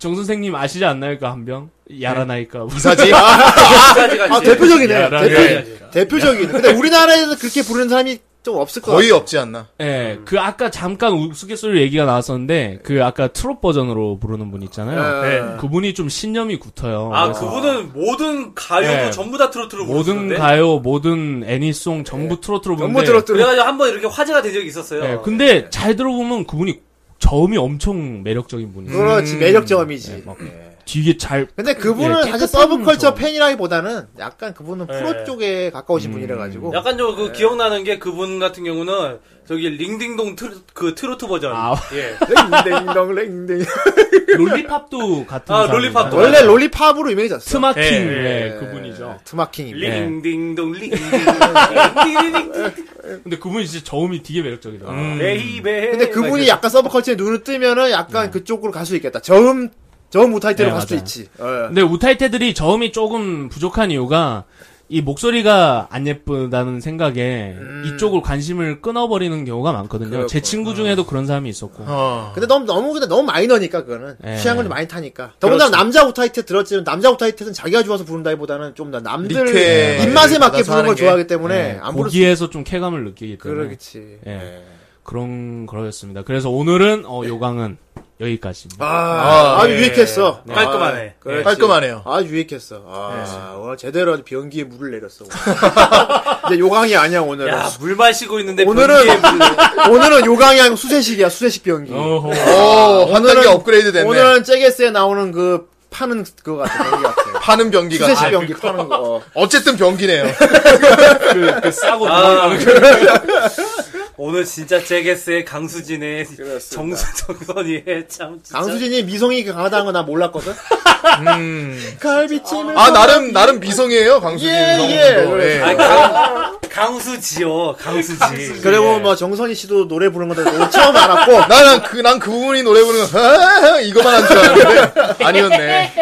S10: 정 선생님 아시지 않나요? 그 한 병? 야라나이까.
S5: 이사지?
S4: 사지 같이.
S2: 아 대표적이네.
S10: 야라나이까.
S2: 대표, 대표적인. 근데 우리나라에서 그렇게 부르는 사람이 좀 없을 것 같아.
S5: 거의 없지 않나?
S10: 예, 그 아까 잠깐 우스갯소리 얘기가 나왔었는데 그 아까 트롯 버전으로 부르는 분 있잖아요.
S2: 예.
S10: 그분이 좀 신념이 굳어요.
S4: 아,
S10: 그래서
S4: 그분은 모든 가요도
S10: 네.
S4: 전부 다 트로트로
S10: 모든
S4: 부르는데
S10: 가요, 모든 애니송 전부 트로트로 부르는데
S2: 전부 들었더니
S4: 그래가지고 한 번 이렇게 화제가 된 적이 있었어요.
S10: 예, 근데 잘 들어보면 그분이 저음이 엄청 매력적인 분이에요.
S2: 그렇지 매력점이지.
S10: 예, 막 되게 잘
S2: 근데 그분은
S10: 예,
S2: 사실
S10: 깨끗한
S2: 서브컬처
S10: 점.
S2: 팬이라기보다는 약간 그분은 프로
S4: 예.
S2: 쪽에
S10: 음.
S2: 가까우신 분이라 가지고
S4: 약간 좀
S2: 예.
S4: 그 기억나는 게 그분 같은 경우는 저기 링딩동 트로, 그 트로트 버전.
S10: 아.
S4: 예.
S2: 랭댕덩 랭댕
S10: 롤리팝도 같은
S4: 아,
S10: 사람이잖아요.
S4: 롤리팝도.
S2: 원래 롤리팝으로 유명해졌어.
S10: 스마킹
S4: 예, 예.
S10: 예, 그분이죠.
S2: 트마킹입니다.
S10: 예.
S4: 링딩동 링딩동
S10: 근데 그분이 진짜 저음이 되게 매력적이더라고요.
S4: 베이베.
S10: 네,
S2: 근데 그분이 약간 서브컬처에 눈을 뜨면은 약간 그쪽으로 갈 수 있겠다. 저음 저음 못할 때로
S10: 네,
S2: 갈 수도
S10: 맞아요.
S2: 있지. 예.
S10: 근데 우타이테들이 저음이 조금 부족한 이유가 이 목소리가 안 예쁘다는 생각에 이쪽으로 관심을 끊어버리는 경우가 많거든요. 제 친구 중에도 그런 사람이 있었고.
S5: 어.
S2: 근데 너무 너무 근데 너무 마이너니까 그거는
S10: 예.
S2: 취향을 많이 타니까.
S10: 그렇죠.
S2: 더군다나 남자 오타이트 들었지만 남자 오타이트는 자기가 좋아서 부른다기보다는 좀 나- 남들
S5: 리퀘
S2: 입맛에
S10: 네,
S2: 맞게
S5: 받아서
S2: 부르는
S5: 하는
S2: 걸
S5: 게.
S2: 네, 좋아하기 때문에 안 부를 수.
S10: 거기에서 좀 쾌감을 느끼기 때문에.
S2: 그러겠지.
S10: 예. 그런 거였습니다. 그래서 오늘은 어, 요강은 여기까지입니다.
S2: 아, 아,
S5: 예.
S2: 유익했어.
S4: 깔끔하네.
S2: 아, 그렇지.
S5: 깔끔하네요.
S2: 아, 유익했어. 아, 오늘 제대로 아주 변기에 물을 내렸어. 오늘. 이제 요강이 아니야, 오늘은.
S4: 야, 물 마시고 있는데
S2: 오늘은,
S4: 변기에 물-
S2: 오늘은 요강이 아니고 수세식이야, 수세식 변기.
S10: 어허.
S5: 오, 한 단계
S2: 오늘은-
S5: 업그레이드 됐네.
S2: 오늘은 잭에스에 나오는 그, 파는 그거 같아, 변기 같아.
S5: 파는 변기가.
S2: 수세식
S5: 아,
S2: 변기 파는 거. 어.
S5: 어쨌든 변기네요.
S10: 그, 그 싸고
S4: 아,
S10: 도망가는
S4: 오늘 진짜 제게스의 강수진의 정수 정선이의 참 진짜.
S2: 강수진이 미성이 그 강하다는 건 나 몰랐거든? 음. 갈비찜을.
S5: 아, 나름, 나름 미성이에요, 네. 강수진.
S2: 예,
S5: 성우도.
S2: 예, 그래.
S5: 어,
S4: 아니, 강, 강수지요. 강수지.
S2: 그리고 뭐 정선희 씨도 노래 부르는 건데 오늘 처음 알았고.
S5: 나는 그, 난 그 부분이 노래 부르는 거, 하하하 이거만 한 줄 알았는데. 아니었네.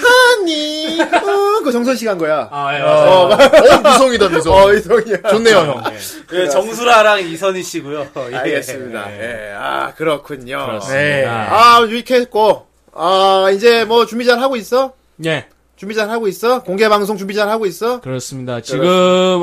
S2: 하니, 어, 그 정선 씨가 한 거야.
S10: 아, 예,
S5: 어,
S10: 맞아요.
S5: 어, 미성이다, 미성.
S2: 어, 이성이야.
S5: 좋네요, 형.
S4: 예, 정수라랑 이선희 씨고요. 예.
S2: 알겠습니다. 예. 아, 그렇군요.
S5: 네.
S2: 아, 유익했고. 아, 이제 뭐 준비 잘 하고 있어?
S10: 예.
S2: 준비 잘 하고 있어? 공개 방송 준비 잘 하고 있어?
S10: 그렇습니다. 지금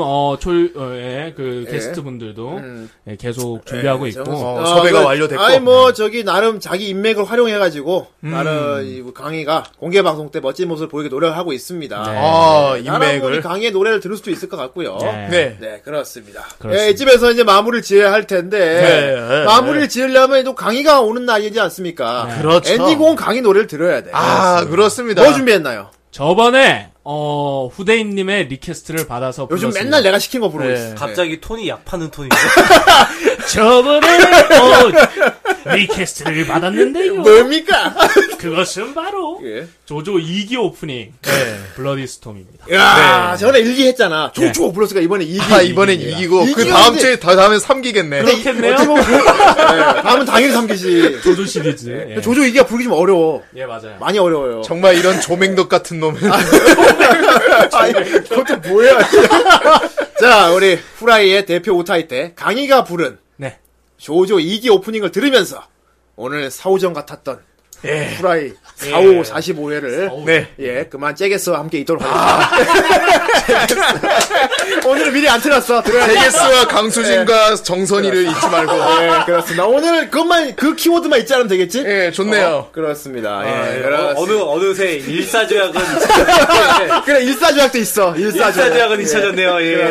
S10: 어, 초, 어, 예, 그 게스트 분들도 예, 계속
S2: 네,
S10: 준비하고 있고
S5: 어, 섭외가 완료됐고. 네. 음.
S2: 아니 뭐 저기 나름 자기 인맥을 활용해 가지고 나름 이 강의가 공개 방송 때 멋진 모습을 보이게 노력하고 있습니다. 어,
S10: 네.
S5: 아,
S2: 나름 우리
S5: 인맥을.
S2: 강의 노래를 들을 수도 있을 것 같고요.
S10: 네.
S5: 네.
S2: 네, 그렇습니다.
S10: 그렇습니다.
S2: 예, 이쯤에서 이제 마무리를 지어야 할 텐데.
S5: 네, 네,
S2: 마무리를 지으려면 또 강의가 오는 날이지 않습니까?
S5: 그렇죠.
S2: 엔딩곡은 강의 노래를 들어야 돼.
S5: 아, 그렇습니다.
S2: 뭐 준비했나요?
S10: 저번에 어, 후대인님의 리퀘스트를 받아서
S2: 요즘
S10: 불렀습니다.
S2: 맨날 내가 시킨 거 부르고
S5: 네.
S2: 있어.
S4: 갑자기 톤이 약파는 톤이죠.
S10: 저번에 어, 리퀘스트를 받았는데요.
S2: 네. 뭡니까?
S10: 그것은 바로
S2: 뭐- 예. 네.
S10: 조조 2기 오프닝 블러디 스톰입니다.
S2: 야, 저번에 일기했잖아. 조조 블러스가 이번에 이기.
S5: 아, 이번엔 이기고, 그 다음 주에, 다, 다음엔 삼기겠네.
S10: 그렇겠네요.
S2: 다음은 당연히 삼기지.
S10: 조조 시리즈. 예.
S2: 조조 이기가 부르기 좀 어려워.
S10: 예, 맞아요.
S2: 많이 어려워요.
S5: 정말 이런 조맹덕 같은 놈은.
S2: 아니, 그것도 뭐야. 자, 우리 후라이의 대표 오타이 때 강희가 부른
S10: 네.
S2: 조조 2기 오프닝을 들으면서 오늘 사오정 같았던 후라이 45, 45회를
S5: 네.
S2: 예, 그만 째겠어와 함께 있도록 하겠습니다. 오늘은 미리 안 틀었어.
S5: 네.
S2: 들어야 돼.
S5: 세계스와 강수진과 정선이를 잊지 말고.
S2: 예, 그렇습니다. 오늘 그것만, 그 키워드만 있지 않으면 되겠지?
S5: 예, 좋네요.
S2: 그렇습니다. 예,
S4: 어,
S2: 그렇습니다.
S4: 어느 어느새 일사조약은
S2: 그래, 일사조약도 있어. 일사조약.
S4: 일사조약은 잊혀졌네요. 예.
S2: 예,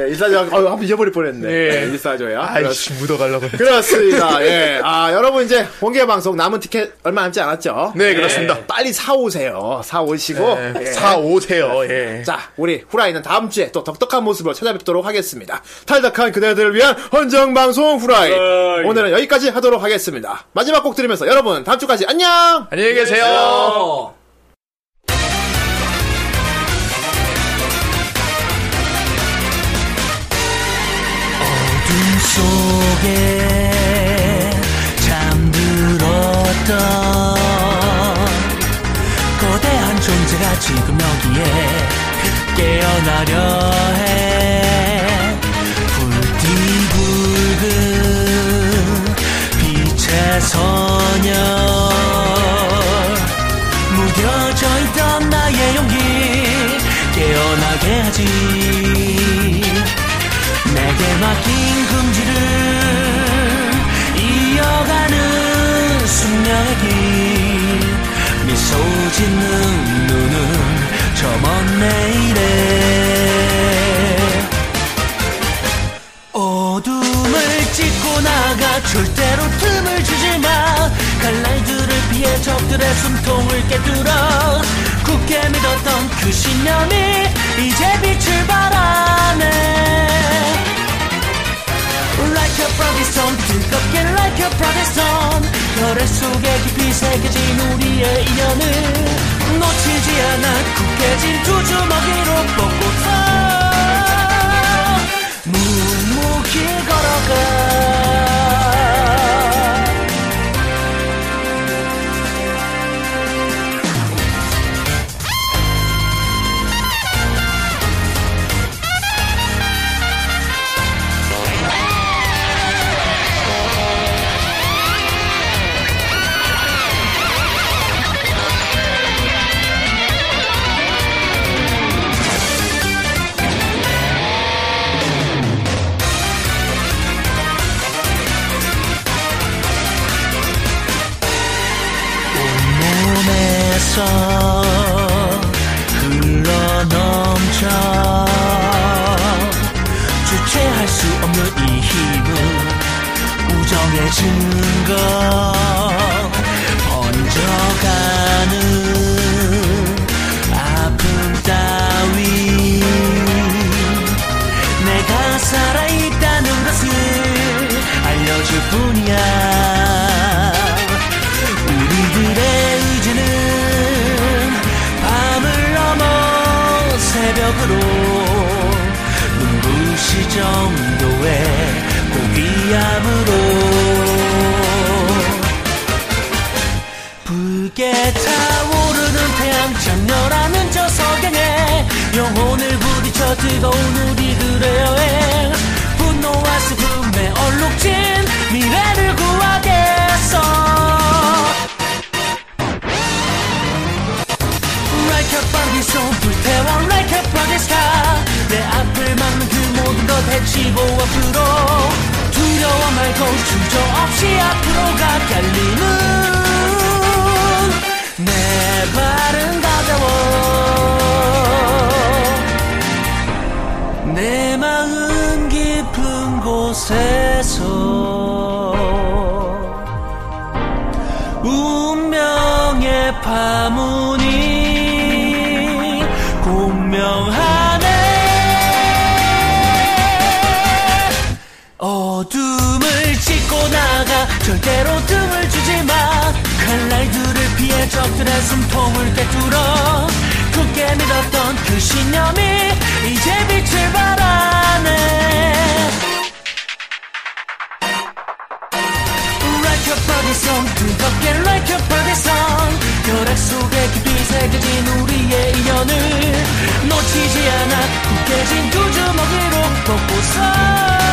S2: 예, 일사조약. 아유, 한번 잊어버릴 뻔했네. 예, 일사조약.
S5: 아이씨, 묻어가려고.
S2: 그렇습니다. 예. 아, 여러분 이제 공개 방송 남은 티켓 얼마 남지 않았죠? 예.
S5: 네, 그렇습니다.
S2: 빨리 사오세요. 사오시고.
S5: 예.
S2: 예.
S5: 사오세요, 예.
S2: 자, 우리 후라이는 다음 주에 또 독특한 모습으로 찾아뵙도록 하겠습니다. 탈덕한 그대들을 위한 헌정 방송 후라이. 오늘은 여기까지 하도록 하겠습니다. 마지막 곡 들으면서 여러분 다음 주까지 안녕.
S5: 안녕히 계세요.
S10: 어.
S9: 어둠 속에 잠들었던 거대한 존재가 지금 여기에 깨어나려 해 붉디붉은 빛의 선열 무뎌져 있던 나의 용기 깨어나게 하지 내게 맡긴 금지를 이어가는 숙명의 길 미소 짓는 눈은 저 먼 내일에 어둠을 찢고 나가 절대로 틈을 주지 마 갈날들을 피해 적들의 숨통을 깨뚫어 굳게 믿었던 그 신념이 이제 빛을 발하네 Like a bloody stone 뜨겁게 like a bloody stone 별의 속에 깊이 새겨진 우리의 인연을 놓치지 않아 굳게 진두 주먹이로 뻗고서 묵묵히 걸어가 몸에서 흘러넘쳐 주체할 수 없는 이 힘은 우정의 증거 번져가는 아픔 따위 내가 살아있다는 것을 알려줄 뿐이야 우리들의 의지는 밤을 넘어 새벽으로 눈부시 정도의 고귀함으로 붉게 타오르는 태양 장렬하는 저 석양에 영혼을 부딪혀 뜨거운 우리들의 여행 분노와 슬픔에 얼룩진 미래를 구하겠어 Like a burning soul 불태워 Like a burning sky 내 앞을 막는 그 모든 것 해치고 앞으로 두려워 말고 주저없이 앞으로 가 갈림은 내 발은 가벼워 내 마음 깊은 곳에서 운명의 파문이 공명하네 어둠을 찢고 나가 절대로 뜸을 주지 마 칼날들을 피해 적들의 숨통을 꿰뚫어 굳게 믿었던 그 신념이 이제 빛을 발하네 Like a party song 뜨겁게 like a party song 벼락 속에 깊이 새겨진 우리의 인연을 놓치지 않아 굳게 진두 주먹으로 덮고서